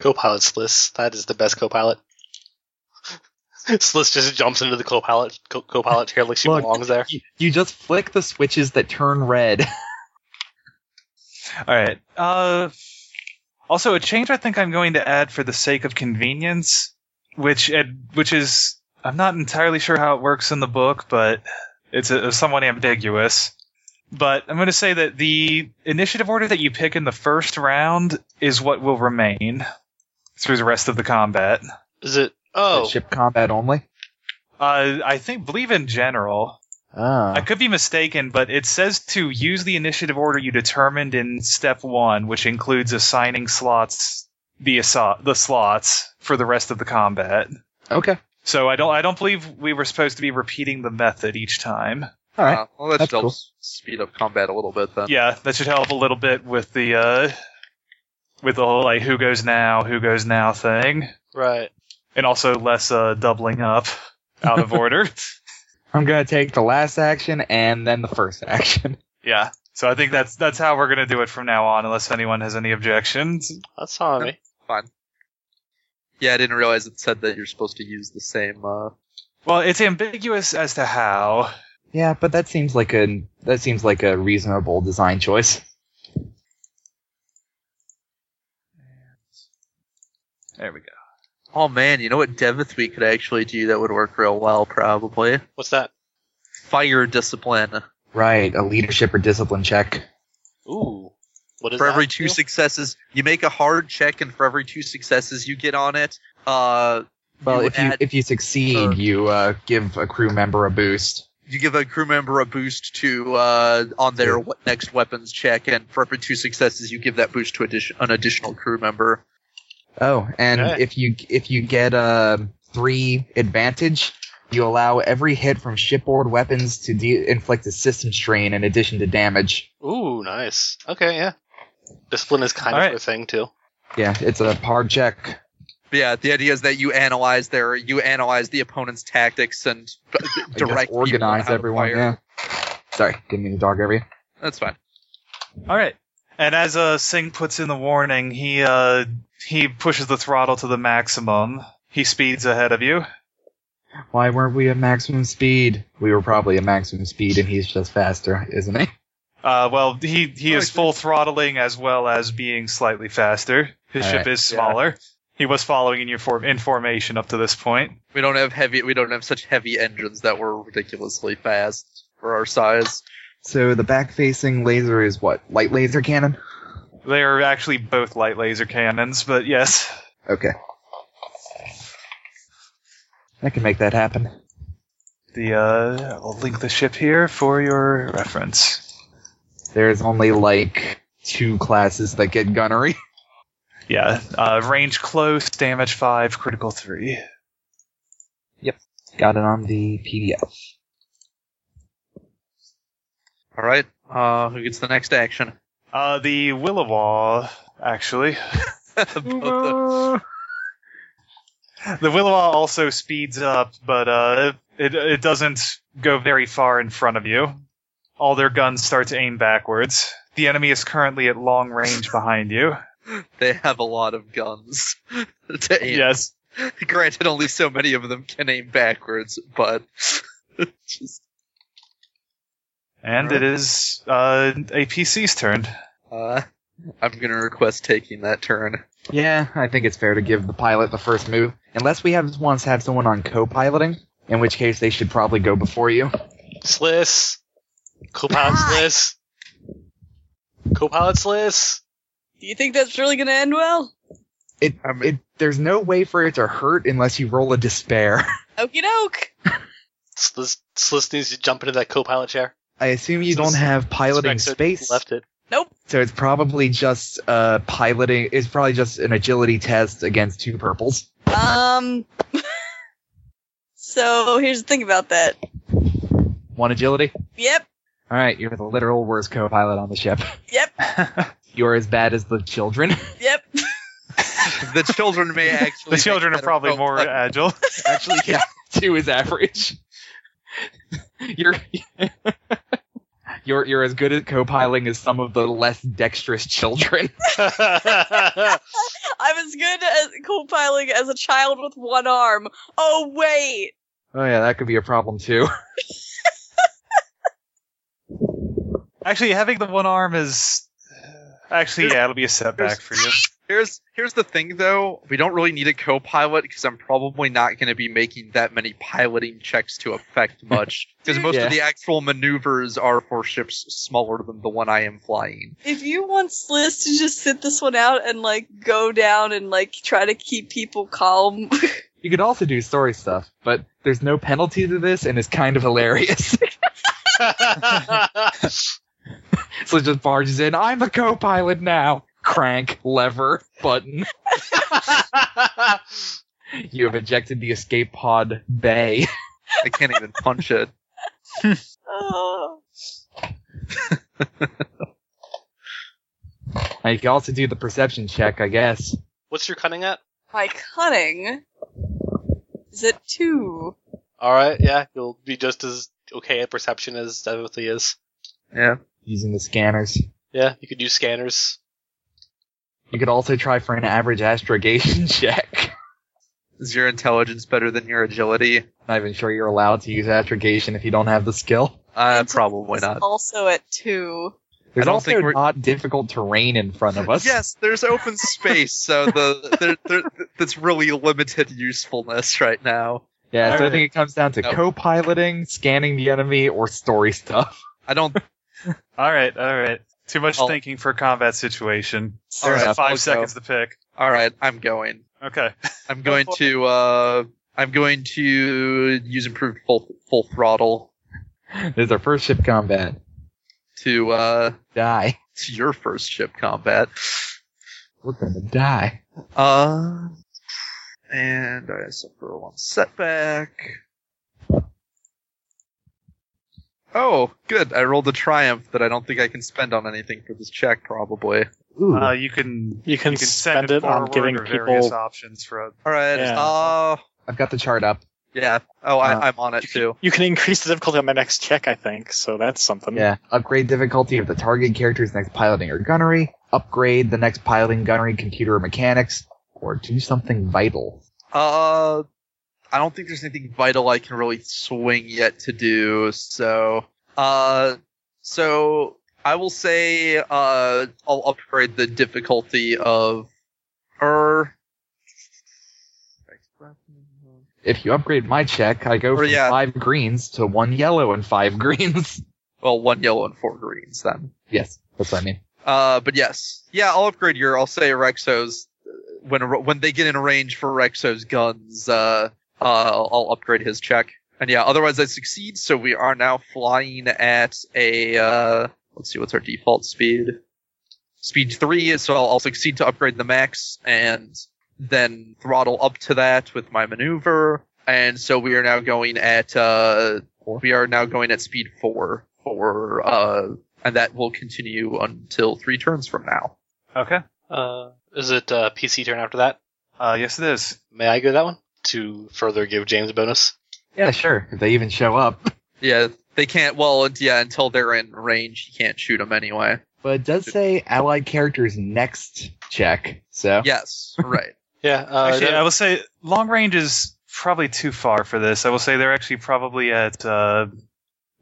[SPEAKER 8] Copilot Sliss. That is the best copilot. [laughs] Sliss just jumps into the copilot co- copilot chair like she
[SPEAKER 5] Look.
[SPEAKER 8] belongs there.
[SPEAKER 5] You, you just flick the switches that turn red. [laughs]
[SPEAKER 4] All right. Uh, also, a change I think I'm going to add for the sake of convenience, which ed- which is I'm not entirely sure how it works in the book, but it's a, somewhat ambiguous. But I'm going to say that the initiative order that you pick in the first round is what will remain through the rest of the combat.
[SPEAKER 8] Is it? Oh,
[SPEAKER 5] Ship combat only.
[SPEAKER 4] Uh, I think, believe in general,
[SPEAKER 5] Ah,
[SPEAKER 4] I could be mistaken, but it says to use the initiative order you determined in step one, which includes assigning slots the assa- the slots for the rest of the combat.
[SPEAKER 5] okay.
[SPEAKER 4] So I don't I don't believe we were supposed to be repeating the method each time.
[SPEAKER 5] All right.
[SPEAKER 3] Uh, well, that
[SPEAKER 5] That's
[SPEAKER 3] should help
[SPEAKER 5] cool.
[SPEAKER 3] s- speed up combat a little bit then.
[SPEAKER 4] Yeah, that should help a little bit with the uh with the whole like who goes now, who goes now thing,
[SPEAKER 8] right.
[SPEAKER 4] and also less uh doubling up out of order.
[SPEAKER 5] I'm gonna take the last action and then the first [laughs] action.
[SPEAKER 4] Yeah. So I think that's that's how we're gonna do it from now on, unless anyone has any objections.
[SPEAKER 8] That's on me.
[SPEAKER 3] Yeah, I didn't realize it said that you're supposed to use the same. Uh,
[SPEAKER 4] Well, it's ambiguous as to how.
[SPEAKER 5] Yeah, but that seems like a that seems like a reasonable design choice.
[SPEAKER 4] There we go.
[SPEAKER 3] oh man, you know what Devith we could actually do that would work real well probably?
[SPEAKER 8] What's that?
[SPEAKER 3] Fire discipline.
[SPEAKER 5] Right, a leadership or discipline check.
[SPEAKER 8] Ooh. What is
[SPEAKER 3] for
[SPEAKER 8] that?
[SPEAKER 3] every two
[SPEAKER 8] do?
[SPEAKER 3] successes, you make a hard check, and for every two successes you get on it, uh,
[SPEAKER 5] Well,
[SPEAKER 3] You
[SPEAKER 5] if you
[SPEAKER 3] add-
[SPEAKER 5] if you succeed,
[SPEAKER 3] Sure.
[SPEAKER 5] you uh, give a crew member a boost.
[SPEAKER 3] you give a crew member a boost to uh, on their we- next weapons check, and for every two successes you give that boost to addition- an additional crew member.
[SPEAKER 5] Oh, and
[SPEAKER 8] Okay.
[SPEAKER 5] if you if you get uh, three advantage, you allow every hit from shipboard weapons to de- inflict a system strain in addition to damage.
[SPEAKER 8] Ooh, nice. Okay, yeah. Discipline is kind
[SPEAKER 4] All
[SPEAKER 8] of
[SPEAKER 4] right.
[SPEAKER 8] a thing too.
[SPEAKER 5] Yeah, it's a hard check.
[SPEAKER 3] But yeah, the idea is that you analyze their you analyze the opponent's tactics and b-
[SPEAKER 5] I guess
[SPEAKER 3] direct people
[SPEAKER 5] organize
[SPEAKER 3] how to
[SPEAKER 5] everyone.
[SPEAKER 3] fire.
[SPEAKER 5] Yeah. Sorry, didn't mean to dog over you.
[SPEAKER 3] That's fine.
[SPEAKER 4] All right. And as uh, Singh puts in the warning, he uh, he pushes the throttle to the maximum. He speeds ahead of you.
[SPEAKER 5] Why weren't we at maximum speed? We were probably at maximum speed, and he's just faster, isn't he?
[SPEAKER 4] Uh, well, he, he is
[SPEAKER 3] Okay.
[SPEAKER 4] full throttling as well as being slightly faster. His
[SPEAKER 5] All
[SPEAKER 4] ship
[SPEAKER 5] right,
[SPEAKER 4] is smaller. He was following in your form in formation up to this point.
[SPEAKER 3] We don't have heavy. We don't have such heavy engines that were ridiculously fast for our size.
[SPEAKER 5] So the back-facing laser is what light laser cannon.
[SPEAKER 4] They are actually both light laser cannons, but yes.
[SPEAKER 5] Okay, I can make that happen.
[SPEAKER 4] The uh, I'll link the ship here for your reference.
[SPEAKER 5] There's only like two classes that get gunnery. [laughs]
[SPEAKER 4] Yeah, uh, range close, damage five, critical three.
[SPEAKER 5] Got it on the PDF.
[SPEAKER 3] All right. Uh, who gets the next action? [laughs]
[SPEAKER 4] Uh, the Willowaw, actually.
[SPEAKER 3] Both of-
[SPEAKER 4] The Willowaw also speeds up, but uh, it it doesn't go very far in front of you. All their guns start to aim backwards. The enemy is currently at long range behind you.
[SPEAKER 3] they have a lot of guns [laughs] to aim.
[SPEAKER 4] Yes.
[SPEAKER 3] Granted, only so many of them can aim backwards, but just,
[SPEAKER 4] And it is uh, APC's turn.
[SPEAKER 3] uh, I'm gonna request taking that turn.
[SPEAKER 5] Yeah, I think it's fair to give the pilot the first move, unless we have once have someone on co-piloting, in which case they should probably go before you.
[SPEAKER 8] Sliss. Copilot Sliss. Copilot Sliss.
[SPEAKER 2] Do you think that's really gonna end well?
[SPEAKER 5] It,
[SPEAKER 3] I mean-
[SPEAKER 5] it there's no way for it to hurt unless you roll a despair. [laughs]
[SPEAKER 2] Okie doke.
[SPEAKER 8] Sliss. Sliss needs to jump into that co-pilot chair.
[SPEAKER 5] I assume you
[SPEAKER 8] So
[SPEAKER 5] don't
[SPEAKER 8] s-
[SPEAKER 5] have piloting
[SPEAKER 8] Spectre
[SPEAKER 5] space,
[SPEAKER 8] Left it.
[SPEAKER 5] so it's probably just uh piloting. It's probably just an agility test against two purples.
[SPEAKER 2] Um. [laughs] so here's the thing about that.
[SPEAKER 5] One agility.
[SPEAKER 2] Yep.
[SPEAKER 5] All right, you're the literal worst co-pilot on the ship.
[SPEAKER 2] Yep.
[SPEAKER 5] You're as bad as the children.
[SPEAKER 2] Yep.
[SPEAKER 3] the children may
[SPEAKER 4] [laughs]
[SPEAKER 3] actually.
[SPEAKER 4] The children are probably more agile. [laughs]
[SPEAKER 5] Actually, [laughs] yeah, two is average. You're you're you're as good at co-piloting as some of the less dexterous children.
[SPEAKER 2] I was good at co-piloting as a child with one arm. Oh wait.
[SPEAKER 5] Oh yeah, that could be a problem too.
[SPEAKER 4] Actually, having the one arm is. Actually, yeah, it'll be a setback for you.
[SPEAKER 3] Here's here's the thing though. We don't really need a co-pilot because I'm probably not going to be making that many piloting checks
[SPEAKER 4] [laughs]
[SPEAKER 3] to affect much because most
[SPEAKER 5] Yeah.
[SPEAKER 3] of the actual maneuvers are for ships smaller than the one I am flying.
[SPEAKER 2] If you want Sliss to just sit this one out and like go down and like try to keep people calm, [laughs]
[SPEAKER 5] You could also do story stuff, but there's no penalty to this, and it's kind of hilarious. [laughs] so it just barges in. I'm the co-pilot now. Crank lever button.
[SPEAKER 8] [laughs]
[SPEAKER 5] You have ejected the escape pod bay. [laughs]
[SPEAKER 3] I can't even punch it.
[SPEAKER 2] oh,
[SPEAKER 5] And you can also do the perception check, I guess.
[SPEAKER 8] What's your cunning at?
[SPEAKER 2] my cunning is at two.
[SPEAKER 8] All right, yeah, you'll be just as okay at perception as Devothy is.
[SPEAKER 3] Yeah.
[SPEAKER 5] Using the scanners.
[SPEAKER 8] Yeah, you could use scanners.
[SPEAKER 5] You could also try for an average astrogation [laughs] check.
[SPEAKER 3] Is your intelligence better than your agility?
[SPEAKER 5] Not even sure you're allowed to use astrogation if you don't have the skill.
[SPEAKER 3] Uh,
[SPEAKER 2] Intelligence
[SPEAKER 3] probably
[SPEAKER 2] is
[SPEAKER 3] not.
[SPEAKER 2] Also at two.
[SPEAKER 5] There's
[SPEAKER 3] don't
[SPEAKER 5] also
[SPEAKER 3] think we're-
[SPEAKER 5] not difficult terrain in front of us.
[SPEAKER 3] Yes, there's open space, so the there, there, that's really limited usefulness right now.
[SPEAKER 5] Yeah, so I
[SPEAKER 4] Alright.
[SPEAKER 5] think it comes down to
[SPEAKER 3] Nope.
[SPEAKER 5] co-piloting, scanning the enemy, or story stuff. [laughs]
[SPEAKER 3] I don't.
[SPEAKER 4] All right, all right. Too much
[SPEAKER 3] I'll-
[SPEAKER 4] thinking for a combat situation.
[SPEAKER 5] Fair
[SPEAKER 4] There's
[SPEAKER 5] enough,
[SPEAKER 4] five
[SPEAKER 3] I'll go.
[SPEAKER 4] seconds to pick.
[SPEAKER 3] All right, I'm going.
[SPEAKER 4] Okay.
[SPEAKER 3] I'm going to. Uh, I'm going to use improved full full throttle
[SPEAKER 5] This is our first ship combat.
[SPEAKER 3] to uh
[SPEAKER 5] Die.
[SPEAKER 3] to your first ship combat.
[SPEAKER 5] We're gonna die.
[SPEAKER 3] Uh, and I suffer one setback. Oh, good. I rolled a triumph that I don't think I can spend on anything for this check, probably.
[SPEAKER 5] Ooh.
[SPEAKER 4] Uh, you can
[SPEAKER 6] You can,
[SPEAKER 4] you can send
[SPEAKER 6] spend
[SPEAKER 4] it
[SPEAKER 6] it on
[SPEAKER 4] forward
[SPEAKER 6] giving
[SPEAKER 4] or various
[SPEAKER 6] people.
[SPEAKER 4] options for a
[SPEAKER 3] Alright,
[SPEAKER 6] Yeah.
[SPEAKER 3] uh,
[SPEAKER 5] I've got the chart up.
[SPEAKER 3] yeah. Oh, I,
[SPEAKER 5] Uh,
[SPEAKER 3] I'm on it too.
[SPEAKER 6] You can increase the difficulty on my next check, I think. So that's
[SPEAKER 3] um,
[SPEAKER 6] something.
[SPEAKER 5] Yeah. Upgrade difficulty of the target character's next piloting or gunnery. Upgrade the next piloting gunnery computer or mechanics. Or do something vital.
[SPEAKER 3] Uh, I don't think there's anything vital I can really swing yet to do. So, uh, so I will say, uh, I'll upgrade the difficulty of, er,
[SPEAKER 5] If you upgrade my check, I go
[SPEAKER 3] Or,
[SPEAKER 5] from
[SPEAKER 3] yeah.
[SPEAKER 5] five greens to one yellow and five [laughs] greens.
[SPEAKER 3] well, one yellow and four greens then.
[SPEAKER 5] yes, that's what I mean.
[SPEAKER 3] Uh, but yes, yeah, I'll upgrade your. I'll say Rexo's when when they get in range for Rexo's guns. Uh, uh, I'll upgrade his check. And yeah, otherwise I succeed. So we are now flying at a. Uh, let's see, what's our default speed? Speed three. So I'll, I'll succeed to upgrade the max and then throttle up to that with my maneuver. And so we are now going at. Uh, we are now going at speed four for uh and that will continue until three turns from now.
[SPEAKER 4] Okay.
[SPEAKER 8] Uh, is it uh, PC turn after that?
[SPEAKER 4] Uh, yes, it is.
[SPEAKER 8] May I go that one to further give James a bonus?
[SPEAKER 5] Yeah, [laughs] sure. If they even show up.
[SPEAKER 3] Yeah, they can't. Well, and yeah, until they're in range, you can't shoot them anyway.
[SPEAKER 5] But it does say allied characters next check. So
[SPEAKER 3] Yes, right.
[SPEAKER 8] Yeah. Uh,
[SPEAKER 4] actually,
[SPEAKER 8] Dev-
[SPEAKER 4] I will say long range is probably too far for this. I will say they're actually probably at uh,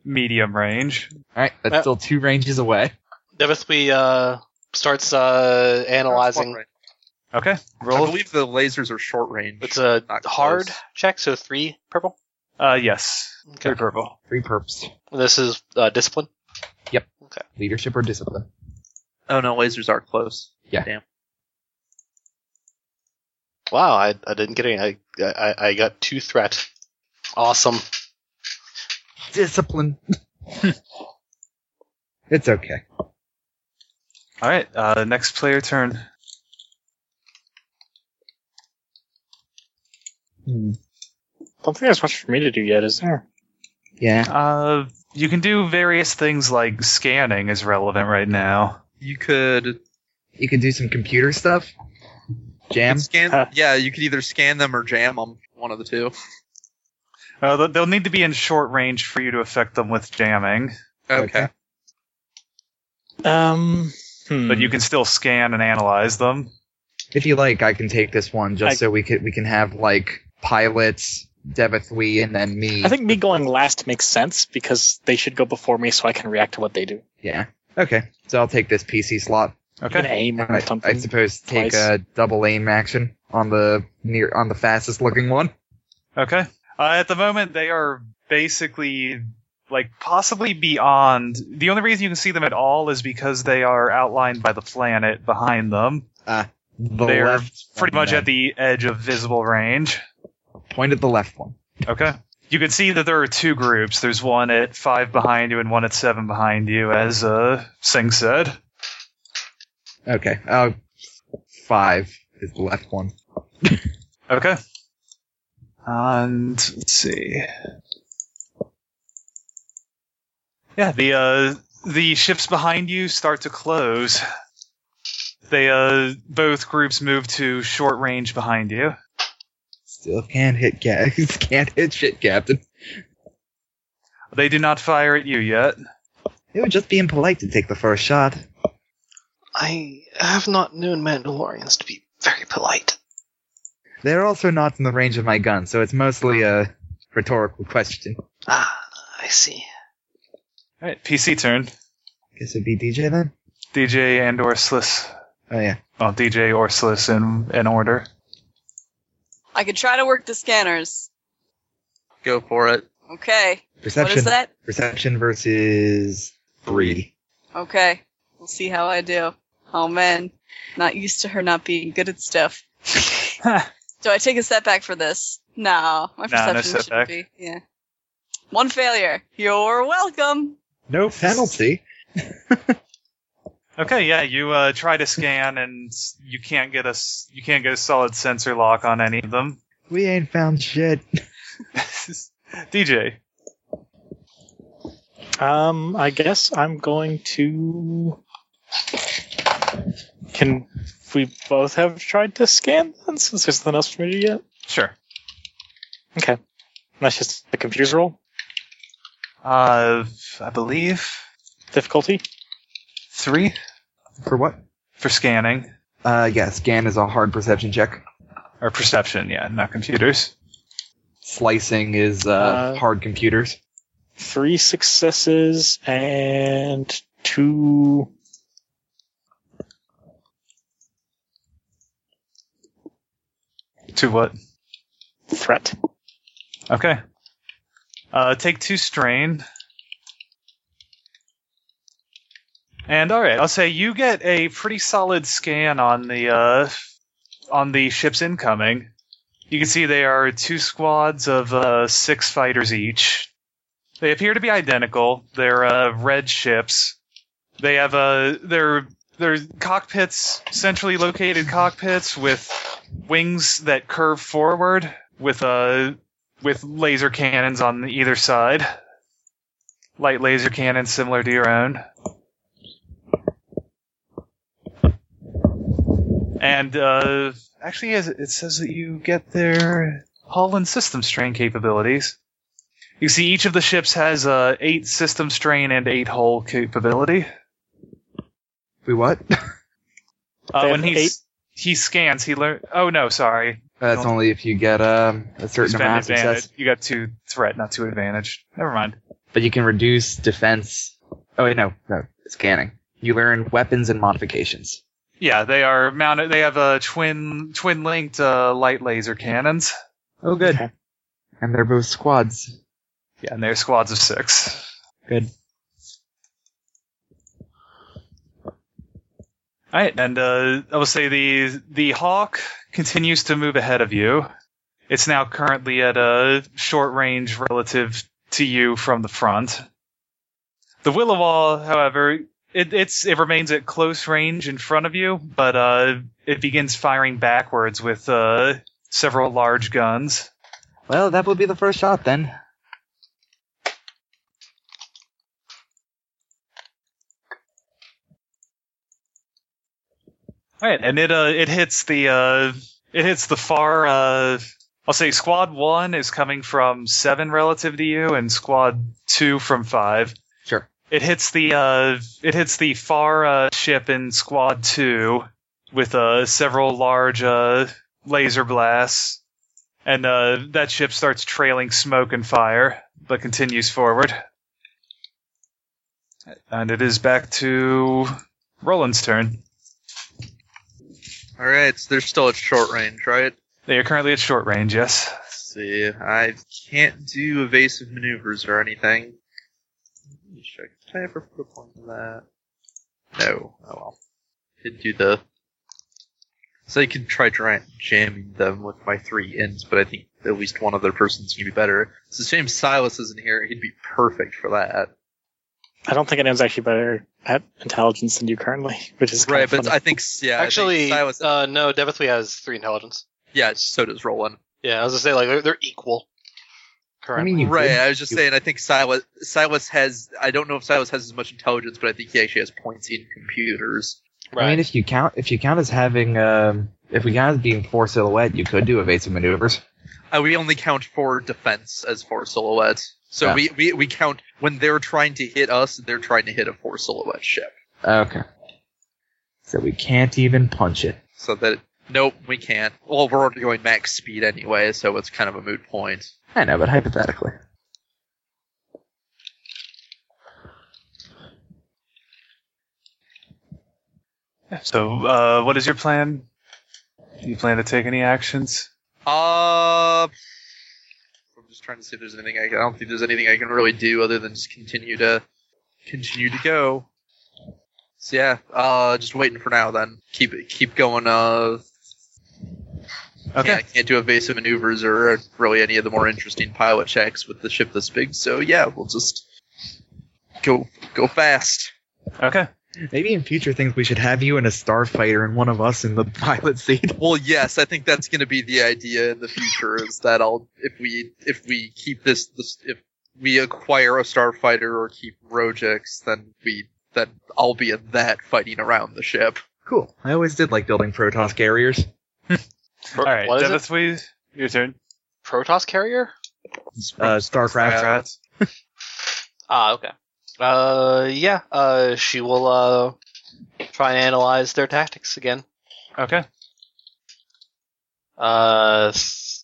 [SPEAKER 4] medium range.
[SPEAKER 5] all right, that's
[SPEAKER 8] Uh,
[SPEAKER 5] still two ranges away.
[SPEAKER 8] Devothy uh, starts uh, [laughs] analyzing.
[SPEAKER 4] Okay.
[SPEAKER 3] I
[SPEAKER 4] Roll.
[SPEAKER 3] believe the lasers are short range.
[SPEAKER 8] It's a
[SPEAKER 3] Not
[SPEAKER 8] hard
[SPEAKER 3] close.
[SPEAKER 8] check, so three purple.
[SPEAKER 4] Uh, yes.
[SPEAKER 8] Okay.
[SPEAKER 4] Three purple.
[SPEAKER 5] Three perps.
[SPEAKER 8] This is uh, discipline.
[SPEAKER 5] Leadership or discipline.
[SPEAKER 3] Oh no, lasers are close.
[SPEAKER 8] Wow, I, I didn't get any. I, I I got two threat. Awesome.
[SPEAKER 5] Discipline. [laughs] it's okay.
[SPEAKER 4] All right. Uh, next player turn.
[SPEAKER 6] Don't think there's much for me to do yet, is there?
[SPEAKER 5] Yeah.
[SPEAKER 4] Uh, You can do various things like scanning is relevant right now.
[SPEAKER 3] You could
[SPEAKER 5] You could do some computer stuff. Jam.
[SPEAKER 3] scan.
[SPEAKER 6] Huh.
[SPEAKER 3] yeah, you could either scan them or jam them. One of the two.
[SPEAKER 4] Uh, th- they'll need to be in short range for you to affect them with jamming,
[SPEAKER 3] Okay.
[SPEAKER 5] Okay.
[SPEAKER 6] Um, hmm.
[SPEAKER 4] but you can still scan and analyze them.
[SPEAKER 5] If you like, I can take this one just
[SPEAKER 6] I-
[SPEAKER 5] so we could we can have like pilots, Devathwee, and then me.
[SPEAKER 6] I think me going last makes sense because they should go before me, so I can react to what they do.
[SPEAKER 5] yeah. Okay. So I'll take this PC slot.
[SPEAKER 6] You can
[SPEAKER 4] Okay.
[SPEAKER 6] aim
[SPEAKER 5] And I,
[SPEAKER 6] or
[SPEAKER 5] I
[SPEAKER 6] something.
[SPEAKER 5] suppose take
[SPEAKER 6] Twice.
[SPEAKER 5] a double aim action on the near on the fastest looking one.
[SPEAKER 4] Okay. Uh, at the moment, they are basically like possibly beyond. The only reason you can see them at all is because they are outlined by the planet behind them.
[SPEAKER 5] The
[SPEAKER 4] They're
[SPEAKER 5] left
[SPEAKER 4] pretty
[SPEAKER 5] one,
[SPEAKER 4] much at the edge of visible range.
[SPEAKER 5] then. point at the left one.
[SPEAKER 4] Okay. You can see that there are two groups. There's one at five behind you and one at seven behind you, as uh, Singh said.
[SPEAKER 5] Okay. Uh, five is the left one.
[SPEAKER 4] Okay. And let's see. Yeah, the uh, the ships behind you start to close. They uh, both groups move to short range behind you.
[SPEAKER 5] Still can't hit cap. [laughs] can't hit shit, Captain.
[SPEAKER 4] They do not fire at you yet.
[SPEAKER 5] It would just be impolite to take the first shot.
[SPEAKER 1] I have not known Mandalorians to be very polite.
[SPEAKER 5] They're also not in the range of my gun, so it's mostly a rhetorical question.
[SPEAKER 1] Ah, I see.
[SPEAKER 4] All right, PC turn.
[SPEAKER 5] Guess it'd be DJ then.
[SPEAKER 4] DJ and Orslis.
[SPEAKER 5] Oh yeah.
[SPEAKER 4] Well, DJ Orslis in in order.
[SPEAKER 2] I could try to work the scanners.
[SPEAKER 3] Go for it.
[SPEAKER 2] Okay.
[SPEAKER 5] Perception.
[SPEAKER 2] What is that?
[SPEAKER 5] Perception versus three.
[SPEAKER 2] Okay. We'll see how I do. Oh man. Not used to her not being good at
[SPEAKER 8] [laughs]
[SPEAKER 2] stuff. do I take a setback for this? No. My
[SPEAKER 4] Nah, no
[SPEAKER 2] perception
[SPEAKER 4] setback.
[SPEAKER 2] should be. Yeah. One failure. You're welcome.
[SPEAKER 5] No penalty.
[SPEAKER 4] Okay, yeah, you uh, try to scan and you can't get a s- you can't get a solid sensor lock on any of them. [laughs]
[SPEAKER 5] We ain't found shit.
[SPEAKER 4] DJ,
[SPEAKER 6] Um, I guess I'm going to. Can we both have tried to scan then, since there's nothing else for me to get?
[SPEAKER 4] sure.
[SPEAKER 6] Okay. And that's just the computer's roll.
[SPEAKER 4] Uh, I believe
[SPEAKER 6] Difficulty?
[SPEAKER 4] three
[SPEAKER 5] For what?
[SPEAKER 4] for scanning
[SPEAKER 5] Uh, yeah. Scan is a hard perception check.
[SPEAKER 4] or perception. Yeah, not computers.
[SPEAKER 5] Slicing is uh,
[SPEAKER 6] Uh,
[SPEAKER 5] hard computers.
[SPEAKER 6] Three successes and two.
[SPEAKER 4] To what?
[SPEAKER 6] Threat.
[SPEAKER 4] Okay. Uh, take two strain. And all right, I'll say you get a pretty solid scan on the uh, on the ship's incoming. You can see they are two squads of uh, six fighters each. They appear to be identical. They're uh, red ships. They have uh, their their cockpits, centrally located cockpits with wings that curve forward with uh, with laser cannons on either side. Light laser cannons similar to your own. And uh, actually, as it says that you get their hull and system strain capabilities. You see, each of the ships has uh, eight system strain and eight hull capability.
[SPEAKER 5] We what? [laughs]
[SPEAKER 4] Uh,
[SPEAKER 6] They
[SPEAKER 4] when
[SPEAKER 6] have
[SPEAKER 4] he s- he scans, he learn. Oh no, sorry,
[SPEAKER 5] That's
[SPEAKER 4] Don't-
[SPEAKER 5] only if you get um, a certain
[SPEAKER 4] Spend
[SPEAKER 5] amount of
[SPEAKER 4] advantage.
[SPEAKER 5] success.
[SPEAKER 4] You got two threat, not two advantage. Never mind.
[SPEAKER 5] But you can reduce defense. Oh wait, no, no, scanning. You learn weapons and modifications.
[SPEAKER 4] Yeah, they are mounted. They have uh, twin twin linked uh, light laser cannons.
[SPEAKER 5] Oh, good.
[SPEAKER 6] Okay.
[SPEAKER 5] And they're both squads.
[SPEAKER 4] Yeah, and they're squads of six.
[SPEAKER 5] Good.
[SPEAKER 4] All right, and uh, I will say the the hawk continues to move ahead of you. It's now currently at a short range relative to you from the front. The Willowall, however, it, it's it remains at close range in front of you, but uh, it begins firing backwards with uh, several large guns.
[SPEAKER 5] Well, that would be the first shot then.
[SPEAKER 4] All right, and it uh it hits the uh it hits the far uh I'll say squad one is coming from seven relative to you, and squad two from five.
[SPEAKER 5] Sure.
[SPEAKER 4] It hits the uh it hits the far uh, ship in squad two with uh several large uh laser blasts, and uh that ship starts trailing smoke and fire, but continues forward. And it is back to Roland's turn.
[SPEAKER 3] All right, so they're still at short range, right?
[SPEAKER 4] They are currently at short range, yes.
[SPEAKER 3] Let's see, I can't do evasive maneuvers or anything. Let me check. Did I ever put a point in that? No. Oh well. Could do the. So I could try dra- jamming them with my three ends, but I think at least one other person's gonna be better. It's a shame Silas isn't here. He'd be perfect for that.
[SPEAKER 6] I don't think anyone's actually better at intelligence than you currently, which is
[SPEAKER 3] right,
[SPEAKER 6] Kind
[SPEAKER 3] but
[SPEAKER 6] of
[SPEAKER 3] I think yeah. I think
[SPEAKER 8] Actually,
[SPEAKER 3] Silas.
[SPEAKER 8] uh, no, Devithwy has three intelligence.
[SPEAKER 3] yeah, so does Roland.
[SPEAKER 8] Yeah, I was gonna say like they're, they're equal.
[SPEAKER 5] I
[SPEAKER 8] Currently.
[SPEAKER 5] mean, you
[SPEAKER 3] Right,
[SPEAKER 5] did-
[SPEAKER 3] I was just
[SPEAKER 5] you-
[SPEAKER 3] saying. I think Silas Silas has. I don't know if Silas has as much intelligence, but I think he actually has points in computers.
[SPEAKER 5] I mean,
[SPEAKER 8] right.
[SPEAKER 5] if you count, if you count as having, um, if we count as being four silhouette, you could do evasive maneuvers.
[SPEAKER 3] Uh, we only count for defense as four silhouette, so
[SPEAKER 5] Yeah.
[SPEAKER 3] we, we we count when they're trying to hit us. They're trying to hit a four silhouette ship,
[SPEAKER 5] Okay. So we can't even punch it.
[SPEAKER 3] so that nope, we can't. Well, we're already going max speed anyway, so it's kind of a moot point.
[SPEAKER 5] I know, but hypothetically.
[SPEAKER 4] So, uh, what is your plan? Do you plan to take any actions?
[SPEAKER 3] Uh, I'm just trying to see if there's anything I, can, I don't think there's anything I can really do other than just continue to continue to go. So yeah, uh, just waiting for now. Then keep keep going. Uh, okay. I can't do evasive maneuvers or really any of the more interesting pilot checks with the ship this big. So yeah, we'll just go go fast.
[SPEAKER 4] Okay.
[SPEAKER 5] Maybe in future things we should have you and a starfighter and one of us in the [laughs] pilot seat.
[SPEAKER 3] Well, yes, I think that's going to be the idea in the future is that I'll if we if we keep this, this if we acquire a starfighter or keep Rogex, then we then I'll be in that fighting around the ship.
[SPEAKER 5] Cool. I always did like building Protoss carriers.
[SPEAKER 8] Pro-
[SPEAKER 4] All right.
[SPEAKER 8] what is it?
[SPEAKER 4] Devithwy, your turn.
[SPEAKER 8] Protoss carrier?
[SPEAKER 5] Uh, Starcraft.
[SPEAKER 4] Rats.
[SPEAKER 8] Ah, okay. Uh, yeah. Uh, she will uh try and analyze their tactics again.
[SPEAKER 4] Okay.
[SPEAKER 8] Uh, s-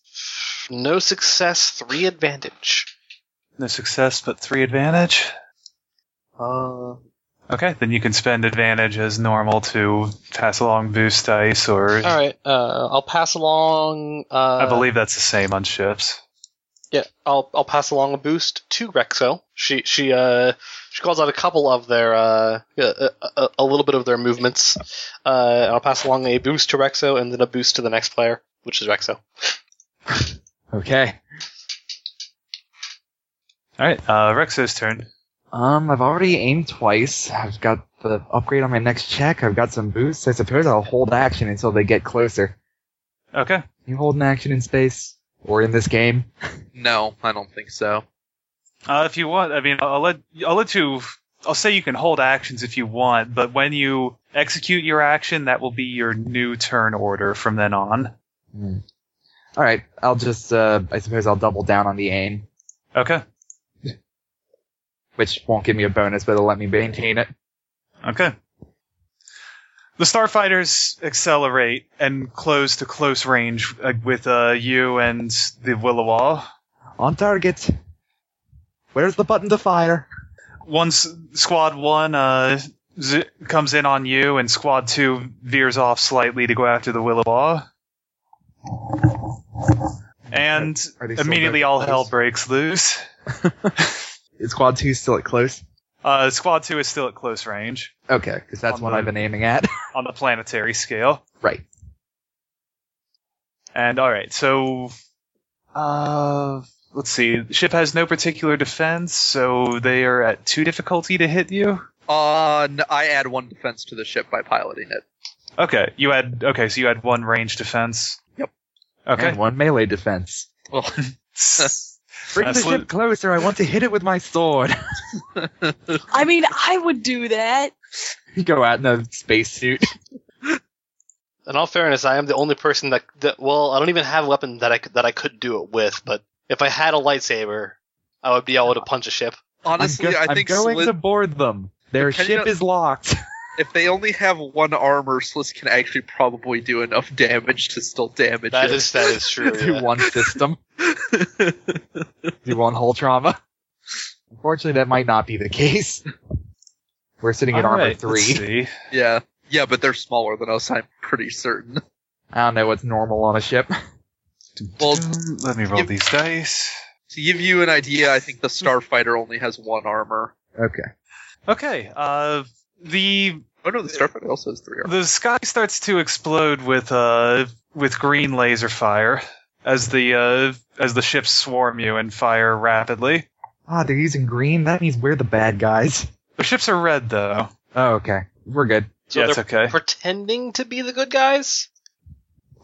[SPEAKER 8] no success, three advantage.
[SPEAKER 4] No success, but three advantage.
[SPEAKER 8] Uh,
[SPEAKER 4] Okay, then you can spend advantage as normal to pass along boost dice, or
[SPEAKER 8] all right. Uh, I'll pass along. Uh,
[SPEAKER 4] I believe that's the same on ships.
[SPEAKER 8] Yeah, I'll I'll pass along a boost to Rexo. She she uh she calls out a couple of their uh a, a, a little bit of their movements. Uh, I'll pass along a boost to Rexo and then a boost to the next player, which is Rexo.
[SPEAKER 5] Okay.
[SPEAKER 4] All right, uh, Rexo's turn.
[SPEAKER 5] Um, I've already aimed twice. I've got the upgrade on my next check. I've got some boosts. I suppose I'll hold action until they get closer.
[SPEAKER 4] Okay.
[SPEAKER 5] You hold an action in space or in this game?
[SPEAKER 3] No, I don't think so.
[SPEAKER 4] Uh, if you want, I mean, I'll let I'll let you. I'll say you can hold actions if you want, but when you execute your action, that will be your new turn order from then on.
[SPEAKER 5] Hmm. All right. I'll just. Uh, I suppose I'll double down on the aim,
[SPEAKER 4] Okay.
[SPEAKER 5] which won't give me a bonus, but it'll let me maintain it.
[SPEAKER 4] Okay. The starfighters accelerate and close to close range uh, with uh, you and the Willowaw.
[SPEAKER 5] On target. Where's the button to fire?
[SPEAKER 4] Once Squad One uh, z- comes in on you, and Squad Two veers off slightly to go after the Willowaw. And
[SPEAKER 5] Are they still
[SPEAKER 4] immediately
[SPEAKER 5] back
[SPEAKER 4] all
[SPEAKER 5] close?
[SPEAKER 4] hell breaks loose.
[SPEAKER 5] Is squad two still at close?
[SPEAKER 4] Uh, squad 2 is still at close range
[SPEAKER 5] Okay, because that's
[SPEAKER 4] On
[SPEAKER 5] what
[SPEAKER 4] the-
[SPEAKER 5] I've been aiming at. [laughs]
[SPEAKER 4] on the planetary scale.
[SPEAKER 5] right.
[SPEAKER 4] And alright, so. Uh, let's see. The ship has no particular defense, so they are at 2 difficulty to hit you?
[SPEAKER 3] Uh, n- I add one defense to the ship by piloting it.
[SPEAKER 4] Okay, you had. Okay, so you had one range defense?
[SPEAKER 3] Yep.
[SPEAKER 4] Okay. [laughs]
[SPEAKER 5] And one melee defense.
[SPEAKER 3] Well,
[SPEAKER 5] Bring the
[SPEAKER 4] Absolute-
[SPEAKER 5] ship closer. I want to hit it with my sword. [laughs]
[SPEAKER 2] I mean, I would do that.
[SPEAKER 5] you go out in a spacesuit.
[SPEAKER 8] In all fairness, I am the only person that, that well, I don't even have a weapon that I could, that I could do it with. But if I had a lightsaber, I would be able to punch a ship.
[SPEAKER 3] Honestly,
[SPEAKER 9] I'm, go-
[SPEAKER 3] I
[SPEAKER 9] I'm
[SPEAKER 3] think
[SPEAKER 9] going
[SPEAKER 3] Slit,
[SPEAKER 9] to board them. Their
[SPEAKER 3] Can you
[SPEAKER 9] ship
[SPEAKER 3] not-
[SPEAKER 9] is
[SPEAKER 5] [laughs]
[SPEAKER 9] locked.
[SPEAKER 3] if they only have one armor, Sliss can actually probably do enough damage to still damage
[SPEAKER 8] That
[SPEAKER 3] it.
[SPEAKER 8] is that
[SPEAKER 4] [laughs]
[SPEAKER 8] is true.
[SPEAKER 9] do
[SPEAKER 8] yeah.
[SPEAKER 9] one system. do one whole trauma.
[SPEAKER 5] Unfortunately, that might not be the case. We're sitting at
[SPEAKER 4] All
[SPEAKER 5] armor
[SPEAKER 4] right, let's
[SPEAKER 5] three.
[SPEAKER 4] see.
[SPEAKER 3] yeah, yeah, but they're smaller than us. I'm pretty certain.
[SPEAKER 5] I don't know what's normal on a ship.
[SPEAKER 3] Well,
[SPEAKER 4] Let me roll
[SPEAKER 3] Yep.
[SPEAKER 4] these dice.
[SPEAKER 3] to give you an idea, I think the Starfighter only has one armor.
[SPEAKER 5] Okay.
[SPEAKER 4] Okay. Uh, the
[SPEAKER 3] Oh no, the Starfighter also has three armor.
[SPEAKER 4] the sky starts to explode with uh with green laser fire as the uh as the ships swarm you and fire rapidly.
[SPEAKER 5] Ah, they're using green. That means we're the bad guys.
[SPEAKER 4] The ships are red though.
[SPEAKER 5] Oh, okay. We're good.
[SPEAKER 8] So
[SPEAKER 4] yeah, it's
[SPEAKER 8] they're
[SPEAKER 4] okay.
[SPEAKER 8] pretending to be the good guys.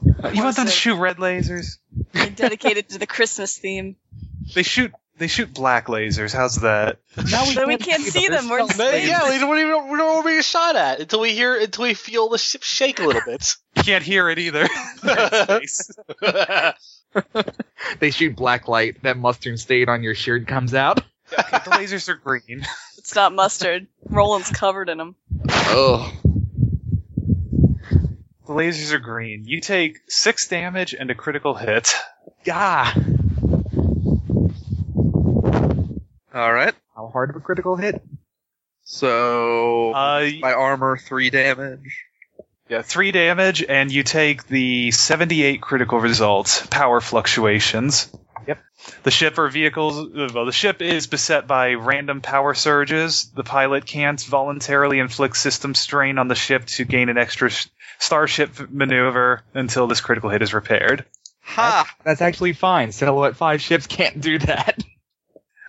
[SPEAKER 4] You want them to
[SPEAKER 2] Awesome.
[SPEAKER 4] shoot red lasers?
[SPEAKER 2] dedicated to the Christmas
[SPEAKER 8] [laughs]
[SPEAKER 2] theme.
[SPEAKER 4] They shoot they shoot black lasers. How's that?
[SPEAKER 5] Now
[SPEAKER 2] So we can't see them. We're just
[SPEAKER 8] They-
[SPEAKER 2] yeah,
[SPEAKER 8] yeah, we don't even we don't know what we're being shot at until we hear until we feel the ship shake a little bit. [laughs]
[SPEAKER 4] Can't hear it either. [laughs]
[SPEAKER 8] yeah,
[SPEAKER 5] [laughs] They shoot black light. That mustard stain on your shirt comes out.
[SPEAKER 4] the lasers are green.
[SPEAKER 2] It's not mustard. Roland's covered in them.
[SPEAKER 3] Oh,
[SPEAKER 4] The lasers are green. You take six damage and a critical hit.
[SPEAKER 5] Ah,
[SPEAKER 3] all right.
[SPEAKER 5] how hard of a critical hit?
[SPEAKER 3] So
[SPEAKER 4] Uh,
[SPEAKER 3] my armor three damage.
[SPEAKER 4] yeah, three damage, and you take the 78 critical results, power fluctuations.
[SPEAKER 5] Yep.
[SPEAKER 4] The ship or vehicles, uh, well, the ship is beset by random power surges. The pilot can't voluntarily inflict system strain on the ship to gain an extra sh- starship maneuver until this critical hit is repaired.
[SPEAKER 3] Ha!
[SPEAKER 5] That's actually fine. Silhouette five ships can't do that.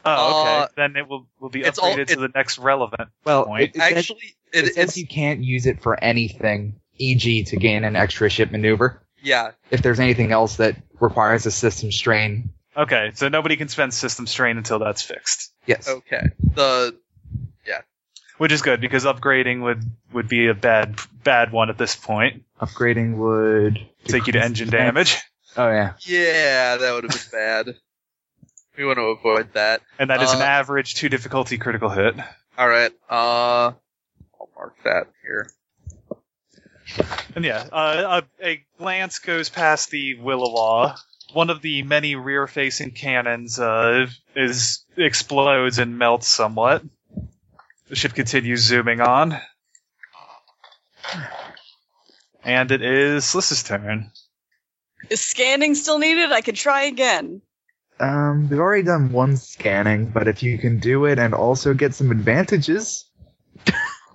[SPEAKER 4] Oh, okay.
[SPEAKER 3] Uh,
[SPEAKER 4] then it will, will be
[SPEAKER 3] it's
[SPEAKER 4] upgraded
[SPEAKER 3] all-
[SPEAKER 4] to
[SPEAKER 3] it-
[SPEAKER 4] the next relevant.
[SPEAKER 5] Well,
[SPEAKER 4] Point.
[SPEAKER 5] it- it says-
[SPEAKER 3] Actually,
[SPEAKER 5] it,
[SPEAKER 3] it,
[SPEAKER 5] says
[SPEAKER 3] it's
[SPEAKER 5] you can't use it for anything, e.g., to gain an extra ship maneuver.
[SPEAKER 3] yeah.
[SPEAKER 5] If there's anything else that requires a system strain,
[SPEAKER 4] Okay, so nobody can spend system strain until that's fixed.
[SPEAKER 5] yes.
[SPEAKER 3] Okay. The
[SPEAKER 4] which is good because upgrading would would be a bad bad one at this point.
[SPEAKER 5] Upgrading would
[SPEAKER 4] Take you to engine damage,
[SPEAKER 5] Oh yeah.
[SPEAKER 3] yeah, that would have been bad. We want to avoid that.
[SPEAKER 4] and that is an
[SPEAKER 3] Uh,
[SPEAKER 4] average two difficulty critical hit.
[SPEAKER 3] All right. Uh, I'll mark that here.
[SPEAKER 4] And yeah, uh, a, a glance goes past the Willowaw. One of the many rear-facing cannons uh, is explodes and melts somewhat. The ship continues zooming on, and it is Sliss's turn.
[SPEAKER 2] Is scanning still needed? I could try again.
[SPEAKER 5] Um, we've already done one scanning, but if you can do it and also get some advantages,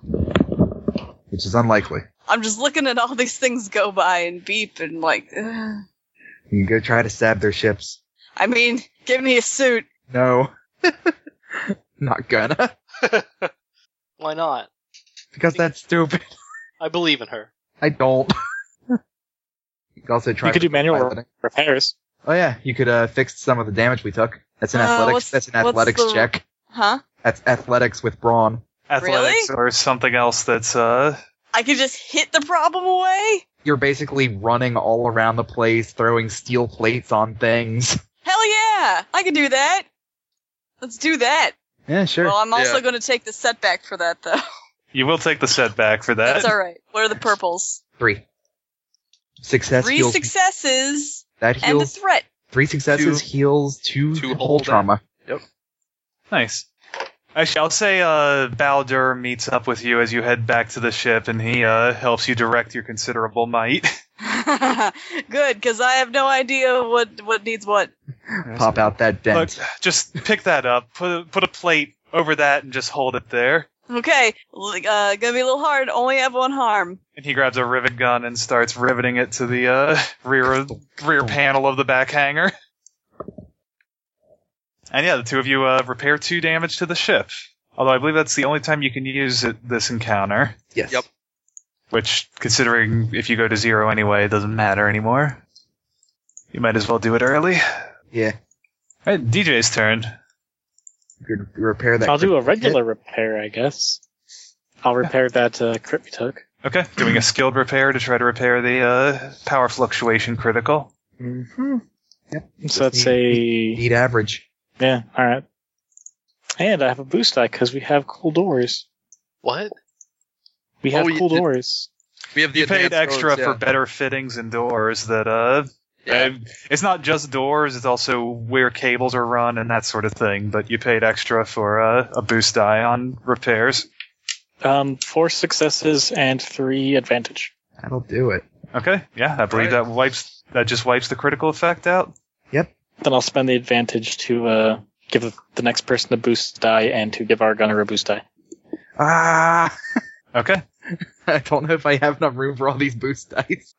[SPEAKER 5] which is unlikely,
[SPEAKER 2] I'm just looking at all these things go by and beep and like. ugh.
[SPEAKER 5] you can go try to stab their ships.
[SPEAKER 2] I mean, give me a suit.
[SPEAKER 5] No, [laughs] not gonna
[SPEAKER 8] Why not?
[SPEAKER 5] because that's stupid.
[SPEAKER 8] I believe in her.
[SPEAKER 5] I don't. [laughs] you can also try.
[SPEAKER 6] you could do manual
[SPEAKER 5] piloting.
[SPEAKER 6] repairs.
[SPEAKER 5] Oh yeah, you could uh, fix some of the damage we took. That's an
[SPEAKER 2] Uh,
[SPEAKER 5] athletics.
[SPEAKER 2] what's-
[SPEAKER 5] That's an
[SPEAKER 2] what's
[SPEAKER 5] athletics
[SPEAKER 2] the-
[SPEAKER 5] check.
[SPEAKER 2] Huh?
[SPEAKER 5] That's athletics with brawn.
[SPEAKER 4] Athletics or something else that's uh
[SPEAKER 2] I could just hit the problem away?
[SPEAKER 5] You're basically running all around the place, throwing steel plates on things. [laughs]
[SPEAKER 2] Hell yeah! I could do that. Let's do that.
[SPEAKER 5] Yeah, sure.
[SPEAKER 2] Well, I'm also
[SPEAKER 3] Yeah.
[SPEAKER 2] going to take the setback for that, though.
[SPEAKER 4] you will take the setback for that.
[SPEAKER 2] That's all right. What are the purples?
[SPEAKER 5] Three. Success
[SPEAKER 2] Three
[SPEAKER 5] heals.
[SPEAKER 2] successes
[SPEAKER 5] that
[SPEAKER 2] and a
[SPEAKER 5] heals.
[SPEAKER 2] threat. [laughs]
[SPEAKER 5] three successes
[SPEAKER 3] Two-
[SPEAKER 5] heals two,
[SPEAKER 3] two
[SPEAKER 5] whole
[SPEAKER 3] hold
[SPEAKER 5] trauma.
[SPEAKER 4] Nice. Actually, I'll say uh, Baldur meets up with you as you head back to the ship, and he uh, helps you direct your considerable might. [laughs]
[SPEAKER 2] Good, because I have no idea what what needs what.
[SPEAKER 5] Pop out that
[SPEAKER 4] Look,
[SPEAKER 5] dent.
[SPEAKER 4] just pick that up, put a, put a plate over that, and just hold it there.
[SPEAKER 2] Okay, l- uh, gonna be a little hard. Only have one harm.
[SPEAKER 4] And he grabs a rivet gun and starts riveting it to the uh, rear rear panel of the back hangar. And yeah, the two of you uh, repair two damage to the ship. Although I believe that's the only time you can use it this encounter.
[SPEAKER 5] yes.
[SPEAKER 3] Yep.
[SPEAKER 4] Which, considering if you go to zero anyway, it doesn't matter anymore. You might as well do it early.
[SPEAKER 5] Yeah.
[SPEAKER 4] Alright, DJ's turn.
[SPEAKER 5] Good- Repair that.
[SPEAKER 6] I'll do a
[SPEAKER 5] critical hit.
[SPEAKER 6] regular repair, I guess. I'll repair that uh, crit we took.
[SPEAKER 4] Okay, doing a skilled repair to try to repair the uh, power fluctuation critical.
[SPEAKER 6] Mm-hmm.
[SPEAKER 5] Yep.
[SPEAKER 6] So that's a
[SPEAKER 5] Beat average.
[SPEAKER 6] yeah. All right. And I have a boost die because we have cool doors.
[SPEAKER 8] What?
[SPEAKER 6] We have
[SPEAKER 3] Oh, you
[SPEAKER 6] cool
[SPEAKER 3] did-
[SPEAKER 6] doors.
[SPEAKER 3] We have the
[SPEAKER 4] You paid
[SPEAKER 3] advanced
[SPEAKER 4] extra
[SPEAKER 3] codes,
[SPEAKER 4] for
[SPEAKER 3] yeah.
[SPEAKER 4] better fittings and doors that uh,
[SPEAKER 3] Yeah.
[SPEAKER 4] Um, it's not just doors; it's also where cables are run and that sort of thing. But you paid extra for uh, a boost die on repairs.
[SPEAKER 6] Um, four successes and three advantage.
[SPEAKER 5] That'll do it.
[SPEAKER 4] Okay, yeah, I believe
[SPEAKER 3] Right.
[SPEAKER 4] that wipes that just wipes the critical effect out.
[SPEAKER 6] Then I'll spend the advantage to uh, give the next person a boost die and to give our gunner a boost die.
[SPEAKER 5] Ah, [laughs]
[SPEAKER 4] Okay,
[SPEAKER 5] I don't know if I have enough room for all these boost dice.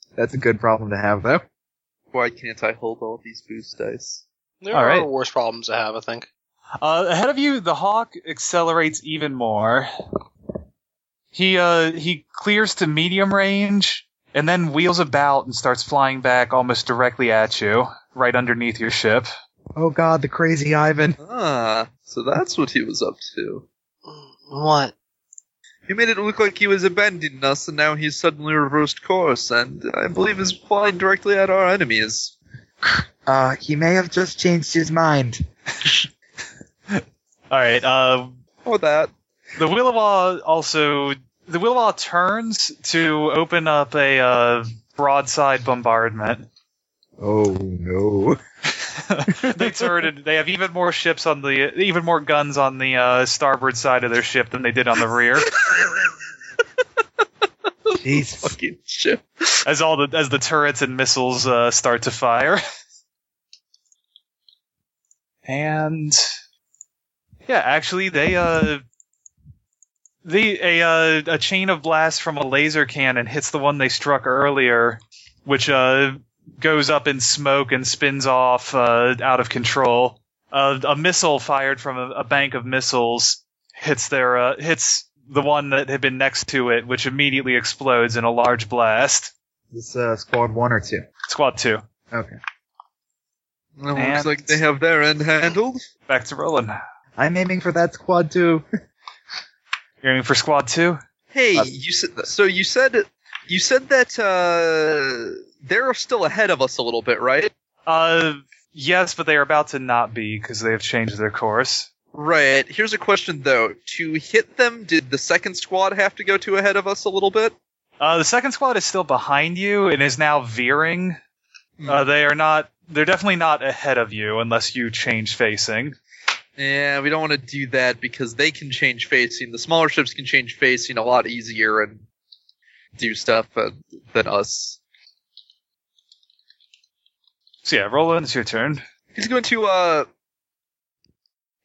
[SPEAKER 5] [laughs] That's a good problem to have, though.
[SPEAKER 3] Why can't I hold all these boost dice?
[SPEAKER 8] There
[SPEAKER 4] All
[SPEAKER 8] are
[SPEAKER 4] right.
[SPEAKER 8] worse problems to have, I think.
[SPEAKER 4] uh, ahead of you, the hawk accelerates even more. He uh, he clears to medium range and then wheels about and starts flying back almost directly at you, right underneath your ship.
[SPEAKER 5] Oh God, the crazy Ivan.
[SPEAKER 3] Ah, so that's what he was up to.
[SPEAKER 1] What?
[SPEAKER 3] He made it look like he was abandoning us, and now he's suddenly reversed course, and I believe is flying directly at our enemies.
[SPEAKER 5] Uh, he may have just changed his mind.
[SPEAKER 4] All right, uh,
[SPEAKER 3] Or that.
[SPEAKER 4] The Williwaw also the Williwaw turns to open up a uh, broadside bombardment. [laughs]
[SPEAKER 5] Oh no.
[SPEAKER 4] they turn and they have even more ships on the even more guns on the uh, starboard side of their ship than they did on the rear.
[SPEAKER 5] Jeez.
[SPEAKER 3] Fucking shit.
[SPEAKER 4] as all the as the turrets and missiles uh, start to fire. [laughs] And yeah, actually, they uh, the a uh, a chain of blasts from a laser cannon hits the one they struck earlier, which uh goes up in smoke and spins off uh, out of control. Uh, a missile fired from a, a bank of missiles hits their uh, hits the one that had been next to it, which immediately explodes in a large blast.
[SPEAKER 5] This uh, squad one or two.
[SPEAKER 4] Squad two,
[SPEAKER 5] Okay.
[SPEAKER 3] Well,
[SPEAKER 4] And-
[SPEAKER 3] looks like they have their end handled.
[SPEAKER 4] back to rolling.
[SPEAKER 5] I'm aiming for that squad two.
[SPEAKER 4] You're aiming for squad two.
[SPEAKER 3] Hey,
[SPEAKER 5] Uh,
[SPEAKER 3] you said so. You said you said that uh, they're still ahead of us a little bit, right?
[SPEAKER 4] Uh, yes, but they are about to not be because they have changed their course.
[SPEAKER 3] Right. Here's a question though: To hit them, did the second squad have to go to ahead of us a little bit?
[SPEAKER 4] Uh, the second squad is still behind you and is now veering.
[SPEAKER 3] Hmm.
[SPEAKER 4] Uh, they are not. They're definitely not ahead of you unless you change facing.
[SPEAKER 3] Yeah, we don't want to do that because they can change facing. The smaller ships can change facing a lot easier and do stuff uh, than us.
[SPEAKER 4] So yeah, Roland, it's your turn.
[SPEAKER 3] He's going to uh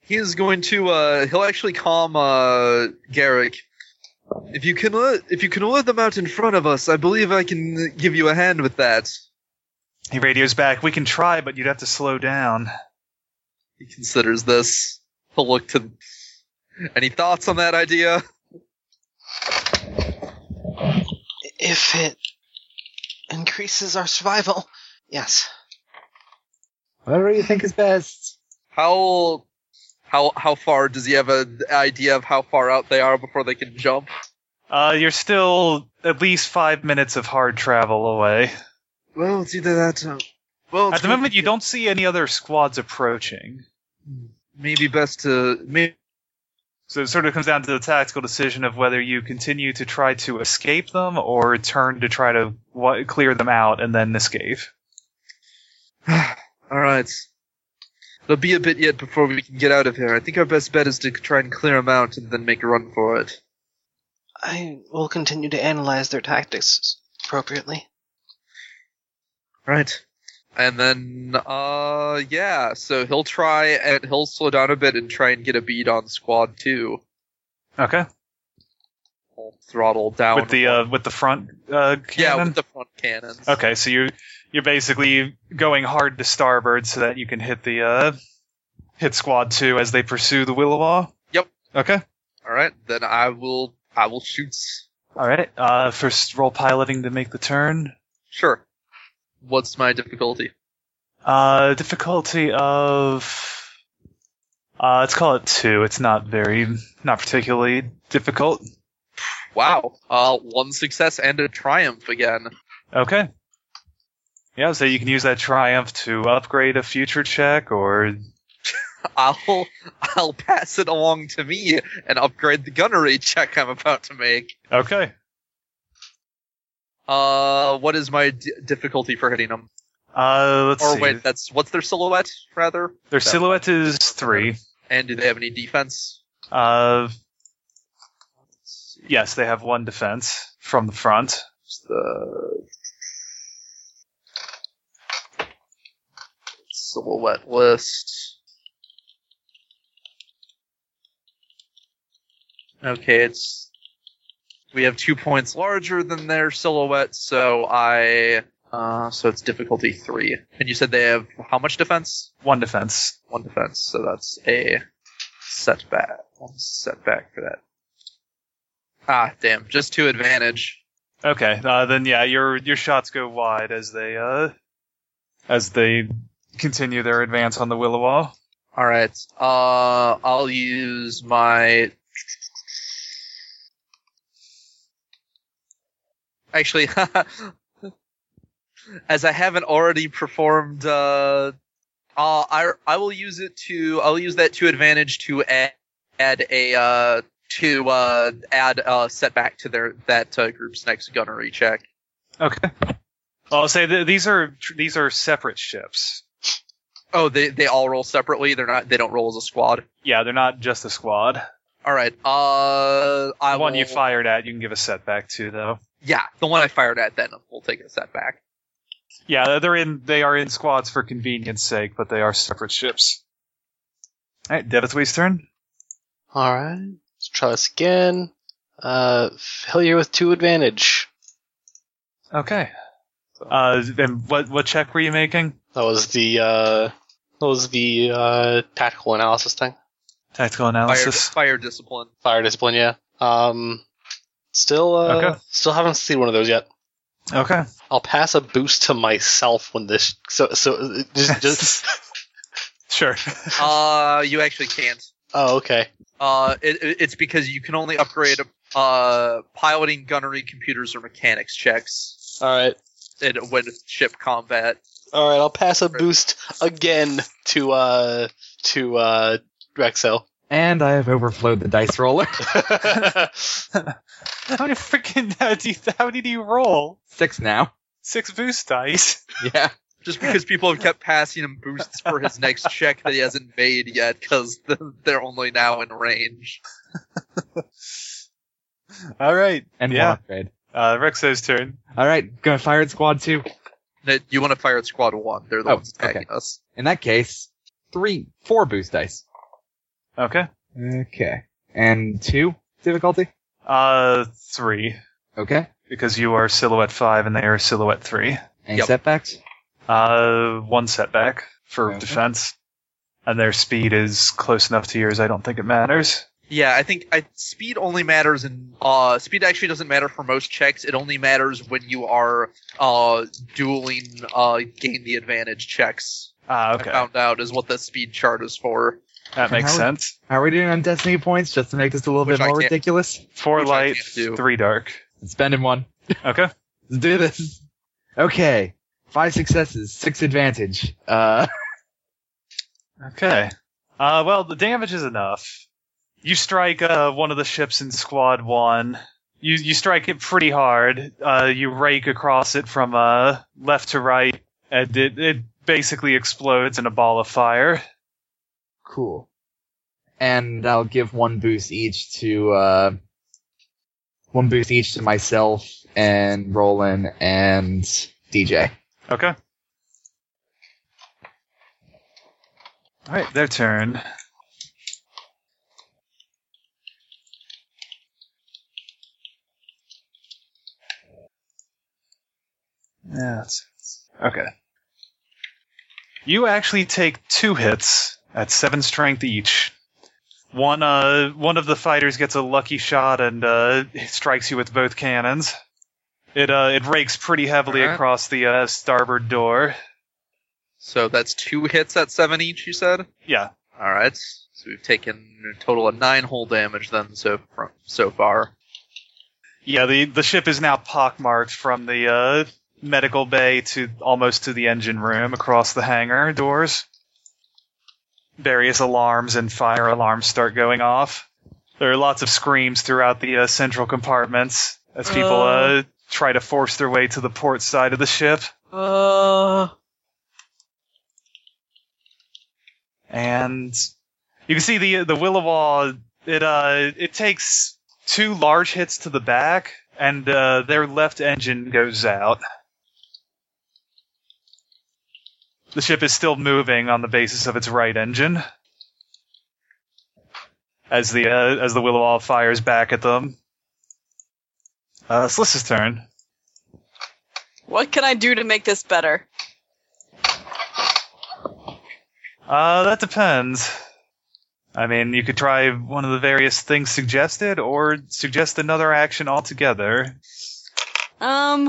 [SPEAKER 3] he is going to uh he'll actually calm uh Garrick. If you can lure, if you can lure them out in front of us, I believe I can give you a hand with that.
[SPEAKER 4] He radios back. We can try, but you'd have to slow down.
[SPEAKER 3] He considers this. He'll look to any thoughts on that idea?
[SPEAKER 1] If it increases our survival, yes.
[SPEAKER 5] [laughs] Whatever you think is best.
[SPEAKER 3] How how how far does he have an idea of how far out they are before they can jump?
[SPEAKER 4] Uh, you're still at least five minutes of hard travel away.
[SPEAKER 3] Well, it's either that. Um, well,
[SPEAKER 4] At the moment, you don't see any other squads approaching.
[SPEAKER 3] Maybe best to maybe
[SPEAKER 4] So it sort of comes down to the tactical decision of whether you continue to try to escape them or turn to try to wa- clear them out and then escape.
[SPEAKER 3] All right. There'll be a bit yet before we can get out of here. I think our best bet is to try and clear them out and then make a run for it.
[SPEAKER 1] I will continue to analyze their tactics appropriately.
[SPEAKER 3] Right. And then, uh, yeah. So he'll try and he'll slow down a bit and try and get a bead on Squad Two.
[SPEAKER 4] Okay.
[SPEAKER 3] He'll throttle down
[SPEAKER 4] With the uh, with the front uh, cannon.
[SPEAKER 3] yeah with the front cannons.
[SPEAKER 4] okay, so you you're basically going hard to starboard so that you can hit the uh, hit squad two as they pursue the Willowaw.
[SPEAKER 3] Yep.
[SPEAKER 4] Okay.
[SPEAKER 3] All right. Then I will I will shoot.
[SPEAKER 4] All right. Uh, first roll piloting to make the turn.
[SPEAKER 3] Sure. What's my difficulty?
[SPEAKER 4] Uh, difficulty of. Uh, let's call it two. It's not very, not particularly difficult.
[SPEAKER 3] Wow. Uh, one success and a triumph again. [laughs]
[SPEAKER 4] Okay. Yeah, so you can use that triumph to upgrade a future check, or
[SPEAKER 3] I'll I'll pass it along to me and upgrade the gunnery check I'm about to make.
[SPEAKER 4] okay.
[SPEAKER 3] Uh, what is my d- difficulty for hitting them?
[SPEAKER 4] Uh, let's
[SPEAKER 3] or
[SPEAKER 4] see.
[SPEAKER 3] wait, that's what's their silhouette rather?
[SPEAKER 4] Their silhouette is three.
[SPEAKER 3] And do they have any defense?
[SPEAKER 4] Uh, yes, they have one defense from the front.
[SPEAKER 3] The silhouette list. Okay, it's we have two points larger than their silhouette, so I uh, so it's difficulty three. And you said they have how much defense?
[SPEAKER 4] One defense.
[SPEAKER 3] One defense, so that's a setback. One setback for that. Ah, damn, just two advantage.
[SPEAKER 4] Okay, uh, then yeah, your your shots go wide as they uh as they continue their advance on the Willowaw.
[SPEAKER 3] All right. Uh, I'll use my. Actually, [laughs] as I haven't already performed, uh, uh, I I will use it to I'll use that to advantage to add, add a uh, to uh, add a setback to their that uh, group's next gunnery check.
[SPEAKER 4] Okay. Well, I'll say th- these are these are separate ships.
[SPEAKER 3] Oh, they they all roll separately. They're not they don't roll as a squad.
[SPEAKER 4] Yeah, they're not just a squad.
[SPEAKER 3] All right. Uh, I
[SPEAKER 4] The one you
[SPEAKER 3] will-
[SPEAKER 4] fired at, you can give a setback to though.
[SPEAKER 3] Yeah, the one I fired at then will take a setback.
[SPEAKER 4] Yeah, they're in. They are in squads for convenience sake, but they are separate ships. All right, Devitwee's turn.
[SPEAKER 8] All right. Let's try this again. Uh, failure with two advantage.
[SPEAKER 4] Okay. Uh, and what what check were you making?
[SPEAKER 8] That was the uh, that was the uh, tactical analysis thing.
[SPEAKER 4] Tactical
[SPEAKER 3] Fire,
[SPEAKER 4] analysis.
[SPEAKER 3] fire discipline.
[SPEAKER 8] Fire discipline, yeah. Um, still, uh,
[SPEAKER 4] Okay.
[SPEAKER 8] still haven't seen one of those yet.
[SPEAKER 4] [laughs] Okay.
[SPEAKER 8] I'll pass a boost to myself when this. So, so uh,
[SPEAKER 4] [laughs]
[SPEAKER 8] just, just.
[SPEAKER 4] Sure.
[SPEAKER 3] Uh, you actually can't.
[SPEAKER 8] oh, okay.
[SPEAKER 3] Uh, it, it- it's because you can only upgrade uh piloting, gunnery, computers, or mechanics checks
[SPEAKER 8] All right.
[SPEAKER 3] in when ship combat.
[SPEAKER 8] All right. I'll pass a boost again to uh to uh Rexel. [laughs]
[SPEAKER 5] And I have overflowed the dice roller. [laughs]
[SPEAKER 4] how many freaking [laughs] how, do you, how many do you roll?
[SPEAKER 5] Six now.
[SPEAKER 4] Six boost dice.
[SPEAKER 5] [laughs] Yeah.
[SPEAKER 3] Just because people have kept passing him boosts for his next check that he hasn't made yet, because [laughs] they're only now in range.
[SPEAKER 4] All right.
[SPEAKER 5] [laughs] And
[SPEAKER 4] Yeah.
[SPEAKER 5] one upgrade.
[SPEAKER 4] Uh, Rexo's turn.
[SPEAKER 5] All right, gonna fire at squad two.
[SPEAKER 3] That you want to fire at squad one. They're the
[SPEAKER 5] Oh,
[SPEAKER 3] ones attacking us.
[SPEAKER 5] In that case, three, four boost dice.
[SPEAKER 4] Okay.
[SPEAKER 5] Okay. And two difficulty.
[SPEAKER 4] Uh, three
[SPEAKER 5] Okay.
[SPEAKER 4] because you are silhouette five and they are silhouette three.
[SPEAKER 5] Any
[SPEAKER 3] Yep.
[SPEAKER 5] setbacks?
[SPEAKER 4] Uh, one setback for
[SPEAKER 5] Okay.
[SPEAKER 4] defense, and their speed is close enough to yours. I don't think it matters.
[SPEAKER 3] Yeah, I think I, speed only matters in uh speed actually doesn't matter for most checks. It only matters when you are uh dueling uh gain the advantage checks.
[SPEAKER 4] Ah,
[SPEAKER 3] I
[SPEAKER 4] okay,
[SPEAKER 3] found out is what the speed chart is for.
[SPEAKER 4] that makes
[SPEAKER 5] How-
[SPEAKER 4] sense.
[SPEAKER 5] How are we doing on destiny points? Just to make this a little
[SPEAKER 3] Which
[SPEAKER 5] bit
[SPEAKER 3] I
[SPEAKER 5] more
[SPEAKER 3] can't-
[SPEAKER 5] ridiculous.
[SPEAKER 4] Four
[SPEAKER 3] Which I
[SPEAKER 4] light,
[SPEAKER 3] can't do.
[SPEAKER 4] three dark.
[SPEAKER 5] Spending one.
[SPEAKER 4] Okay,
[SPEAKER 5] Let's do this. [laughs] Okay. Five successes, six advantage. Uh,
[SPEAKER 4] okay. Uh, well, the damage is enough. You strike uh, one of the ships in Squad One. You you strike it pretty hard. Uh, you rake across it from uh left to right, and it it basically explodes in a ball of fire.
[SPEAKER 5] cool. And I'll give one boost each to, uh, one boost each to myself and Roland and DJ.
[SPEAKER 4] Okay. All right, their turn. Yeah, that's- okay. You actually take two hits at seven strength each. One, uh, one of the fighters gets a lucky shot and uh, strikes you with both cannons. It uh, it rakes pretty heavily
[SPEAKER 3] Alright.
[SPEAKER 4] across the uh, starboard door.
[SPEAKER 3] So that's two hits at seven each, you said?
[SPEAKER 4] Yeah.
[SPEAKER 3] Alright. So we've taken a total of nine whole damage then so from so far.
[SPEAKER 4] Yeah, the the ship is now pockmarked from the uh, medical bay to almost to the engine room across the hangar doors. Various alarms and fire alarms start going off. There are lots of screams throughout the uh, central compartments as people
[SPEAKER 2] Oh.
[SPEAKER 4] uh, try to force their way to the port side of the ship.
[SPEAKER 2] Uh,
[SPEAKER 4] and you can see the the Williwaw. It uh, it takes two large hits to the back, and uh, their left engine goes out. The ship is still moving on the basis of its right engine. As the uh, as the Williwaw fires back at them, uh, it's Lissa's turn.
[SPEAKER 2] what can I do to make this better?
[SPEAKER 4] Uh, that depends. I mean, you could try one of the various things suggested, or suggest another action altogether.
[SPEAKER 2] Um,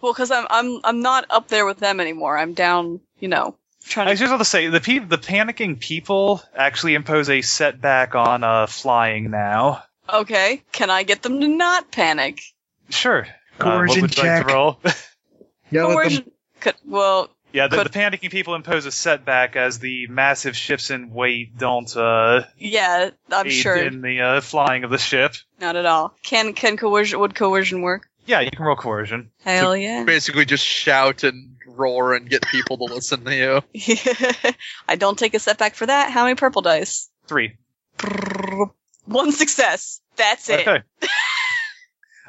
[SPEAKER 2] well, because I'm I'm I'm not up there with them anymore. I'm down, you know,
[SPEAKER 4] I
[SPEAKER 2] trying
[SPEAKER 4] was
[SPEAKER 2] to.
[SPEAKER 4] just going to say the pe- the panicking people actually impose a setback on uh, flying now.
[SPEAKER 2] Okay, can I get them to not panic?
[SPEAKER 4] Sure. uh, what
[SPEAKER 5] Coercion
[SPEAKER 4] would you like
[SPEAKER 5] check.
[SPEAKER 4] to roll? [laughs]
[SPEAKER 5] Yell at them.
[SPEAKER 2] Coercion. Could, well,
[SPEAKER 4] yeah, the, the
[SPEAKER 2] Could-
[SPEAKER 4] panicking people impose a setback as the massive shifts in weight don't uh,
[SPEAKER 2] yeah, I'm
[SPEAKER 4] aid
[SPEAKER 2] sure
[SPEAKER 4] in the uh, flying of the ship.
[SPEAKER 2] not at all. Can can coercion would coercion work?
[SPEAKER 4] Yeah, you can roll coercion.
[SPEAKER 2] Hell yeah. [laughs]
[SPEAKER 3] Basically, just shout and roar and get people to listen to you.
[SPEAKER 2] I don't take a setback for that. How many purple dice?
[SPEAKER 4] Three.
[SPEAKER 2] One success. That's it.
[SPEAKER 4] Okay.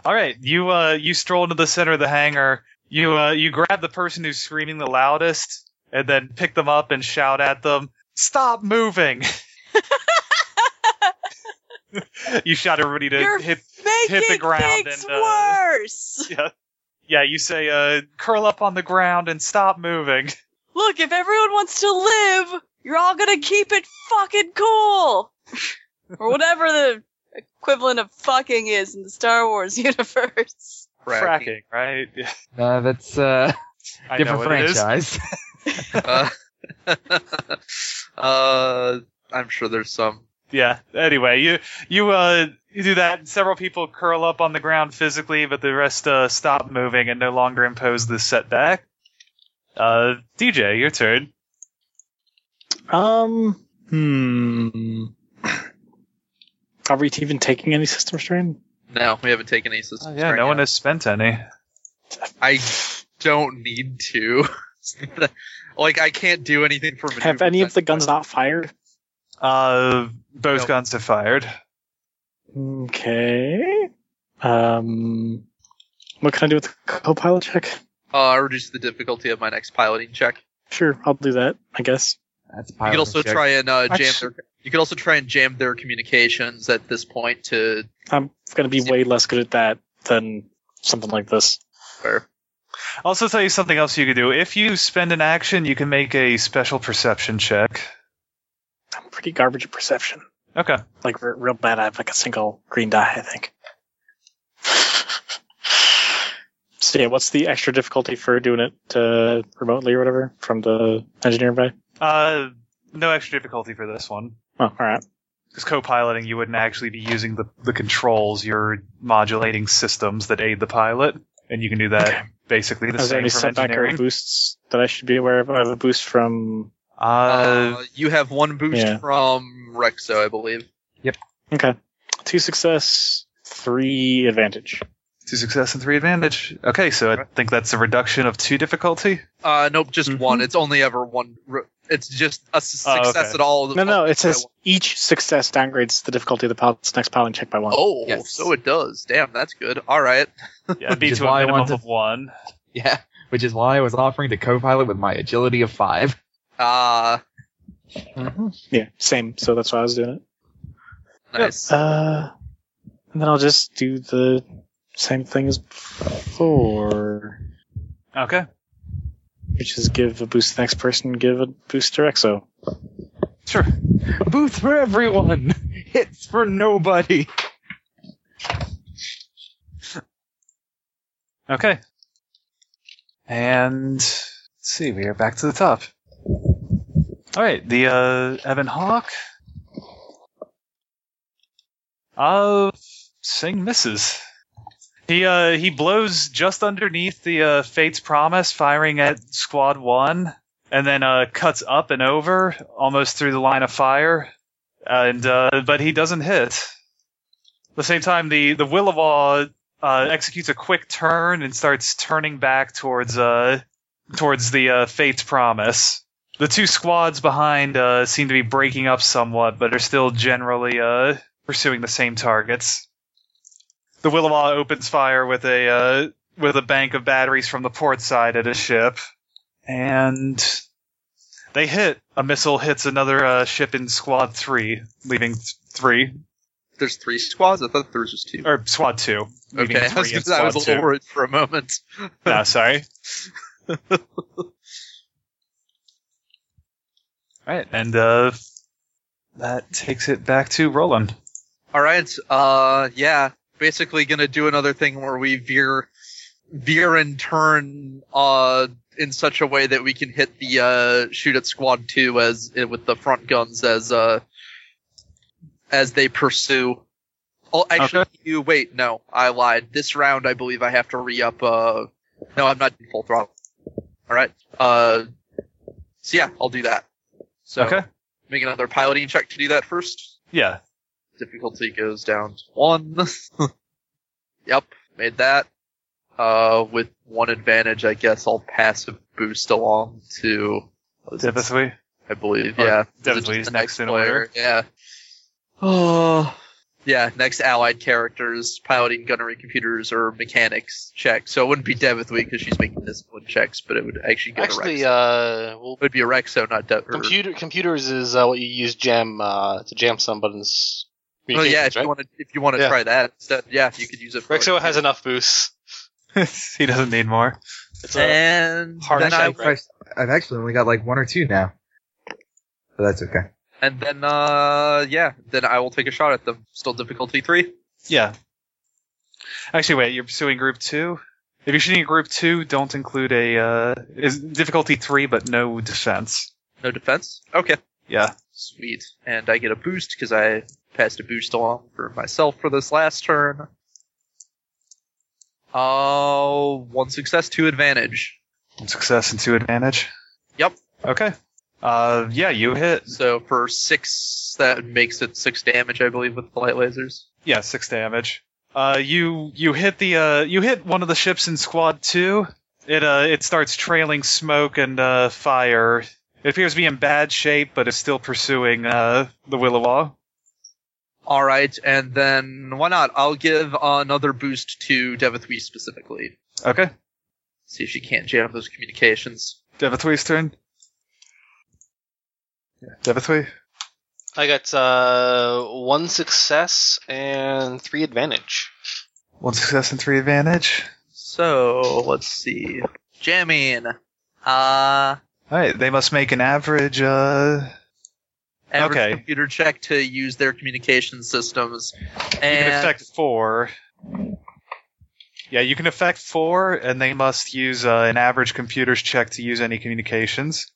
[SPEAKER 4] All right, you uh you stroll into the center of the hangar. You uh you grab the person who's screaming the loudest and then pick them up and shout at them, "Stop moving." [laughs] you shout everybody to
[SPEAKER 2] You're
[SPEAKER 4] hit
[SPEAKER 2] Making
[SPEAKER 4] Hit the ground
[SPEAKER 2] things
[SPEAKER 4] and, uh,
[SPEAKER 2] worse.
[SPEAKER 4] Yeah, you say uh curl up on the ground and stop moving.
[SPEAKER 2] Look, if everyone wants to live, you're all gonna keep it fucking cool, or whatever the equivalent of fucking is in the Star Wars [laughs] universe.
[SPEAKER 4] Fracking, right? Yeah,
[SPEAKER 5] Uh, that's uh,
[SPEAKER 4] I know
[SPEAKER 5] different
[SPEAKER 4] what it is.
[SPEAKER 5] franchise.
[SPEAKER 3] Uh, [laughs] uh, I'm sure there's some.
[SPEAKER 4] yeah. Anyway, you you uh you do that. Several people curl up on the ground physically, but the rest uh, stop moving and no longer impose the setback. Uh, DJ, your turn.
[SPEAKER 6] Um. Hmm. Are we even taking any system strain?
[SPEAKER 3] No, we haven't taken any
[SPEAKER 6] Oh,
[SPEAKER 3] systems.
[SPEAKER 4] Oh, yeah,
[SPEAKER 3] right
[SPEAKER 4] no one
[SPEAKER 3] now.
[SPEAKER 4] has spent any.
[SPEAKER 3] I don't need to. [laughs] like, I can't do anything for.
[SPEAKER 6] Have
[SPEAKER 3] maneuvers
[SPEAKER 6] any of the
[SPEAKER 3] anyway.
[SPEAKER 6] guns not fired?
[SPEAKER 4] Uh, both
[SPEAKER 3] No.
[SPEAKER 4] guns have fired.
[SPEAKER 6] Okay. Um. What can I do with the co-pilot check?
[SPEAKER 3] Uh, reduce the difficulty of my next piloting check.
[SPEAKER 6] Sure, I'll do that. I guess.
[SPEAKER 5] That's
[SPEAKER 3] You could also try and uh, jam
[SPEAKER 6] Actu-
[SPEAKER 3] their. You could also try and jam their communications at this point to
[SPEAKER 6] I'm gonna be
[SPEAKER 3] Yeah.
[SPEAKER 6] way less good at that than something like this.
[SPEAKER 3] where
[SPEAKER 4] I'll also tell you something else you could do. If you spend an action, you can make a special perception check.
[SPEAKER 6] I'm pretty garbage at perception.
[SPEAKER 4] Okay.
[SPEAKER 6] Like re- real bad. I have like a single green die. I think. [sighs] So yeah, what's the extra difficulty for doing it uh, remotely or whatever from the engineering bay?
[SPEAKER 4] Uh, no extra difficulty for this one.
[SPEAKER 6] Oh, all right.
[SPEAKER 4] Because co-piloting, you wouldn't actually be using the, the controls. You're modulating systems that aid the pilot, and you can do that
[SPEAKER 6] Okay.
[SPEAKER 4] basically the
[SPEAKER 6] Is there
[SPEAKER 4] same
[SPEAKER 6] any
[SPEAKER 4] from
[SPEAKER 6] setback or
[SPEAKER 4] engineering.
[SPEAKER 6] boosts that I should be aware of? I have a boost from.
[SPEAKER 3] uh,
[SPEAKER 4] Uh,
[SPEAKER 3] you have one boost
[SPEAKER 6] yeah.
[SPEAKER 3] from Rexo, I believe.
[SPEAKER 6] Okay. Two success, three advantage.
[SPEAKER 4] two success and three advantage. Okay, so I think that's a reduction of two difficulty.
[SPEAKER 3] Uh, nope, just
[SPEAKER 6] Mhm.
[SPEAKER 3] one. It's only ever one. r- It's just a s-
[SPEAKER 4] Oh, okay.
[SPEAKER 3] success at all.
[SPEAKER 6] No, no,
[SPEAKER 3] all-
[SPEAKER 6] it says each success downgrades the difficulty of the pilot's next piloting check by one.
[SPEAKER 3] Oh,
[SPEAKER 5] Yes.
[SPEAKER 3] so it does. Damn, that's good. All right.
[SPEAKER 4] Yeah, it'd be
[SPEAKER 5] Which is
[SPEAKER 4] to a
[SPEAKER 5] why I
[SPEAKER 4] minimum
[SPEAKER 5] wanted-
[SPEAKER 4] of one.
[SPEAKER 5] Yeah, which is why I was offering to co-pilot with my agility of five.
[SPEAKER 3] Ah,
[SPEAKER 6] Yeah, same. So that's why I was doing it.
[SPEAKER 3] nice.
[SPEAKER 6] Uh, and then I'll just do the same thing as before,
[SPEAKER 4] Okay,
[SPEAKER 6] which is give a boost to the next person, give a boost to Exo.
[SPEAKER 4] sure.
[SPEAKER 5] Boots for everyone, hits for nobody.
[SPEAKER 4] Okay, and let's see, we are back to the top. All right, the uh, Evan Hawk. Uh, sing misses. He uh, he blows just underneath the uh, Fate's Promise, firing at Squad One, and then uh, cuts up and over, almost through the line of fire, and uh, but he doesn't hit. At the same time, the the Williwaw uh, executes a quick turn and starts turning back towards uh towards the uh, Fate's Promise. The two squads behind uh, seem to be breaking up somewhat, but are still generally uh, pursuing the same targets. The Williwaw opens fire with a uh, with a bank of batteries from the port side at a ship, and they hit. A missile hits another uh, ship in Squad Three, leaving th- three
[SPEAKER 3] There's three squads. I thought there was just two.
[SPEAKER 4] or Squad Two. leaving
[SPEAKER 3] Okay, I
[SPEAKER 4] three
[SPEAKER 3] was,
[SPEAKER 4] in
[SPEAKER 3] gonna- I was
[SPEAKER 4] Squad
[SPEAKER 3] a little
[SPEAKER 4] Two. eh?
[SPEAKER 3] worried for a moment.
[SPEAKER 4] No, [laughs] sorry. right, and uh, that takes it back to Roland.
[SPEAKER 3] All right. Uh, yeah. Basically, gonna do another thing where we veer, veer and turn, uh, in such a way that we can hit the uh, shoot at squad two as eh, with the front guns as uh, as they pursue. Oh, actually, you wait. No, I lied. This round, I believe I have to re up. Uh, no, I'm not in full throttle. All right. Uh, so yeah, I'll do that. So
[SPEAKER 4] Okay.
[SPEAKER 3] make another piloting check to do that first
[SPEAKER 4] Yeah.
[SPEAKER 3] difficulty goes down to one. [laughs] yep, made that. Uh, with one advantage, I guess I'll passive boost along to, what is it?
[SPEAKER 4] Typically.
[SPEAKER 3] I believe,
[SPEAKER 4] Or
[SPEAKER 3] yeah.
[SPEAKER 4] Devithley
[SPEAKER 3] Is
[SPEAKER 4] is
[SPEAKER 3] it the
[SPEAKER 4] next in order.
[SPEAKER 3] Yeah. Oh, yeah. Next allied characters, piloting, gunnery, computers, or mechanics check. So it wouldn't be Devithley because she's making discipline checks, but it would actually go
[SPEAKER 8] Actually,
[SPEAKER 3] to Rexo.
[SPEAKER 8] uh, well,
[SPEAKER 3] it would be a Rexo, not Dev. or-
[SPEAKER 8] computer computers is uh, what you use jam uh, to jam somebody's.
[SPEAKER 3] Oh yeah,
[SPEAKER 8] communications,
[SPEAKER 3] if you
[SPEAKER 8] right?
[SPEAKER 3] want to, if you want to
[SPEAKER 8] Yeah.
[SPEAKER 3] try that instead, yeah, you could use it. for-
[SPEAKER 8] Rexo has enough boosts.
[SPEAKER 4] [laughs] he doesn't need more.
[SPEAKER 8] It's uh, a
[SPEAKER 3] and
[SPEAKER 8] hard
[SPEAKER 3] then I
[SPEAKER 8] check, right?
[SPEAKER 5] I've actually only got like one or two now, but that's okay.
[SPEAKER 3] And then, uh, yeah, then I will take a shot at them. Still difficulty three.
[SPEAKER 4] Yeah. Actually, wait. You're pursuing Group Two. If you're shooting Group Two, don't include a uh, is difficulty three, but no defense.
[SPEAKER 3] No defense. Okay.
[SPEAKER 4] Yeah.
[SPEAKER 3] Sweet. And I get a boost because I passed a boost along for myself for this last turn. Uh, one success, two advantage.
[SPEAKER 4] One success and two advantage.
[SPEAKER 3] Yep.
[SPEAKER 4] Okay. Uh, yeah, you hit.
[SPEAKER 3] So for six, that makes it six damage, I believe, with the light lasers.
[SPEAKER 4] Yeah, six damage. Uh, you you hit the uh, you hit one of the ships in Squad Two. It uh, it starts trailing smoke and uh, fire. It appears to be in bad shape, but it's still pursuing uh, the Willowaw.
[SPEAKER 3] All right, and then why not? I'll give another boost to Devithwee specifically.
[SPEAKER 4] Okay,
[SPEAKER 3] See if she can't jam those communications.
[SPEAKER 4] Devithwee's turn. Devithwee.
[SPEAKER 8] I got uh, one success and three advantage.
[SPEAKER 4] One success and three advantage.
[SPEAKER 3] So let's see. Jamming. Uh
[SPEAKER 4] All right, they must make an average. Uh,
[SPEAKER 3] average
[SPEAKER 4] Okay.
[SPEAKER 3] computer check to use their communication systems.
[SPEAKER 4] you can
[SPEAKER 3] And
[SPEAKER 4] affect four. Yeah, you can affect four, and they must use uh, an average computer's check to use any communications.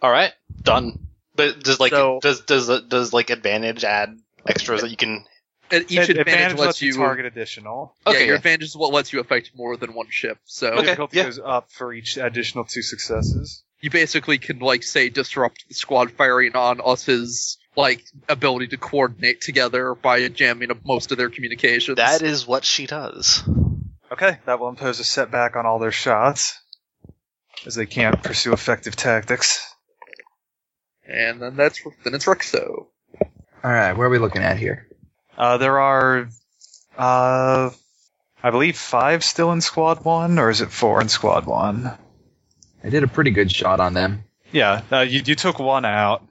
[SPEAKER 8] All right, done. But does like
[SPEAKER 3] So-
[SPEAKER 8] does does does like advantage add extras that you can?
[SPEAKER 3] and each
[SPEAKER 4] Ad-
[SPEAKER 3] advantage, lets you
[SPEAKER 4] target additional.
[SPEAKER 3] yeah,
[SPEAKER 8] Okay,
[SPEAKER 3] your
[SPEAKER 8] yeah.
[SPEAKER 3] advantage is what lets you affect more than one ship. So
[SPEAKER 8] Okay,
[SPEAKER 4] difficulty
[SPEAKER 8] yeah.
[SPEAKER 4] goes up for each additional two successes.
[SPEAKER 3] you basically can like say disrupt the squad firing on us's like ability to coordinate together by jamming up most of their communications.
[SPEAKER 8] that is what she does.
[SPEAKER 4] Okay, that will impose a setback on all their shots, as they can't pursue effective tactics.
[SPEAKER 3] and then that's then it's Rexo.
[SPEAKER 5] All right, where are we looking at here?
[SPEAKER 4] Uh, there are, uh, I believe five still in squad one, or is it four in squad one?
[SPEAKER 5] I did a pretty good shot on them.
[SPEAKER 4] Yeah, uh, you you took one out,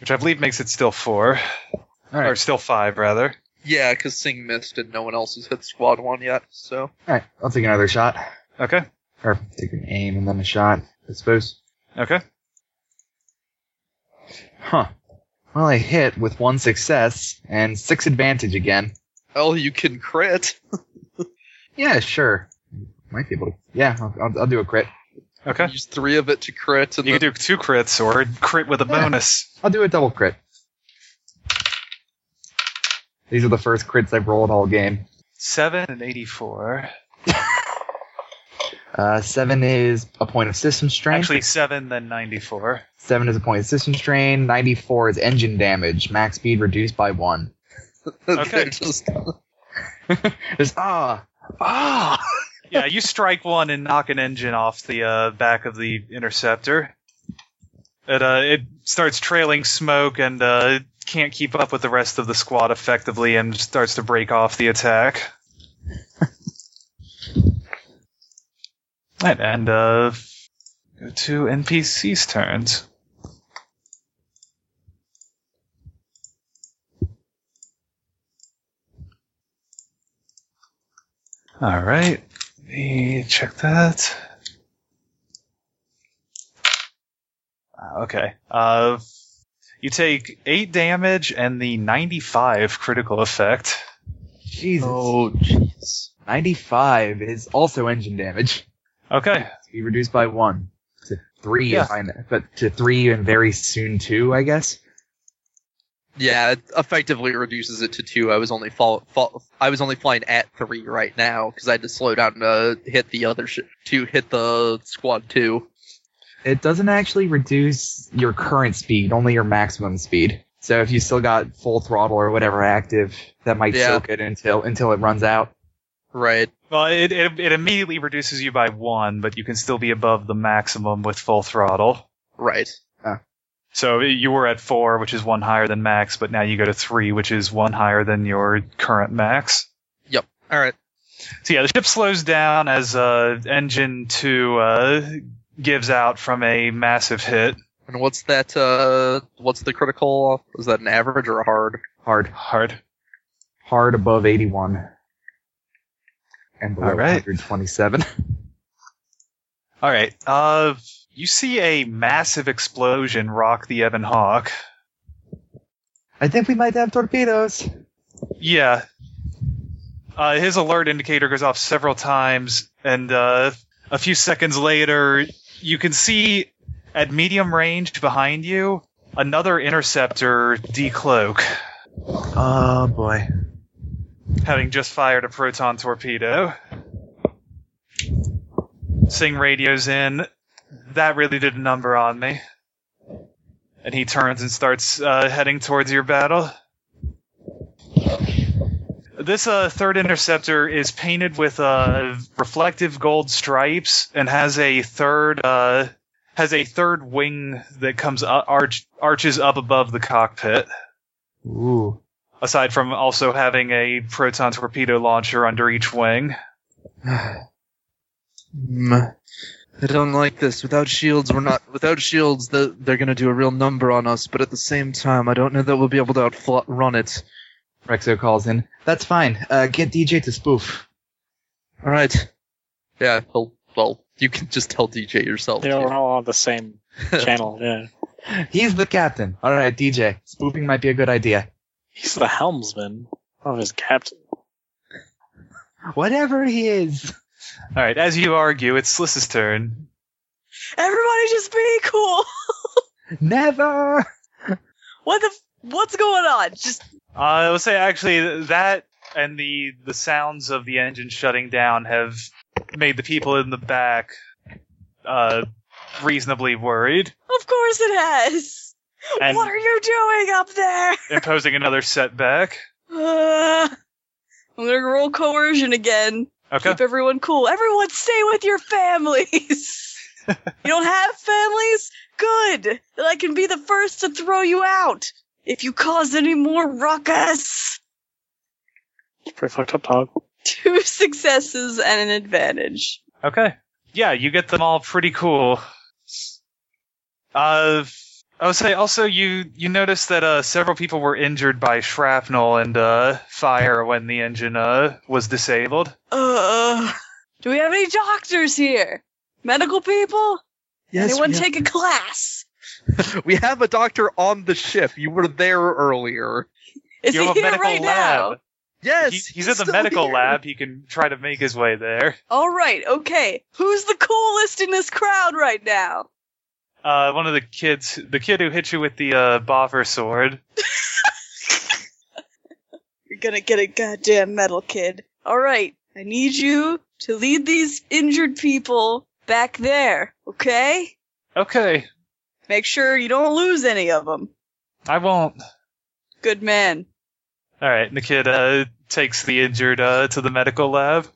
[SPEAKER 4] which I believe makes it still four,
[SPEAKER 5] All
[SPEAKER 4] or
[SPEAKER 5] right,
[SPEAKER 4] still five rather.
[SPEAKER 3] Yeah, because Singh missed and no one else has hit squad one yet. So
[SPEAKER 5] all right, I'll take another shot,
[SPEAKER 4] Okay,
[SPEAKER 5] or take an aim and then a shot, I suppose.
[SPEAKER 4] okay,
[SPEAKER 5] Huh. Well, I hit with one success and six advantage again.
[SPEAKER 3] oh, you can crit.
[SPEAKER 5] Yeah, sure. Might be able to. Yeah, I'll, I'll, I'll do a crit.
[SPEAKER 4] okay.
[SPEAKER 3] Use three of it to crit, and
[SPEAKER 4] You
[SPEAKER 3] then,
[SPEAKER 4] can do two crits or crit with a
[SPEAKER 5] Yeah.
[SPEAKER 4] bonus.
[SPEAKER 5] I'll do a double crit. These are the first crits I've rolled all game.
[SPEAKER 4] Seven and eighty-four.
[SPEAKER 5] Uh, seven is a point of system strain.
[SPEAKER 4] Actually, seven then ninety-four.
[SPEAKER 5] seven is a point of system strain. Ninety-four is engine damage. Max speed reduced by one. [laughs]
[SPEAKER 7] [laughs]
[SPEAKER 4] Okay.
[SPEAKER 5] There's ah ah.
[SPEAKER 4] yeah, you strike one and knock an engine off the uh, back of the interceptor. It uh, it starts trailing smoke and uh, can't keep up with the rest of the squad effectively and starts to break off the attack. [laughs] and and uh, go to NPC's turns. All right. Let me check that. Uh, Okay. Uh, you take eight damage and the 95 critical effect.
[SPEAKER 5] Jesus.
[SPEAKER 7] Oh, jeez.
[SPEAKER 5] Ninety-five is also engine damage.
[SPEAKER 4] Okay.
[SPEAKER 5] Be reduced by one to three.
[SPEAKER 4] Yeah.
[SPEAKER 5] If I know, but to three and very soon two, I guess.
[SPEAKER 7] Yeah, it effectively reduces it to two. I was only fall, fall I was only flying at three right now because I had to slow down to hit the other sh- to hit the squad two.
[SPEAKER 5] It doesn't actually reduce your current speed, only your maximum speed. So if you still got full throttle or whatever active, that might
[SPEAKER 7] Yeah.
[SPEAKER 5] soak it until until it runs out.
[SPEAKER 7] Right.
[SPEAKER 4] Well, it, it, it immediately reduces you by one, but you can still be above the maximum with full throttle.
[SPEAKER 7] Right.
[SPEAKER 4] So you were at four, which is one higher than max, but now you go to three, which is one higher than your current max.
[SPEAKER 7] All right.
[SPEAKER 4] So yeah, the ship slows down as uh, engine two uh, gives out from a massive hit.
[SPEAKER 7] And what's that? Uh, what's the critical? Is that an average or a hard?
[SPEAKER 5] Hard,
[SPEAKER 4] Hard.
[SPEAKER 5] hard above 81, and below
[SPEAKER 4] All right.
[SPEAKER 5] 127.
[SPEAKER 4] All right. Uh, you see a massive explosion rock the Evan Hawk.
[SPEAKER 5] I think we might have torpedoes.
[SPEAKER 4] Yeah. Uh, his alert indicator goes off several times, and uh, a few seconds later, you can see at medium range behind you another interceptor decloak,
[SPEAKER 5] Oh boy.
[SPEAKER 4] having just fired a proton torpedo. Sing radios in. That really did a number on me. And he turns and starts uh, heading towards your battle. This uh, third interceptor is painted with uh, reflective gold stripes and has a third uh, has a third wing that comes u- arch, arches up above the cockpit.
[SPEAKER 5] Ooh.
[SPEAKER 4] Aside from also having a proton torpedo launcher under each wing.
[SPEAKER 7] Mm, I don't like this. Without shields, we're not. Without shields, the, they're going to do a real number on us. But at the same time, I don't know that we'll be able to outrun it.
[SPEAKER 5] Rexo calls in. That's fine. Uh, get DJ to spoof.
[SPEAKER 7] All right. Yeah. Well, well you can just tell DJ yourself.
[SPEAKER 6] They're
[SPEAKER 3] [laughs]
[SPEAKER 6] all on the same channel. Yeah,
[SPEAKER 5] He's the captain. All right, DJ. Spoofing might be a good idea.
[SPEAKER 6] he's the helmsman. Oh, his captain.
[SPEAKER 5] Whatever he is.
[SPEAKER 4] All right, as you argue, it's Slis's turn.
[SPEAKER 2] Everybody just be cool.
[SPEAKER 5] Never.
[SPEAKER 2] What the? f- What's going on? Just
[SPEAKER 4] Uh, I would say actually that and the the sounds of the engine shutting down have made the people in the back uh, reasonably worried,
[SPEAKER 2] of course it has.
[SPEAKER 6] And-
[SPEAKER 2] what are you doing up there? [sighs]
[SPEAKER 4] imposing another setback.
[SPEAKER 2] Uh, I'm gonna roll coercion again.
[SPEAKER 4] Okay.
[SPEAKER 2] Keep everyone cool. Everyone, stay with your
[SPEAKER 4] [laughs]
[SPEAKER 2] families. you don't have families? Good. Then I can be the first to throw you out if you cause any more ruckus. [laughs]
[SPEAKER 6] It's pretty fucked up, dog.
[SPEAKER 2] Two successes and an advantage.
[SPEAKER 4] Okay. Yeah, you get them all pretty cool. Uh, I would say also you you notice that uh, several people were injured by shrapnel and uh, fire when the engine uh, was disabled.
[SPEAKER 2] Uh, do we have any doctors here? Medical people? Anyone
[SPEAKER 7] we,
[SPEAKER 2] take a class?
[SPEAKER 7] have, we have a doctor on the ship. You were there earlier.
[SPEAKER 2] Is
[SPEAKER 4] you
[SPEAKER 2] he
[SPEAKER 4] have a
[SPEAKER 2] here
[SPEAKER 4] medical
[SPEAKER 2] right
[SPEAKER 4] lab.
[SPEAKER 2] now?
[SPEAKER 7] Yes,
[SPEAKER 4] He- he's at the
[SPEAKER 7] still
[SPEAKER 4] medical
[SPEAKER 7] here.
[SPEAKER 4] lab. He can try to make his way there.
[SPEAKER 2] All right, okay. Who's the coolest in this crowd right now?
[SPEAKER 4] Uh, one of the kids, the kid who hit you with the uh, boffer sword.
[SPEAKER 2] You're gonna get a goddamn medal, kid. All right, I need you to lead these injured people back there, okay?
[SPEAKER 4] Okay,
[SPEAKER 2] Make sure you don't lose any of them.
[SPEAKER 4] I won't.
[SPEAKER 2] Good man.
[SPEAKER 4] All right, and the kid uh, takes the injured uh, to the medical lab.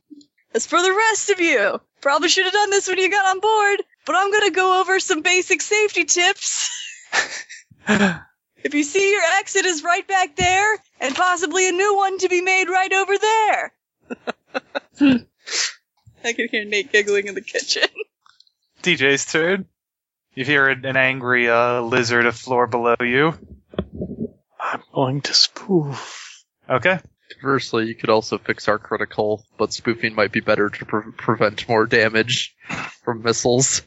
[SPEAKER 2] As for the rest of you, probably should have done this when you got on board, but I'm gonna go over some basic safety tips. if you see your exit is right back there, and possibly a new one to be made right over there. I can hear Nate giggling in the kitchen.
[SPEAKER 4] DJ's turn. You hear an an angry uh, lizard afloor below you.
[SPEAKER 6] I'm going to spoof.
[SPEAKER 4] Okay.
[SPEAKER 3] Conversely, you could also fix our critical, but spoofing might be better to pre- prevent more damage from missiles.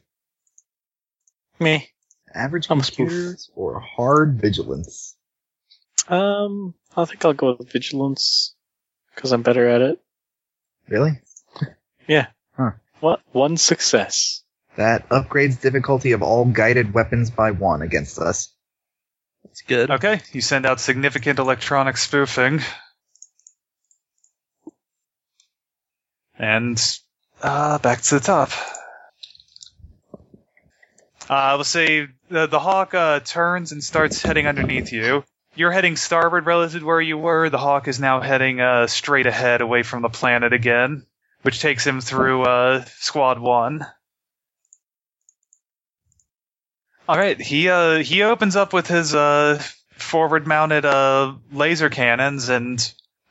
[SPEAKER 6] Me.
[SPEAKER 5] Average
[SPEAKER 6] I'm a spoof.
[SPEAKER 5] computers or hard vigilance?
[SPEAKER 6] Um, I think I'll go with vigilance because I'm better at it.
[SPEAKER 5] Really?
[SPEAKER 6] What one success?
[SPEAKER 5] That upgrades difficulty of all guided weapons by one against us.
[SPEAKER 3] That's good.
[SPEAKER 4] Okay, you send out significant electronic spoofing. And uh, back to the top. Uh, we'll say the, the hawk uh, turns and starts heading underneath you. You're heading starboard relative to where you were. The hawk is now heading uh, straight ahead away from the planet again, which takes him through uh, Squad 1. All right, he uh he opens up with his uh forward mounted uh laser cannons and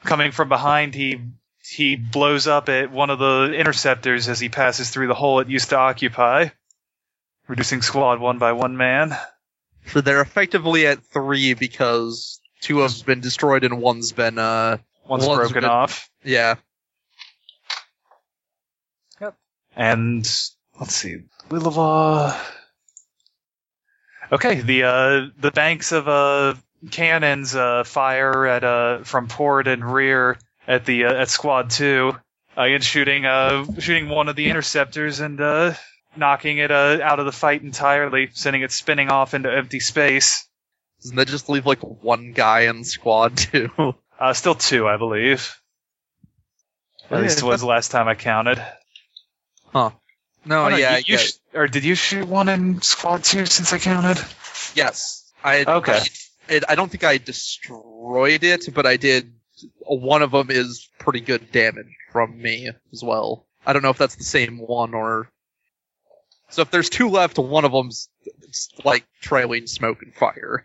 [SPEAKER 4] coming from behind he he blows up at one of the interceptors as he passes through the hole it used to occupy, reducing squad one by one man.
[SPEAKER 3] So they're effectively at three because two have been destroyed and one's been uh
[SPEAKER 4] One's,
[SPEAKER 3] One's
[SPEAKER 4] broken
[SPEAKER 3] been-
[SPEAKER 4] off.
[SPEAKER 3] yeah.
[SPEAKER 4] And let's see, Wheel of uh Okay, the uh, the banks of uh, cannons uh, fire at uh, from port and rear at the uh, at Squad Two, uh, and shooting uh, shooting one of the interceptors and uh, knocking it uh, out of the fight entirely, sending it spinning off into empty space.
[SPEAKER 3] Doesn't that just leave like one guy in squad [laughs] two?
[SPEAKER 4] Uh, still two, I believe. At least it was the last time I counted. Oh,
[SPEAKER 3] no,
[SPEAKER 4] no,
[SPEAKER 3] Oh, yeah,
[SPEAKER 4] you, you
[SPEAKER 3] yeah.
[SPEAKER 4] sh- or did you shoot one in Squad Two since I counted?
[SPEAKER 3] yes. I
[SPEAKER 4] Okay.
[SPEAKER 3] I, it, I don't think I destroyed it, but I did. One of them is pretty good damage from me as well. I don't know if that's the same one or. So if there's two left, one of them's it's like trailing smoke and fire.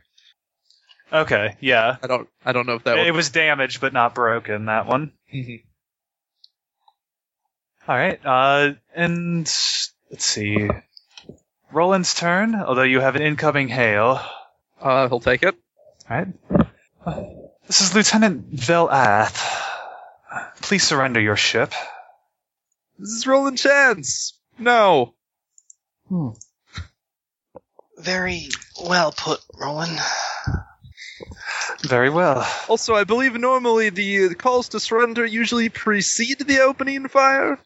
[SPEAKER 4] Okay, yeah.
[SPEAKER 3] I don't. I don't know if that.
[SPEAKER 4] it
[SPEAKER 3] was...
[SPEAKER 4] was damaged but not broken. That one. All right. Uh, and let's see. Roland's turn. Although you have an incoming hail.
[SPEAKER 3] Uh, he'll take it.
[SPEAKER 4] All right. This is Lieutenant Velath. Please surrender your ship.
[SPEAKER 3] This is rolling chance. No.
[SPEAKER 1] Very well put, Roland.
[SPEAKER 4] Very well.
[SPEAKER 3] Also, I believe normally the uh, calls to surrender usually precede the opening fire.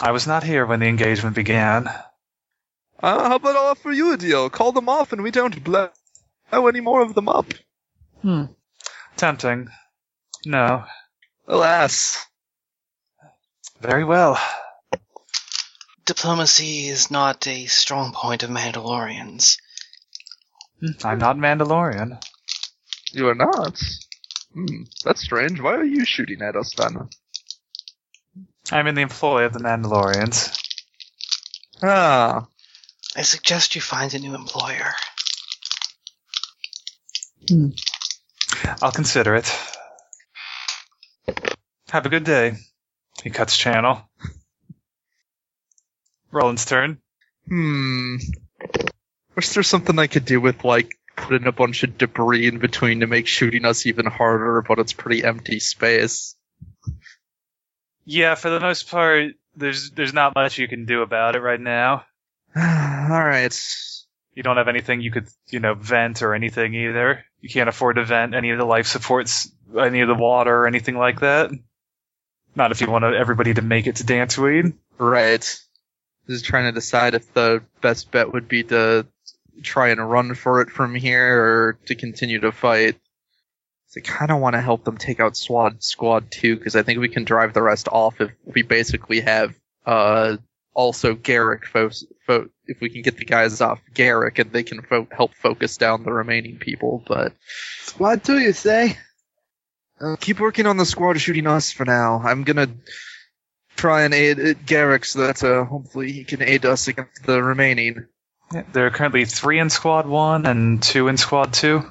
[SPEAKER 4] I was not here when the engagement began.
[SPEAKER 3] Uh, how about I'll offer you a deal? Call them off, and we don't blow blow any more of them up.
[SPEAKER 4] Tempting. No.
[SPEAKER 3] Alas.
[SPEAKER 4] Very well.
[SPEAKER 1] Diplomacy is not a strong point of Mandalorians.
[SPEAKER 4] I'm not Mandalorian.
[SPEAKER 3] You are not. Hmm, that's strange. Why are you shooting at us then?
[SPEAKER 4] I'm in the employ of the Mandalorians.
[SPEAKER 3] Ah,
[SPEAKER 1] I suggest you find a new employer.
[SPEAKER 4] I'll consider it. Have a good day. He cuts channel. Roland's turn.
[SPEAKER 3] hmm. Was there something I could do with, like, putting a bunch of debris in between to make shooting us even harder, but it's pretty empty space? [sighs]
[SPEAKER 4] Yeah, for the most part, there's there's not much you can do about it right now.
[SPEAKER 3] Alright.
[SPEAKER 4] You don't have anything you could you know vent or anything either. You can't afford to vent any of the life supports, any of the water or anything like that. Not if you want everybody to make it to Danceweed.
[SPEAKER 3] Right. Just trying to decide if the best bet would be to try and run for it from here or to continue to fight. So I kind of want to help them take out Squad Squad Two because I think we can drive the rest off if we basically have uh also Garrick fo- fo- if we can get the guys off Garrick and they can fo- help focus down the remaining people. But
[SPEAKER 5] Squad two, you say?
[SPEAKER 3] uh, keep working on the squad shooting us for now. I'm gonna try and aid uh, Garrick so that uh, hopefully he can aid us against the remaining.
[SPEAKER 4] Yeah, there are currently three in Squad 1 and two in Squad 2,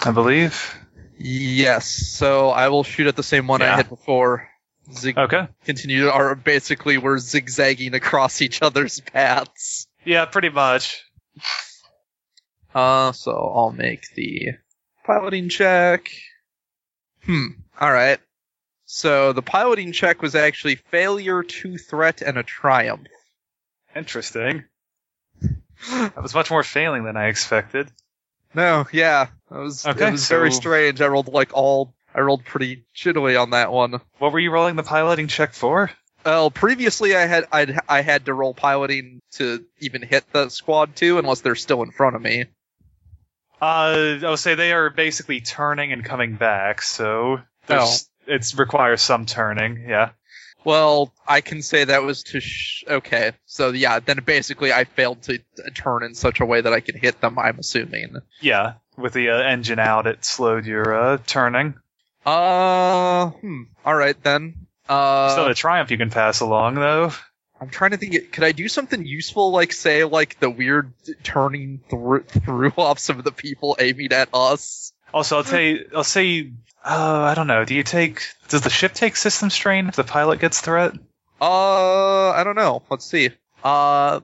[SPEAKER 4] I believe.
[SPEAKER 3] Yes, so I will shoot at the same one I
[SPEAKER 4] Yeah. Uh,
[SPEAKER 3] hit before. Zig-
[SPEAKER 4] Okay.
[SPEAKER 3] Continue our basically we're zigzagging across each other's paths.
[SPEAKER 4] Yeah, pretty much.
[SPEAKER 3] Uh, so I'll make the piloting check. Hmm. All right. So the piloting check was actually failure to threat and a triumph.
[SPEAKER 4] Interesting. That was much more failing than I expected.
[SPEAKER 3] No, yeah, that was
[SPEAKER 4] Okay,
[SPEAKER 3] it was very
[SPEAKER 4] so-
[SPEAKER 3] strange. I rolled like all I rolled pretty shittily on that one.
[SPEAKER 4] What were you rolling the piloting check for?
[SPEAKER 3] Well, previously I had I'd, I had to roll piloting to even hit the squad two unless they're still in front of me.
[SPEAKER 4] Uh, I would say they are basically turning and coming back, so there's, it requires some turning. Yeah.
[SPEAKER 3] Well, I can say that was to sh- okay. So yeah, then basically I failed to t- turn in such a way that I could hit them. I'm assuming.
[SPEAKER 4] Yeah, with the uh, engine out, it slowed your uh, turning.
[SPEAKER 3] Uh, hmm. All right then. Uh,
[SPEAKER 4] Still a triumph you can pass along, though.
[SPEAKER 3] I'm trying to think. Could I do something useful, like say, like the weird turning through through [laughs] off some of the people aiming at us?
[SPEAKER 4] Also, I'll tell you, I'll say, uh, I don't know. Do you take? Does the ship take system strain if the pilot gets threat?
[SPEAKER 3] Uh, I don't know. Let's see. Uh,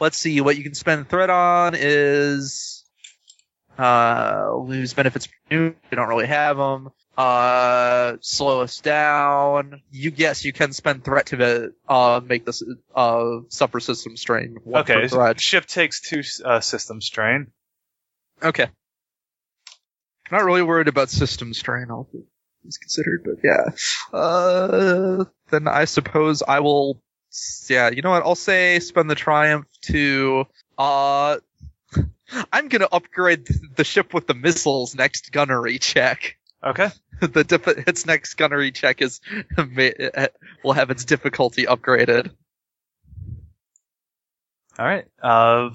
[SPEAKER 3] let's see. What you can spend threat on is uh lose benefits. per minute. You don't really have them. Uh, slow us down. You yes, you can spend threat to the uh make this uh suffer system strain. One per
[SPEAKER 4] Okay,
[SPEAKER 3] threat.
[SPEAKER 4] ship takes two uh, system strain.
[SPEAKER 3] Okay. Not really worried about system strain, all things considered, but yeah. Uh, then I suppose I will. Yeah, you know what? I'll say spend the triumph to. Uh, [laughs] I'm gonna upgrade th- the ship with the missiles next gunnery check. [laughs]
[SPEAKER 4] Okay,
[SPEAKER 3] the dif- its next gunnery check is [laughs] ma- eh, will have its difficulty upgraded.
[SPEAKER 4] all right. Uh,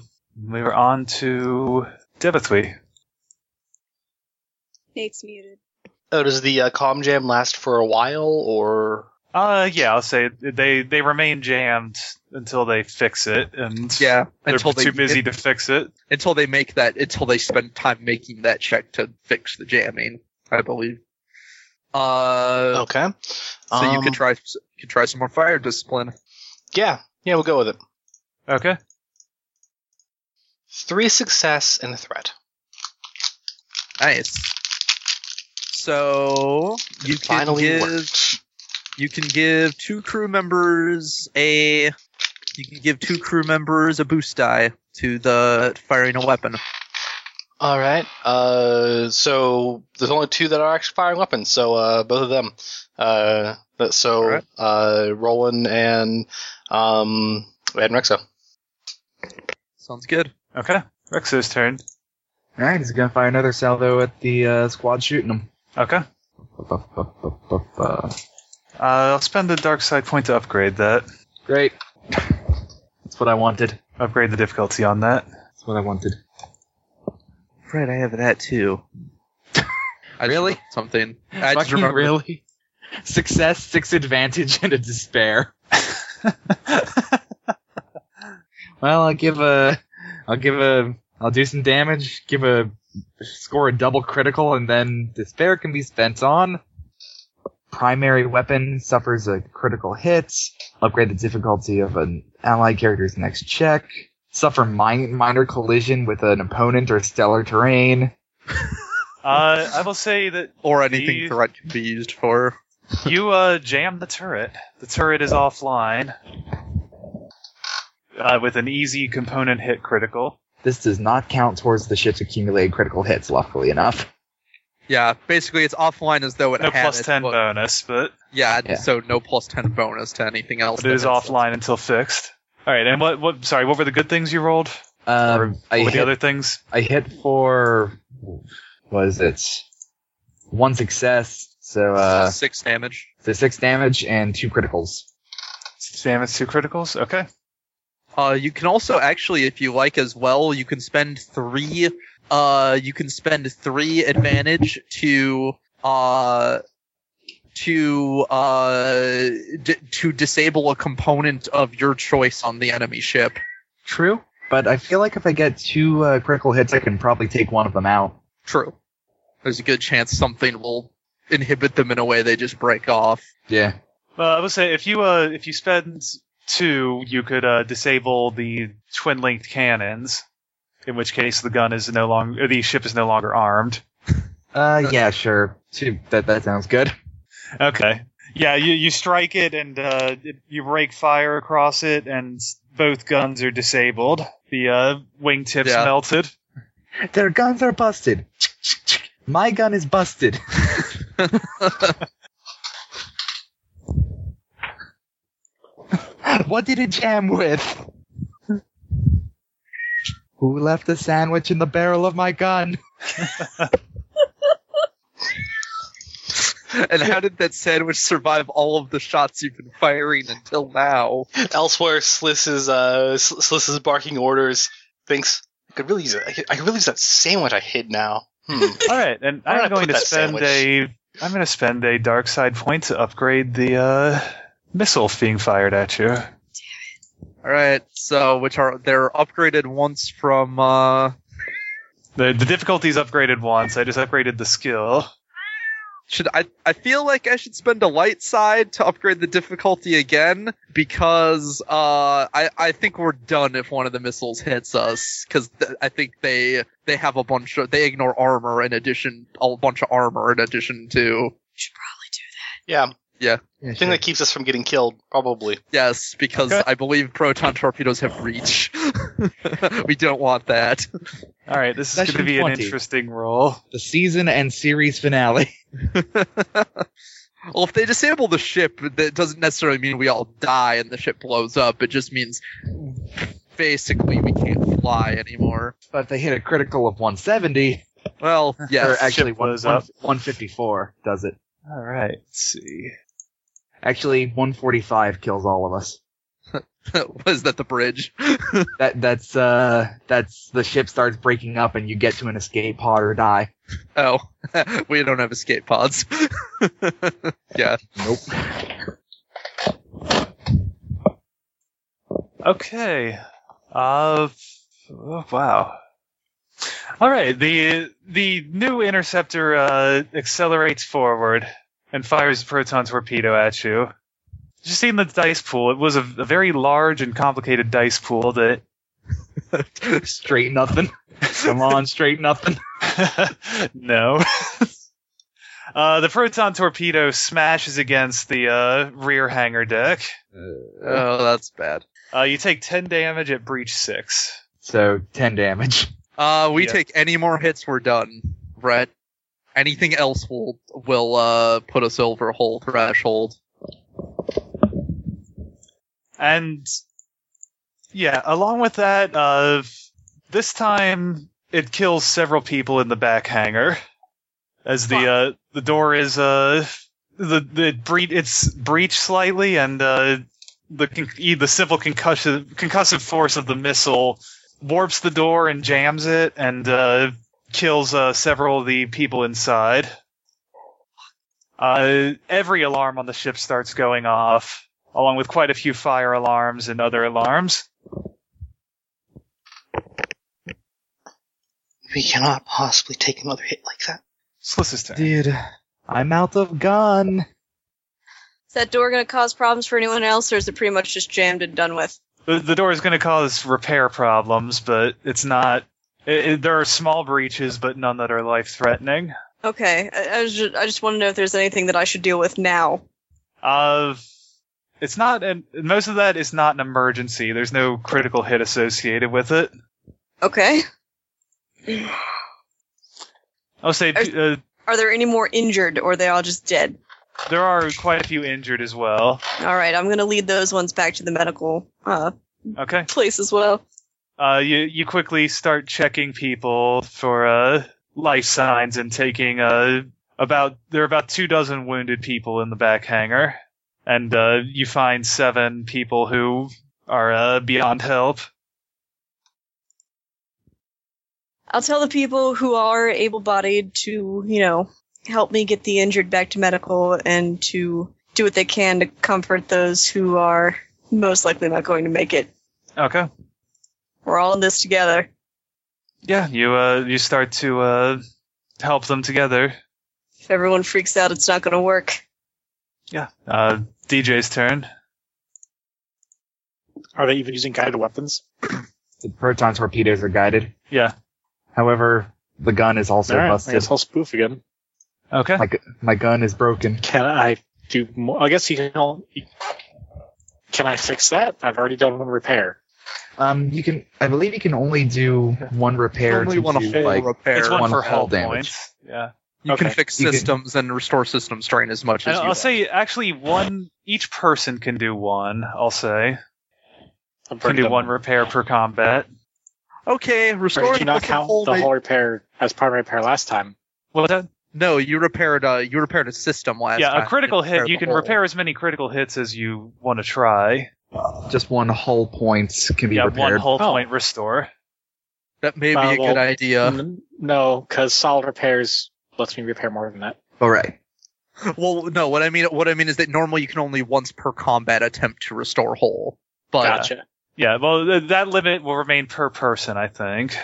[SPEAKER 4] we were on to Debithwy.
[SPEAKER 2] Nate's muted.
[SPEAKER 8] Oh, does the uh, com jam last for a while, or
[SPEAKER 4] Uh, yeah, I'll say they they remain jammed until they fix it, and
[SPEAKER 3] Yeah,
[SPEAKER 4] they're
[SPEAKER 3] until
[SPEAKER 4] too
[SPEAKER 3] they,
[SPEAKER 4] busy to fix it.
[SPEAKER 3] until they make that until they spend time making that check to fix the jamming i believe uh
[SPEAKER 8] okay?
[SPEAKER 3] so you
[SPEAKER 8] Um,
[SPEAKER 3] could try you could try some more fire discipline
[SPEAKER 8] Yeah, yeah, we'll go with it.
[SPEAKER 4] Okay.
[SPEAKER 8] Three success and a threat.
[SPEAKER 3] nice so you can
[SPEAKER 8] Finally
[SPEAKER 3] give
[SPEAKER 8] worked.
[SPEAKER 3] you can give two crew members a you can give two crew members a boost die to the firing a weapon
[SPEAKER 8] All right. Uh, so there's only two that are actually firing weapons. So uh, both of them. Uh, but- so
[SPEAKER 3] All right.
[SPEAKER 8] uh, Roland and um, and Rexo.
[SPEAKER 3] sounds good
[SPEAKER 4] Okay. Rexo's turn.
[SPEAKER 5] All right, he's gonna fire another salvo at the uh, squad shooting him.
[SPEAKER 4] Okay.
[SPEAKER 5] Ba-ba-ba-ba-ba-ba.
[SPEAKER 4] Uh, I'll spend the dark side point to upgrade that.
[SPEAKER 5] Great. That's what I wanted.
[SPEAKER 4] Upgrade the difficulty on that.
[SPEAKER 5] That's what I wanted.
[SPEAKER 3] right i have that too I just
[SPEAKER 5] Really?
[SPEAKER 3] remembered something i just
[SPEAKER 5] Fucking
[SPEAKER 3] remembered
[SPEAKER 5] really? Success, six advantage, and a despair. [laughs] well, I'll give a, I'll give a, I'll do some damage, give a, score a double critical, and then despair can be spent on. Primary weapon suffers a critical hit. Upgrade the difficulty of an allied character's next check. Suffer min- minor collision with an opponent or stellar terrain.
[SPEAKER 4] Uh, I will say that
[SPEAKER 3] or anything
[SPEAKER 4] These-
[SPEAKER 3] threat can be used for
[SPEAKER 4] you uh, jammed the turret. The turret is offline uh, with an easy component hit critical.
[SPEAKER 5] This does not count towards the ship's accumulated critical hits, luckily enough.
[SPEAKER 3] Yeah, basically it's offline as though it
[SPEAKER 4] No
[SPEAKER 3] had
[SPEAKER 4] plus
[SPEAKER 3] it,
[SPEAKER 4] 10
[SPEAKER 3] but-
[SPEAKER 4] bonus, but
[SPEAKER 3] yeah,
[SPEAKER 5] Yeah.
[SPEAKER 3] so no plus ten bonus to anything else.
[SPEAKER 4] it is
[SPEAKER 3] that it's-
[SPEAKER 4] offline until fixed. All right, and what? What? Sorry, what were the good things you rolled?
[SPEAKER 5] Um, I
[SPEAKER 4] what were
[SPEAKER 5] hit,
[SPEAKER 4] the other things?
[SPEAKER 5] I hit for what is it? one success, so uh,
[SPEAKER 3] Six damage.
[SPEAKER 5] so six damage and two criticals.
[SPEAKER 4] Six damage, two criticals. Okay.
[SPEAKER 3] Uh, you can also actually, if you like as well, you can spend three. Uh, you can spend three advantage to uh to uh d- to disable a component of your choice on the enemy ship.
[SPEAKER 5] True, but I feel like if I get two uh, critical hits, I can probably take one of them out.
[SPEAKER 3] True. There's a good chance something will inhibit them in a way they just break off. [laughs]
[SPEAKER 5] Yeah.
[SPEAKER 4] Uh, I would say if you uh, if you spend two, you could uh, disable the twin linked cannons. In which case, the gun is no longer the ship is no longer armed.
[SPEAKER 5] Uh, yeah, sure. Two, that that sounds good. [laughs]
[SPEAKER 4] Okay. Yeah, you, you strike it and uh, it- you rake fire across it, and both guns are disabled. The uh, wingtips
[SPEAKER 3] Yeah.
[SPEAKER 4] melted.
[SPEAKER 5] Their guns are busted. My gun is busted. [laughs] what did it jam with? Who left a sandwich in the barrel of my gun?
[SPEAKER 3] And how did that sandwich survive all of the shots you've been firing until now?
[SPEAKER 1] Elsewhere, Sliss is uh, S- Sliss is barking orders. Thinks I could really use it. I could, I could really use that sandwich I hid now.
[SPEAKER 3] [laughs]
[SPEAKER 1] Hmm.
[SPEAKER 4] All right, and
[SPEAKER 1] I'm
[SPEAKER 4] I'm
[SPEAKER 1] gonna
[SPEAKER 4] going
[SPEAKER 1] put
[SPEAKER 4] to
[SPEAKER 1] that
[SPEAKER 4] spend a I'm going to spend a dark side point to upgrade the uh, missile being fired at you.
[SPEAKER 3] All right, so which are they're upgraded once from uh
[SPEAKER 4] The the difficulty's upgraded once. I just upgraded the skill.
[SPEAKER 3] should I I feel like I should spend a light side to upgrade the difficulty again because uh I I think we're done if one of the missiles hits us cuz th- I think they they have a bunch of they ignore armor in addition a bunch of armor in addition to
[SPEAKER 2] should probably do that.
[SPEAKER 1] Yeah,
[SPEAKER 5] Yeah,
[SPEAKER 1] thing that keeps us from getting killed, probably.
[SPEAKER 3] yes because
[SPEAKER 4] Okay.
[SPEAKER 3] I believe proton torpedoes have reach. [laughs] we don't want that.
[SPEAKER 4] All right, this is going to
[SPEAKER 5] Session
[SPEAKER 4] be an
[SPEAKER 5] 20.
[SPEAKER 4] interesting roll.
[SPEAKER 5] the season and series finale.
[SPEAKER 3] Well, if they disable the ship, that doesn't necessarily mean we all die and the ship blows up. It just means basically we can't fly anymore.
[SPEAKER 5] [laughs] But if they hit a critical of 170,
[SPEAKER 3] Well,
[SPEAKER 5] or
[SPEAKER 3] yes.
[SPEAKER 5] actually
[SPEAKER 4] ship
[SPEAKER 5] one,
[SPEAKER 4] blows
[SPEAKER 5] one-
[SPEAKER 4] up.
[SPEAKER 5] 154 does it.
[SPEAKER 4] All right, let's see.
[SPEAKER 5] Actually, 145 kills all of us.
[SPEAKER 3] [laughs] was that the bridge?
[SPEAKER 5] That that's uh that's the ship starts breaking up and you get to an escape pod or die. [laughs]
[SPEAKER 3] Oh, [laughs] we don't have escape pods. [laughs] yeah.
[SPEAKER 5] Nope.
[SPEAKER 4] Okay. Uh, f- oh, wow. All right. The the new interceptor uh, accelerates forward and fires a proton torpedo at you. Just seeing the dice pool, it was a, a very large and complicated dice pool that [laughs]
[SPEAKER 5] Straight nothing. [laughs] Come on, straight nothing.
[SPEAKER 4] no. [laughs] uh, the proton torpedo smashes against the uh, rear hangar deck.
[SPEAKER 3] Oh, that's bad.
[SPEAKER 4] Uh, you take ten damage at breach six.
[SPEAKER 5] So ten damage.
[SPEAKER 3] Uh, we
[SPEAKER 4] Yeah.
[SPEAKER 3] take any more hits, we're done, Brett. Anything else will will uh put us over a whole threshold.
[SPEAKER 4] And yeah, along with that, uh, this time it kills several people in the back hangar as the uh, the door is uh the the bre- it's breached slightly and uh, the con- e- the simple concussive concussive force of the missile warps the door and jams it and uh, kills uh, several of the people inside. Uh, every alarm on the ship starts going off along with quite a few fire alarms and other alarms.
[SPEAKER 10] We cannot possibly take another hit like that.
[SPEAKER 4] Slissus turn.
[SPEAKER 5] Dude, I'm out of gun.
[SPEAKER 2] Is that door going to cause problems for anyone else, or is it pretty much just jammed and done with?
[SPEAKER 4] The, the door is going to cause repair problems, but it's not. It, it- there are small breaches, but none that are life threatening.
[SPEAKER 2] Okay, I, I, was just, I just want to know if there's anything that I should deal with now.
[SPEAKER 4] Uh, it's not, and most of that is not an emergency. There's no critical hit associated with it.
[SPEAKER 2] Okay.
[SPEAKER 4] I'll say uh,
[SPEAKER 2] Are there any more injured, or are they all just dead?
[SPEAKER 4] there are quite a few injured as well.
[SPEAKER 2] All right, I'm going to lead those ones back to the medical uh,
[SPEAKER 4] Okay.
[SPEAKER 2] place as well.
[SPEAKER 4] Uh, you you quickly start checking people for uh life signs and taking uh about there are about two dozen wounded people in the back hangar, and uh, you find seven people who are uh, beyond help.
[SPEAKER 2] I'll tell the people who are able bodied to, you know, help me get the injured back to medical and to do what they can to comfort those who are most likely not going to make it.
[SPEAKER 4] Okay.
[SPEAKER 2] We're all in this together.
[SPEAKER 4] Yeah, you uh, you start to uh, help them together.
[SPEAKER 2] If everyone freaks out, it's not going to work.
[SPEAKER 4] Yeah. Uh, DJ's turn.
[SPEAKER 6] Are they even using guided weapons?
[SPEAKER 5] The proton torpedoes are guided.
[SPEAKER 4] Yeah.
[SPEAKER 5] However, the gun is also
[SPEAKER 6] All right, I
[SPEAKER 5] busted.
[SPEAKER 6] guess I'll spoof again.
[SPEAKER 4] Okay.
[SPEAKER 5] My, gu- my gun is broken.
[SPEAKER 6] Can I do more? I guess you can. all- Can I fix that? I've already done one repair.
[SPEAKER 5] Um, you can. I believe you can only do one repair.
[SPEAKER 3] Normally
[SPEAKER 5] to
[SPEAKER 3] want
[SPEAKER 5] do,
[SPEAKER 3] to
[SPEAKER 5] like-
[SPEAKER 3] repair.
[SPEAKER 4] it's one,
[SPEAKER 5] one
[SPEAKER 4] for
[SPEAKER 5] hull
[SPEAKER 4] health
[SPEAKER 5] damage.
[SPEAKER 4] points. Yeah.
[SPEAKER 3] you can
[SPEAKER 6] Okay.
[SPEAKER 3] fix
[SPEAKER 5] You can-
[SPEAKER 3] systems and restore system strain as much
[SPEAKER 4] And
[SPEAKER 3] as you
[SPEAKER 4] I'll
[SPEAKER 3] want.
[SPEAKER 4] say actually one each person can do one. I'll say
[SPEAKER 6] I've
[SPEAKER 4] can
[SPEAKER 6] already
[SPEAKER 4] do
[SPEAKER 6] done
[SPEAKER 4] one repair per combat.
[SPEAKER 3] Okay,
[SPEAKER 6] Or
[SPEAKER 3] restoring
[SPEAKER 6] did you not
[SPEAKER 3] the
[SPEAKER 6] count
[SPEAKER 3] whole
[SPEAKER 6] the
[SPEAKER 3] ma-
[SPEAKER 6] whole repair as primary repair last time?
[SPEAKER 4] Well, that,
[SPEAKER 3] No, you repaired. Uh, you repaired a system last.
[SPEAKER 4] yeah,
[SPEAKER 3] time.
[SPEAKER 4] a critical
[SPEAKER 3] didn't
[SPEAKER 4] hit. You
[SPEAKER 3] the
[SPEAKER 4] can
[SPEAKER 3] whole.
[SPEAKER 4] repair as many critical hits as you want to try.
[SPEAKER 5] just one hull point can be
[SPEAKER 4] yeah, one
[SPEAKER 5] repaired.
[SPEAKER 4] hull
[SPEAKER 6] Oh.
[SPEAKER 4] point restore.
[SPEAKER 3] That may be
[SPEAKER 6] Uh,
[SPEAKER 3] a
[SPEAKER 6] well,
[SPEAKER 3] good
[SPEAKER 4] Mm.
[SPEAKER 3] idea.
[SPEAKER 6] N- No, because solid repairs lets me repair more than that.
[SPEAKER 5] All right.
[SPEAKER 3] [laughs] Well, no. What I mean, what I mean is that normally you can only once per combat attempt to restore whole. But
[SPEAKER 6] Gotcha.
[SPEAKER 4] Yeah, well, th- that limit will remain per person, I think.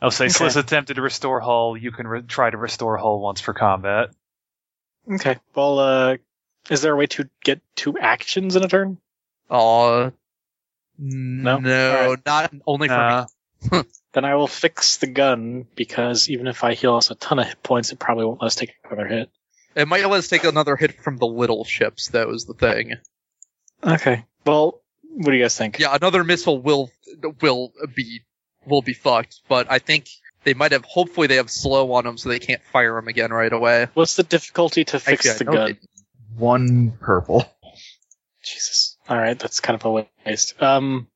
[SPEAKER 4] I'll say
[SPEAKER 6] Okay.
[SPEAKER 4] Sliss attempted to restore hull. You can re- try to restore hull once per combat.
[SPEAKER 6] Okay. Well, uh, is there a way to get two actions in a turn?
[SPEAKER 3] uh, no,
[SPEAKER 6] Alright.
[SPEAKER 3] not only for
[SPEAKER 4] Uh,
[SPEAKER 6] Then I will fix the gun because even if I heal us a ton of hit points, it probably won't let us take another hit.
[SPEAKER 3] me. It might let us take another hit from the little ships. That was the thing.
[SPEAKER 6] Okay. Well, what do you guys think?
[SPEAKER 3] Yeah, another missile will will be will be fucked. But I think they might have. Hopefully, they have slow on them, so they can't fire them again right away.
[SPEAKER 6] What's the difficulty to fix
[SPEAKER 3] Actually, I
[SPEAKER 6] the
[SPEAKER 3] know
[SPEAKER 6] gun?
[SPEAKER 3] they-
[SPEAKER 5] One purple.
[SPEAKER 6] Jesus. All right, that's kind of a waste. Um,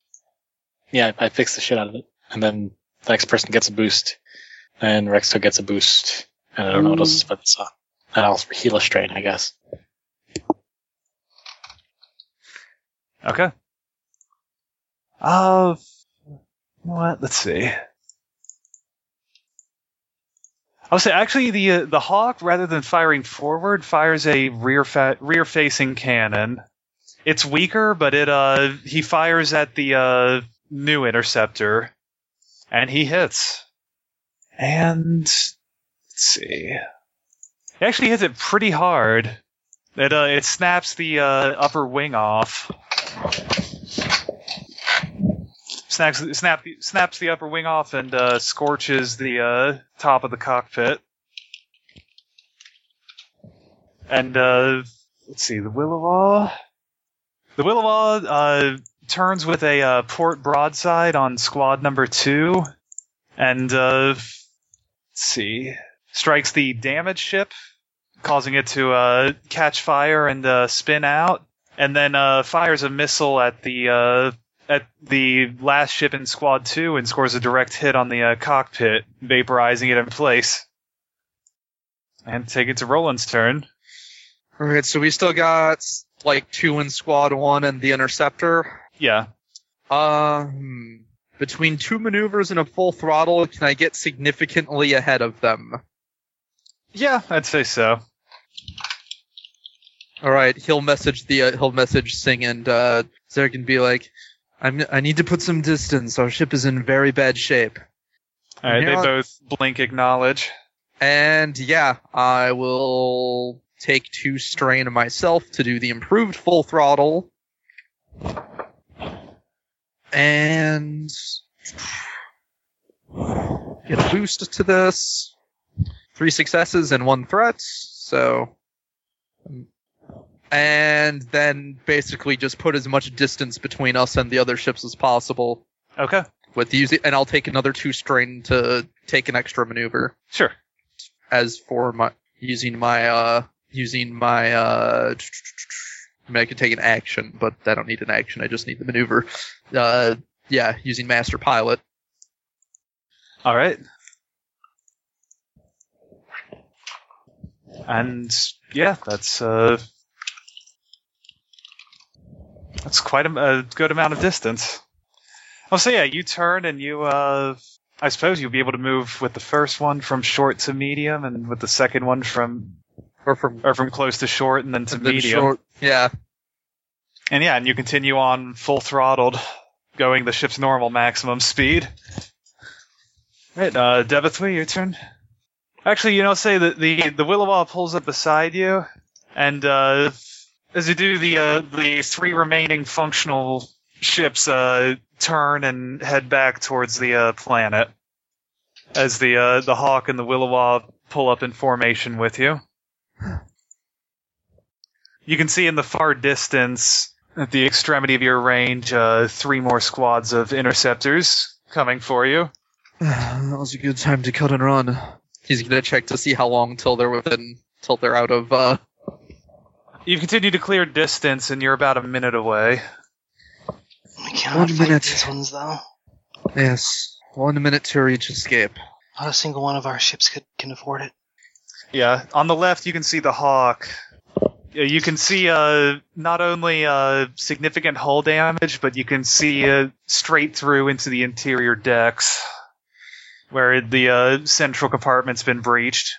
[SPEAKER 6] yeah, I fix the shit out of it, and then the next person gets a boost, and Rexo gets a boost, and I don't know what else is but this on. And I'll heal a strain, I guess.
[SPEAKER 4] Okay. Uh, you know what? Let's see. I would say actually the uh, the hawk rather than firing forward fires a rear fa- rear facing cannon. It's weaker, but it uh he fires at the uh new interceptor, and he hits. And let's see, he actually hits it pretty hard. It uh it snaps the uh, upper wing off snaps snap, snaps the upper wing off and uh, scorches the uh, top of the cockpit. And uh, let's see, the Willowaw. The Willowaw uh, turns with a uh, port broadside on squad number two, and uh, let's see, strikes the damaged ship, causing it to uh, catch fire and uh, spin out, and then uh, fires a missile at the uh, at the last ship in Squad 2 and scores a direct hit on the uh, cockpit, vaporizing it in place. And take it to Roland's turn.
[SPEAKER 3] All right, so we still got like two in squad one and the interceptor.
[SPEAKER 4] Yeah.
[SPEAKER 3] Um, between two maneuvers and a full throttle, can I get significantly ahead of them?
[SPEAKER 4] Yeah, I'd say so.
[SPEAKER 3] All right, he'll message the uh, he'll message Sing and uh, Zerg and be like, "I'm I need to put some distance. Our ship is in very bad shape."
[SPEAKER 4] All right,
[SPEAKER 3] Yeah.
[SPEAKER 4] they both blink acknowledge.
[SPEAKER 3] And yeah, I will take two strain myself to do the improved full throttle. And get a boost to this. Three successes and one threat. So. And then basically just put as much distance between us and the other ships as possible
[SPEAKER 4] Okay,
[SPEAKER 3] with using, and I'll take another two strain to take an extra maneuver
[SPEAKER 4] sure.
[SPEAKER 3] as for my using my uh using my uh tch, tch, tch, tch. I mean I could take an action, but I don't need an action, I just need the maneuver. Uh yeah, using master pilot.
[SPEAKER 4] All right. And yeah, that's uh, that's quite a, a good amount of distance. Oh, so yeah, you turn and you, uh, I suppose you'll be able to move with the first one from short to medium, and with the second one from
[SPEAKER 11] Or from
[SPEAKER 4] or from close to short, and then to
[SPEAKER 11] the
[SPEAKER 4] medium.
[SPEAKER 11] short. Yeah.
[SPEAKER 4] And yeah, and you continue on full throttled, going the ship's normal maximum speed. Right, uh, Devithwy, your turn. Actually, you know, say that the the Willowaw pulls up beside you, and uh, as you do, the uh, the three remaining functional ships uh, turn and head back towards the uh, planet. As the uh, the Hawk and the Willowaw pull up in formation with you you can see in the far distance at the extremity of your range uh, three more squads of interceptors coming for you
[SPEAKER 3] [sighs] that was a good time to cut and run. He's gonna check to see how long till they're within, till they're out of. uh
[SPEAKER 4] you continue to clear distance and you're about a minute away
[SPEAKER 1] We cannot
[SPEAKER 3] One
[SPEAKER 1] fight
[SPEAKER 3] minute.
[SPEAKER 1] these ones, though.
[SPEAKER 3] Yes, one minute to reach escape.
[SPEAKER 1] Not a single one of our ships could can afford it.
[SPEAKER 4] yeah on the left you can see the hawk Yeah, you can see uh, not only uh, significant hull damage but you can see uh, straight through into the interior decks where the uh, central compartment's been breached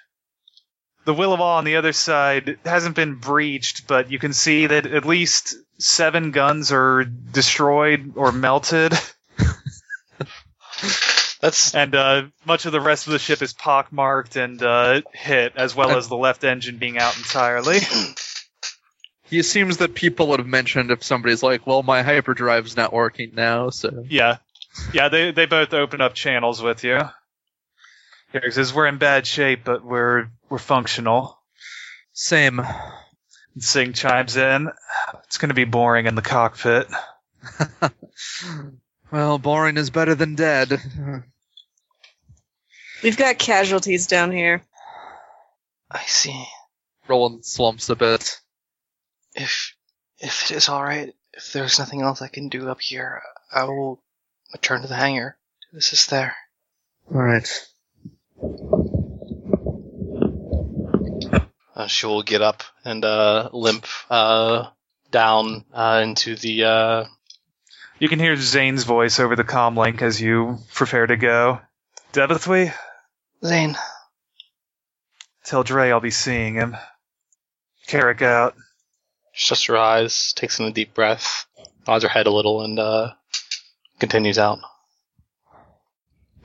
[SPEAKER 4] the Willowaw on the other side hasn't been breached, but you can see that at least seven guns are destroyed or melted,
[SPEAKER 8] That's
[SPEAKER 4] and uh, much of the rest of the ship is pockmarked and uh, hit, as well as the left engine being out entirely.
[SPEAKER 3] He assumes that people would have mentioned if somebody's like, "Well, my hyperdrive's not working now," so
[SPEAKER 4] Yeah, yeah, they they both open up channels with you. Here it says we're in bad shape, but we're we're functional.
[SPEAKER 3] same.
[SPEAKER 4] And Singh chimes in. It's going to be boring in the cockpit.
[SPEAKER 3] [laughs] Well, boring is better than dead.
[SPEAKER 2] We've got casualties down here. [sighs]
[SPEAKER 1] I see.
[SPEAKER 3] [laughs] Roland slumps a bit.
[SPEAKER 1] If if it is all right, if there's nothing else I can do up here, I will return to the hangar. This is there.
[SPEAKER 3] All right.
[SPEAKER 8] uh, she will get up and uh, limp uh, down uh, into the. Uh,
[SPEAKER 4] You can hear Zane's voice over the comm link as you prepare to go. Devithwy,
[SPEAKER 1] Zane,
[SPEAKER 4] tell Dre I'll be seeing him. Carrick out.
[SPEAKER 8] shuts her eyes, takes in a deep breath, nods her head a little, and uh, continues out.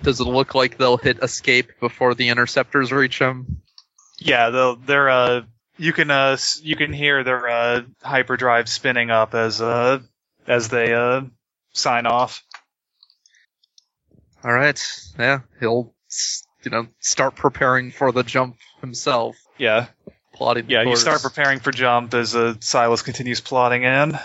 [SPEAKER 3] Does it look like they'll hit escape before the interceptors reach him?
[SPEAKER 4] Yeah, they'll, they're uh, you can uh, s- you can hear their uh, hyperdrive spinning up as uh, as they uh, sign off.
[SPEAKER 3] All right. Yeah, he'll s- you know start preparing for the jump himself.
[SPEAKER 4] Yeah,
[SPEAKER 3] Plotting. the
[SPEAKER 4] yeah. You
[SPEAKER 3] course.
[SPEAKER 4] start preparing for jump as uh, Silas continues plotting in.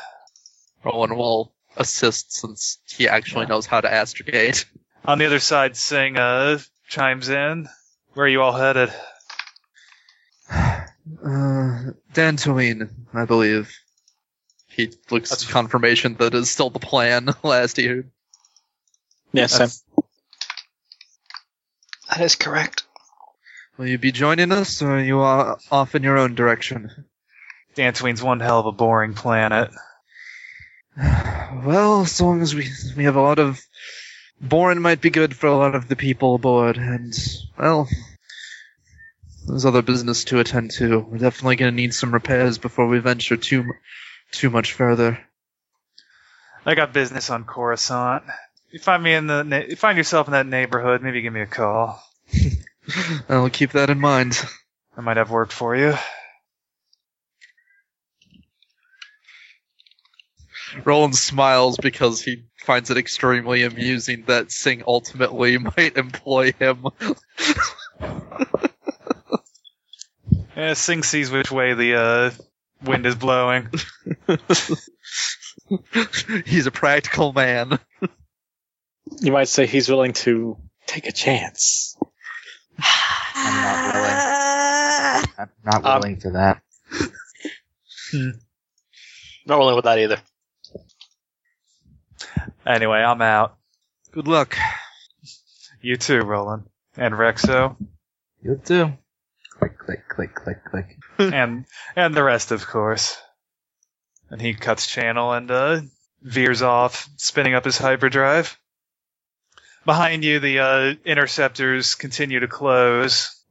[SPEAKER 3] Rowan will assist since he actually knows how to [laughs] astrogate.
[SPEAKER 4] On the other side, Singh uh, chimes in. Where are you all headed?
[SPEAKER 3] Uh, Dantooine, I believe. He looks
[SPEAKER 8] That's-
[SPEAKER 3] confirmation that is still the plan [laughs] last year.
[SPEAKER 6] Yeah, same.
[SPEAKER 1] that is correct.
[SPEAKER 3] Will you be joining us, or you are off in your own direction? [sighs]
[SPEAKER 4] Dantooine's one hell of a boring planet.
[SPEAKER 3] Well, as long as we we have a lot of Boren might be good for a lot of the people aboard, and well, there's other business to attend to. We're definitely going to need some repairs before we venture too mu- too much further. [laughs]
[SPEAKER 4] I got business on Coruscant. You find me in the na- you find yourself in that neighborhood, maybe give me a call.
[SPEAKER 3] I'll keep that in mind.
[SPEAKER 4] I might have work for you.
[SPEAKER 3] Roland smiles because he finds it extremely amusing that Singh ultimately [laughs] might employ him. [laughs]
[SPEAKER 4] Yeah, Eh, Sing sees which way the uh, wind is blowing. [laughs]
[SPEAKER 3] He's a practical man.
[SPEAKER 6] You might say he's willing to take a chance.
[SPEAKER 5] not willing.
[SPEAKER 2] Ah.
[SPEAKER 5] I'm not
[SPEAKER 8] Um,
[SPEAKER 5] willing for that.
[SPEAKER 8] Not rolling with that either.
[SPEAKER 4] Anyway, I'm out.
[SPEAKER 3] Good luck.
[SPEAKER 4] You too, Roland. And Rexo.
[SPEAKER 5] You too. click, click, click, click, click.
[SPEAKER 4] and and the rest, of course. And he cuts channel and uh, veers off, spinning up his hyperdrive. Behind you, the uh, interceptors continue to close,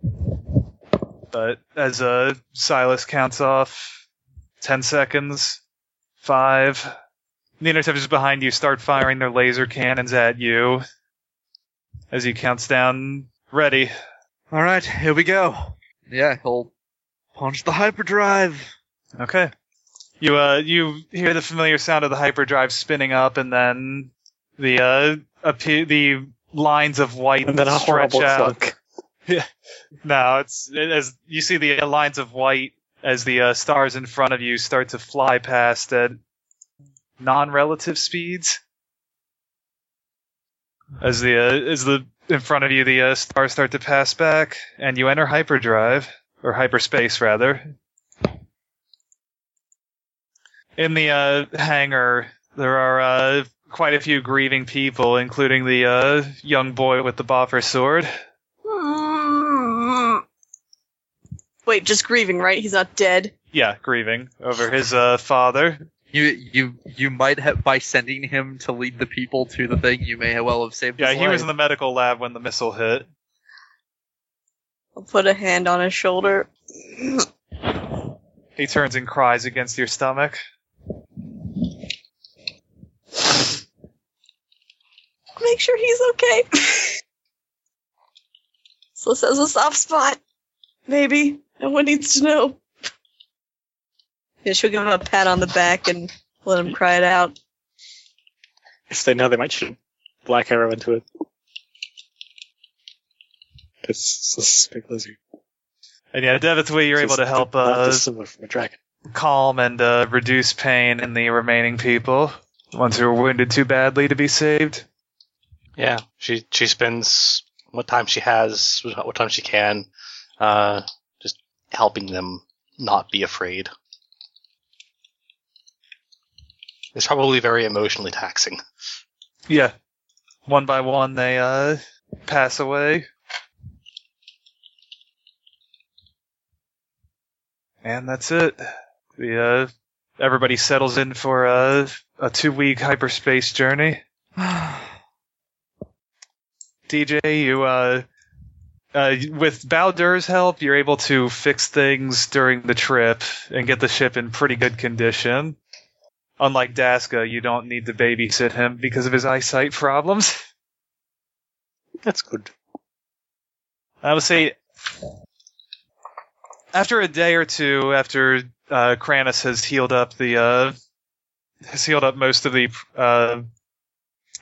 [SPEAKER 4] but as uh, Silas counts off, ten seconds, five. The interceptors behind you start firing their laser cannons at you. As he counts down, ready.
[SPEAKER 7] All right, here we go. Yeah, he'll punch the hyperdrive.
[SPEAKER 4] Okay. You uh you hear the familiar sound of the hyperdrive spinning up, and then the uh appear, the lines of white
[SPEAKER 6] And then a
[SPEAKER 4] stretch
[SPEAKER 6] horrible
[SPEAKER 4] out.
[SPEAKER 6] clunk.
[SPEAKER 4] [laughs] No, it's it, as you see the lines of white as the uh, stars in front of you start to fly past at non-relative speeds. As the uh, as the in front of you the uh, stars start to pass back, and you enter hyperdrive or hyperspace rather. In the uh, hangar, there are uh, quite a few grieving people, including the uh, young boy with the boffer sword.
[SPEAKER 2] Wait, just grieving, right? He's not dead.
[SPEAKER 4] yeah, grieving over his uh, father.
[SPEAKER 7] You you you might have by sending him to lead the people to the thing. You may well have saved.
[SPEAKER 4] Yeah,
[SPEAKER 7] his
[SPEAKER 4] he was in
[SPEAKER 7] life.
[SPEAKER 4] the medical lab when the missile hit.
[SPEAKER 2] I'll put a hand on his shoulder.
[SPEAKER 4] He turns and cries against your stomach.
[SPEAKER 2] Make sure he's okay. [laughs] so this has a soft spot. Maybe. No one needs to know. Yeah, she'll give him a pat on the back and let him cry it out. [laughs]
[SPEAKER 6] If they know, they might shoot black arrow into it. It's this big lizard.
[SPEAKER 4] And yeah, Devithui, you're able to help
[SPEAKER 6] Not
[SPEAKER 4] uh,
[SPEAKER 6] dissimilar from a dragon.
[SPEAKER 4] calm and uh, reduce pain in the remaining people, the ones who are wounded too badly to be saved.
[SPEAKER 8] Yeah, she she spends what time she has, what time she can, uh, just helping them not be afraid. It's probably very emotionally taxing.
[SPEAKER 4] Yeah, one by one they uh, pass away. And that's it. The uh, everybody settles in for uh, a two-week hyperspace journey. DJ, you uh, uh, with Baldur's help, you're able to fix things during the trip and get the ship in pretty good condition. Unlike Daska, you don't need to babysit him because of his eyesight problems. [laughs]
[SPEAKER 6] That's good.
[SPEAKER 4] I would say after a day or two, after uh, Kranis has healed up the uh, has healed up most of the uh,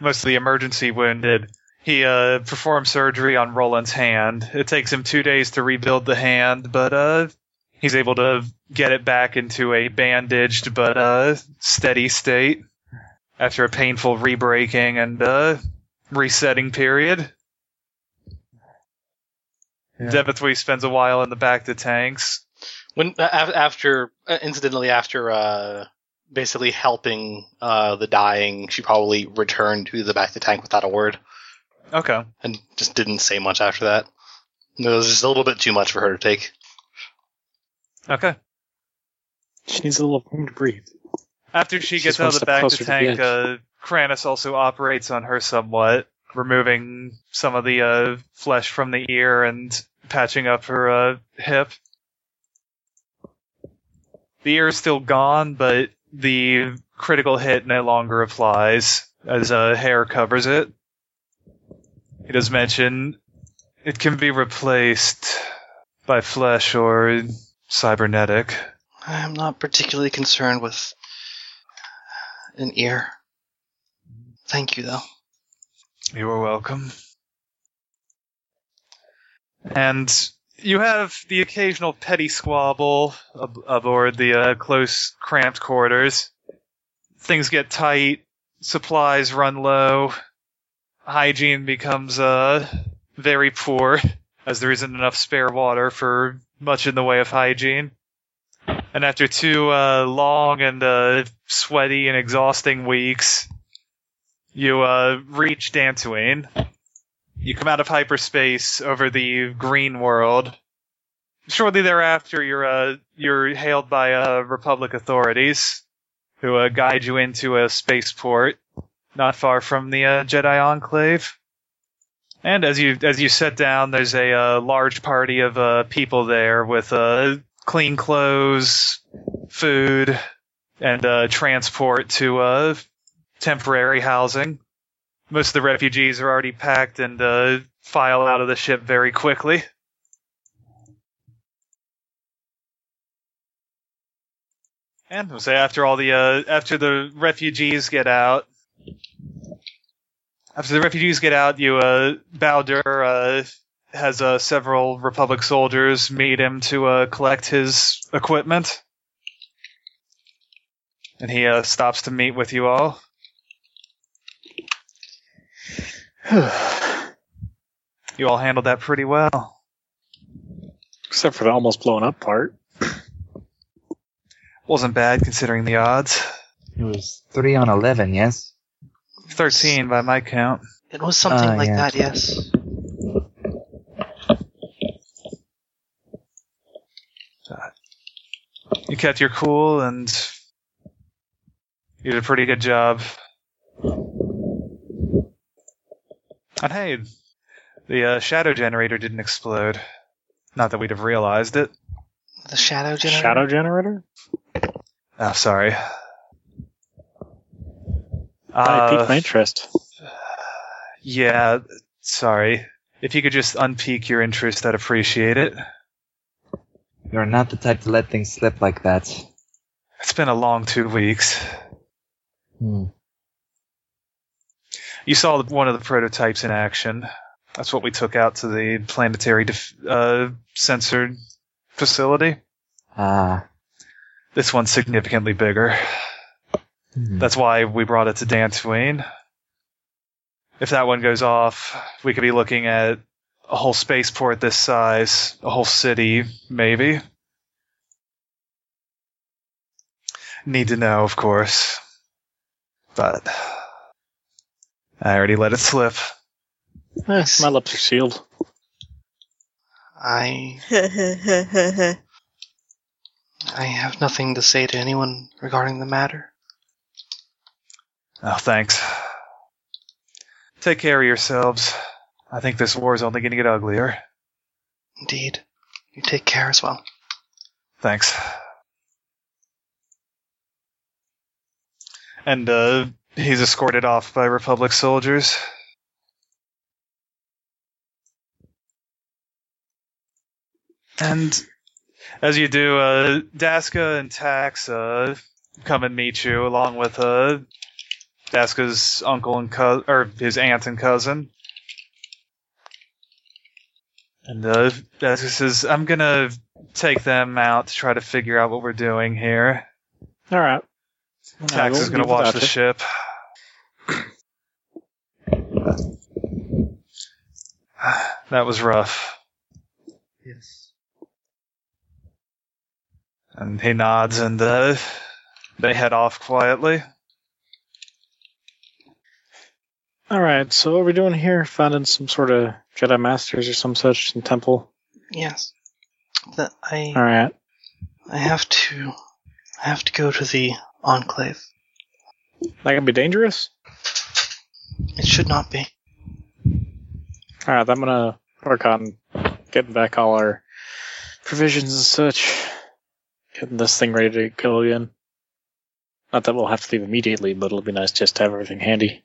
[SPEAKER 4] most of the emergency wounded, he uh, performs surgery on Roland's hand. It takes him two days to rebuild the hand, but uh, he's able to get it back into a bandaged but uh, steady state after a painful rebreaking and uh, resetting period.
[SPEAKER 9] Yeah.
[SPEAKER 4] Devithwy spends a while in the back of the tanks.
[SPEAKER 8] When a- af- after, uh, incidentally, after uh, basically helping uh, the dying, she probably returned to the back of the tank without a word
[SPEAKER 4] Okay.
[SPEAKER 8] and just didn't say much after that. It was just a little bit too much for her to take.
[SPEAKER 4] Okay.
[SPEAKER 6] She needs a little room to breathe.
[SPEAKER 4] After she
[SPEAKER 6] She
[SPEAKER 4] gets
[SPEAKER 6] just
[SPEAKER 4] out
[SPEAKER 6] wants
[SPEAKER 4] of the
[SPEAKER 6] to
[SPEAKER 4] back of
[SPEAKER 6] closer
[SPEAKER 4] the
[SPEAKER 6] to the
[SPEAKER 4] tank,
[SPEAKER 6] edge.
[SPEAKER 4] uh, Kranis also operates on her somewhat, removing some of the uh, flesh from the ear and patching up her uh, hip. The ear is still gone, but the critical hit no longer applies as uh, hair covers it. He does mention it can be replaced by flesh or cybernetic.
[SPEAKER 1] I'm not particularly concerned with an ear. Thank you, though.
[SPEAKER 4] You are welcome. And you have the occasional petty squabble ab- aboard the uh, close, cramped quarters. Things get tight, supplies run low, hygiene becomes uh, very poor, as there isn't enough spare water for much in the way of hygiene. And after two uh, long and uh, sweaty and exhausting weeks, you uh, reach Dantooine. You come out of hyperspace over the green world shortly thereafter, you're uh, you're hailed by uh, Republic authorities, who uh, guide you into a spaceport not far from the uh, Jedi Enclave. And as you as you sit down, there's a uh, large party of uh, people there with uh, clean clothes, food, and uh, transport to uh, temporary housing. Most of the refugees are already packed and uh, file out of the ship very quickly. And we'll say after all the uh, after the refugees get out, after the refugees get out, you uh, Baldur uh, has uh, several Republic soldiers meet him to uh, collect his equipment, and he uh, stops to meet with you all. you all handled that pretty well.
[SPEAKER 6] Except for the almost blown up part.
[SPEAKER 4] Wasn't bad considering the odds.
[SPEAKER 5] It was three on eleven, yes.
[SPEAKER 4] Thirteen by my count.
[SPEAKER 1] It was something
[SPEAKER 5] Ah,
[SPEAKER 1] like
[SPEAKER 5] yeah.
[SPEAKER 1] that, yes.
[SPEAKER 4] You kept your cool and you did a pretty good job. And hey, the uh, shadow generator didn't explode. Not that we'd have realized it.
[SPEAKER 1] The shadow generator.
[SPEAKER 6] Shadow generator?
[SPEAKER 4] Oh, sorry.
[SPEAKER 6] I piqued
[SPEAKER 4] Uh,
[SPEAKER 6] my interest.
[SPEAKER 4] yeah, sorry. If you could just unpeak your interest, I'd appreciate it.
[SPEAKER 5] You're not the type to let things slip like that.
[SPEAKER 4] It's been a long two weeks.
[SPEAKER 5] Hmm.
[SPEAKER 4] You saw the- one of the prototypes in action. That's what we took out to the planetary def- uh, censored facility.
[SPEAKER 5] Ah.
[SPEAKER 4] This one's significantly bigger.
[SPEAKER 5] Hmm.
[SPEAKER 4] That's why we brought it to Dantooine. If that one goes off, we could be looking at a whole spaceport this size, a whole city, maybe. Need to know, of course. But I already let it slip.
[SPEAKER 1] Yes.
[SPEAKER 6] My lips are sealed.
[SPEAKER 1] I I have nothing to say to anyone regarding the matter.
[SPEAKER 4] Oh, thanks. Take care of yourselves. I think this war is only going to get uglier.
[SPEAKER 1] Indeed. You take care as well.
[SPEAKER 4] Thanks. And uh, he's escorted off by Republic soldiers. And as you do, uh, Daska and Tax uh, come and meet you, along with uh, Daska's uncle and cousin, or his aunt and cousin. And uh, Daska says, "I'm gonna take them out to try to figure out what we're doing here.
[SPEAKER 6] All right. I
[SPEAKER 4] Tax
[SPEAKER 6] won't
[SPEAKER 4] is going to
[SPEAKER 6] leave
[SPEAKER 4] watch
[SPEAKER 6] without
[SPEAKER 4] the
[SPEAKER 6] you.
[SPEAKER 4] ship. [sighs] that was rough.
[SPEAKER 7] Yes.
[SPEAKER 4] And he nods and uh, they head off quietly.
[SPEAKER 6] All right. So what are we doing here? Finding some sort of Jedi masters or some such, some temple.
[SPEAKER 1] Yes. That I
[SPEAKER 6] All right.
[SPEAKER 1] I have to I have to go to the enclave.
[SPEAKER 6] That can be dangerous.
[SPEAKER 1] It should not be.
[SPEAKER 6] All right. I'm gonna work on getting back all our provisions and such. Getting this thing ready to go again. Not that we'll have to leave immediately, but it'll be nice just to have everything handy.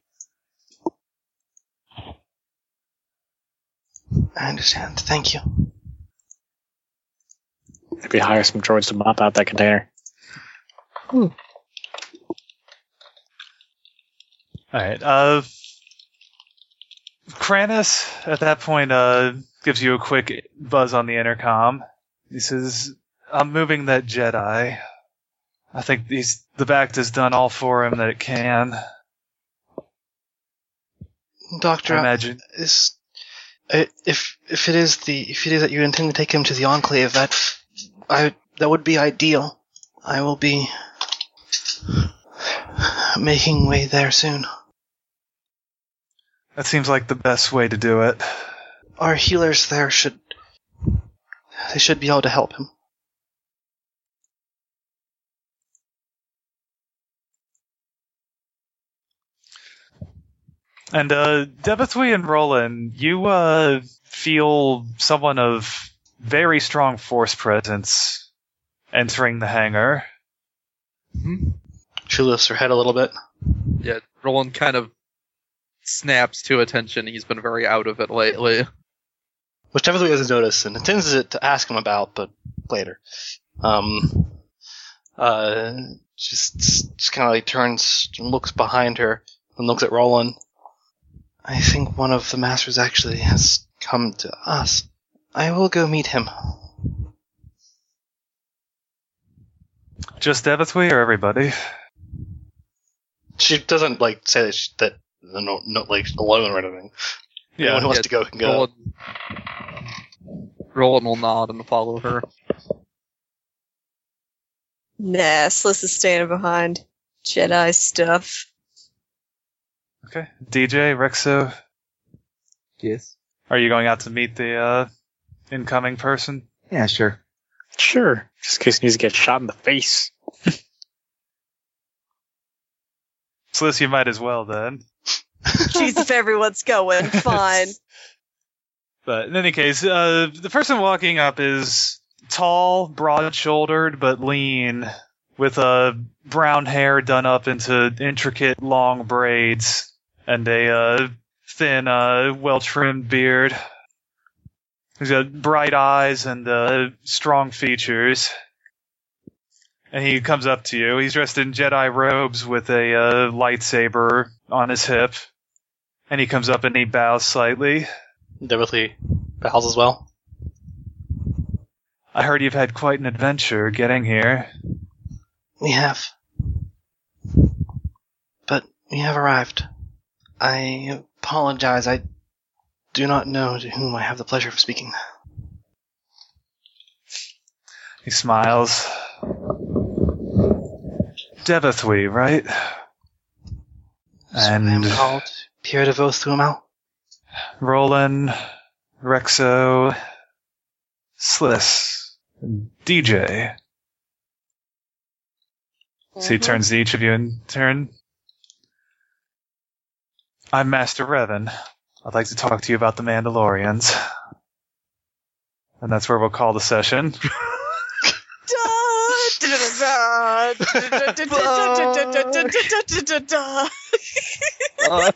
[SPEAKER 1] I understand. Thank you.
[SPEAKER 6] Maybe hire some droids to mop out that container.
[SPEAKER 4] All right. Uh, Kranis, at that point, uh, gives you a quick buzz on the intercom. He says, "I'm moving that Jedi. I think he's, the Bact has done all for him that it can.
[SPEAKER 1] Doctor
[SPEAKER 4] I imagine."
[SPEAKER 1] is I- if if it is the if it is that you intend to take him to the enclave that I that would be ideal. I will be making way there soon.
[SPEAKER 4] That seems like the best way to do it.
[SPEAKER 1] Our healers there should They should be able to help him.
[SPEAKER 4] And uh, Devithui and Roland, you uh, feel someone of very strong force presence entering the hangar.
[SPEAKER 1] She lifts her head a little bit.
[SPEAKER 7] [sighs] Yeah, Roland kind of snaps to attention. He's been very out of it lately.
[SPEAKER 1] which Devithy doesn't notice and intends to, to ask him about, but later. Um, uh, just, just kind of like turns and looks behind her and looks at Roland. I think one of the masters actually has come to us. I will go meet him.
[SPEAKER 4] Just Devithui or everybody?
[SPEAKER 8] She doesn't like say that, she, that they're not, not like alone or anything. Anyone who wants
[SPEAKER 7] Yeah,
[SPEAKER 8] to go can go.
[SPEAKER 7] Roland, Roland will nod and follow her.
[SPEAKER 2] Nah, Sliss is standing behind. Jedi stuff.
[SPEAKER 4] Okay. DJ, Rexo,
[SPEAKER 5] Yes.
[SPEAKER 4] are you going out to meet the uh, incoming person?
[SPEAKER 5] Yeah, sure.
[SPEAKER 6] Sure. Just in case he needs to get shot in the face.
[SPEAKER 4] Sliss, you might as well then.
[SPEAKER 2] Jeez, if everyone's [laughs] going, fine.
[SPEAKER 4] But in any case, uh, the person walking up is tall, broad shouldered, but lean, with uh, brown hair done up into intricate long braids and a uh, thin, uh, well trimmed beard. He's got bright eyes and uh, strong features. And he comes up to you. He's dressed in Jedi robes with a uh, lightsaber on his hip. And he comes up and he bows slightly.
[SPEAKER 8] Devothy bows as well.
[SPEAKER 4] I heard you've had quite an adventure getting here.
[SPEAKER 1] We have. But we have arrived. I apologize. I do not know to whom I have the pleasure of speaking.
[SPEAKER 4] He smiles. Devathui, right?
[SPEAKER 1] So I am
[SPEAKER 4] And
[SPEAKER 1] called Pierre de Vos Thumal.
[SPEAKER 4] Roland, Rexo, Sliss, DJ. So he turns to each of you in turn. I'm Master Revan. I'd like to talk to you about the Mandalorians. And that's where we'll call the session.
[SPEAKER 7] Uh,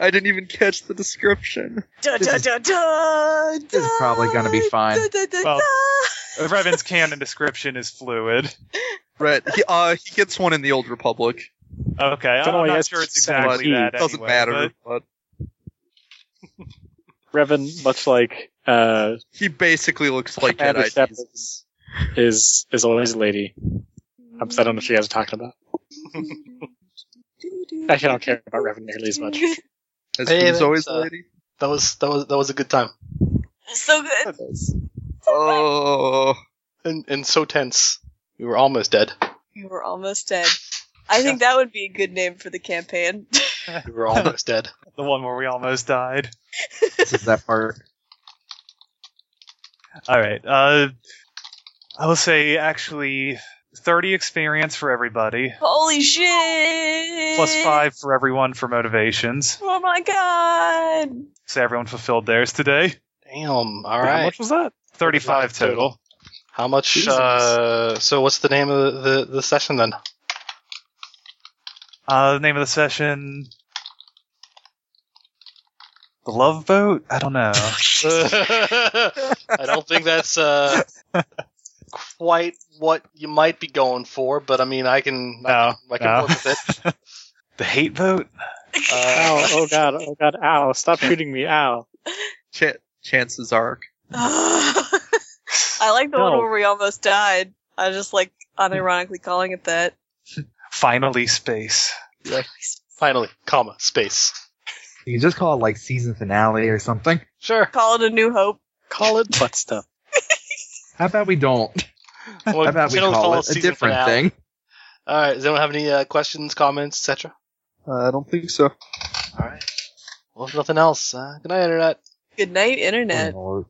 [SPEAKER 7] I didn't even catch the description.
[SPEAKER 5] This is probably gonna be fine.
[SPEAKER 4] Well- Revan's canon description is fluid.
[SPEAKER 7] Right. He, uh, he gets one in the Old Republic.
[SPEAKER 4] Okay, I'm
[SPEAKER 6] Don't know,
[SPEAKER 4] not
[SPEAKER 6] yes,
[SPEAKER 4] sure it's
[SPEAKER 6] it's
[SPEAKER 4] exactly
[SPEAKER 6] key.
[SPEAKER 4] that.
[SPEAKER 7] Doesn't
[SPEAKER 4] anyway,
[SPEAKER 7] matter.
[SPEAKER 4] but-
[SPEAKER 7] But
[SPEAKER 6] Revan, much like uh,
[SPEAKER 7] he basically looks like
[SPEAKER 6] I
[SPEAKER 7] Jedi
[SPEAKER 6] understand.
[SPEAKER 7] Jesus.
[SPEAKER 6] is is always a lady. I'm, I don't know if you guys are talking about. Actually, I don't care about Revan nearly as much.
[SPEAKER 7] As
[SPEAKER 8] Hey,
[SPEAKER 7] he's always
[SPEAKER 8] that's,
[SPEAKER 7] a
[SPEAKER 8] uh,
[SPEAKER 7] lady.
[SPEAKER 8] That was that was that was a good time.
[SPEAKER 2] so good.
[SPEAKER 7] Oh.
[SPEAKER 8] And and so tense. We were almost dead.
[SPEAKER 2] We were almost dead. I think that would be a good name for the campaign. [laughs]
[SPEAKER 8] We were almost dead.
[SPEAKER 4] The one where we almost died.
[SPEAKER 5] This is that part.
[SPEAKER 4] All right. Uh, I will say actually 30 experience for everybody,
[SPEAKER 2] Holy shit!
[SPEAKER 4] plus five for everyone for motivations.
[SPEAKER 2] Oh my god! [laughs]
[SPEAKER 4] So everyone fulfilled theirs today.
[SPEAKER 8] Damn. All
[SPEAKER 6] How
[SPEAKER 8] right.
[SPEAKER 6] much was that?
[SPEAKER 4] 35 total.
[SPEAKER 8] How much? Uh, so what's the name of the the session then?
[SPEAKER 4] Uh, the name of the session. The Love Boat? I don't know.
[SPEAKER 8] I don't think that's uh, quite what you might be going for, but I mean, I can, I can, I can
[SPEAKER 4] [laughs] no.
[SPEAKER 8] work with it.
[SPEAKER 4] the Hate Boat?
[SPEAKER 6] Ow! Oh god! Oh god! Ow! Stop shooting me! Ow!
[SPEAKER 7] Ch- chances are.
[SPEAKER 2] I like the one
[SPEAKER 6] No.
[SPEAKER 2] where we almost died. I just like unironically calling it that.
[SPEAKER 4] Finally, Space.
[SPEAKER 8] Finally, comma, space.
[SPEAKER 5] You can just call it like season finale or something.
[SPEAKER 8] Sure.
[SPEAKER 2] Call it a new hope.
[SPEAKER 6] Call it butt stuff.
[SPEAKER 5] How about we don't?
[SPEAKER 8] Well,
[SPEAKER 5] How about we
[SPEAKER 8] generally
[SPEAKER 5] call
[SPEAKER 8] follow
[SPEAKER 5] it a
[SPEAKER 8] season
[SPEAKER 5] different
[SPEAKER 8] finale.
[SPEAKER 5] thing?
[SPEAKER 8] All right. Does anyone have any uh, questions, comments, etc.?
[SPEAKER 7] I don't think so.
[SPEAKER 8] All right. Well, if nothing else, uh, good night, internet.
[SPEAKER 2] Good night, internet.
[SPEAKER 5] Or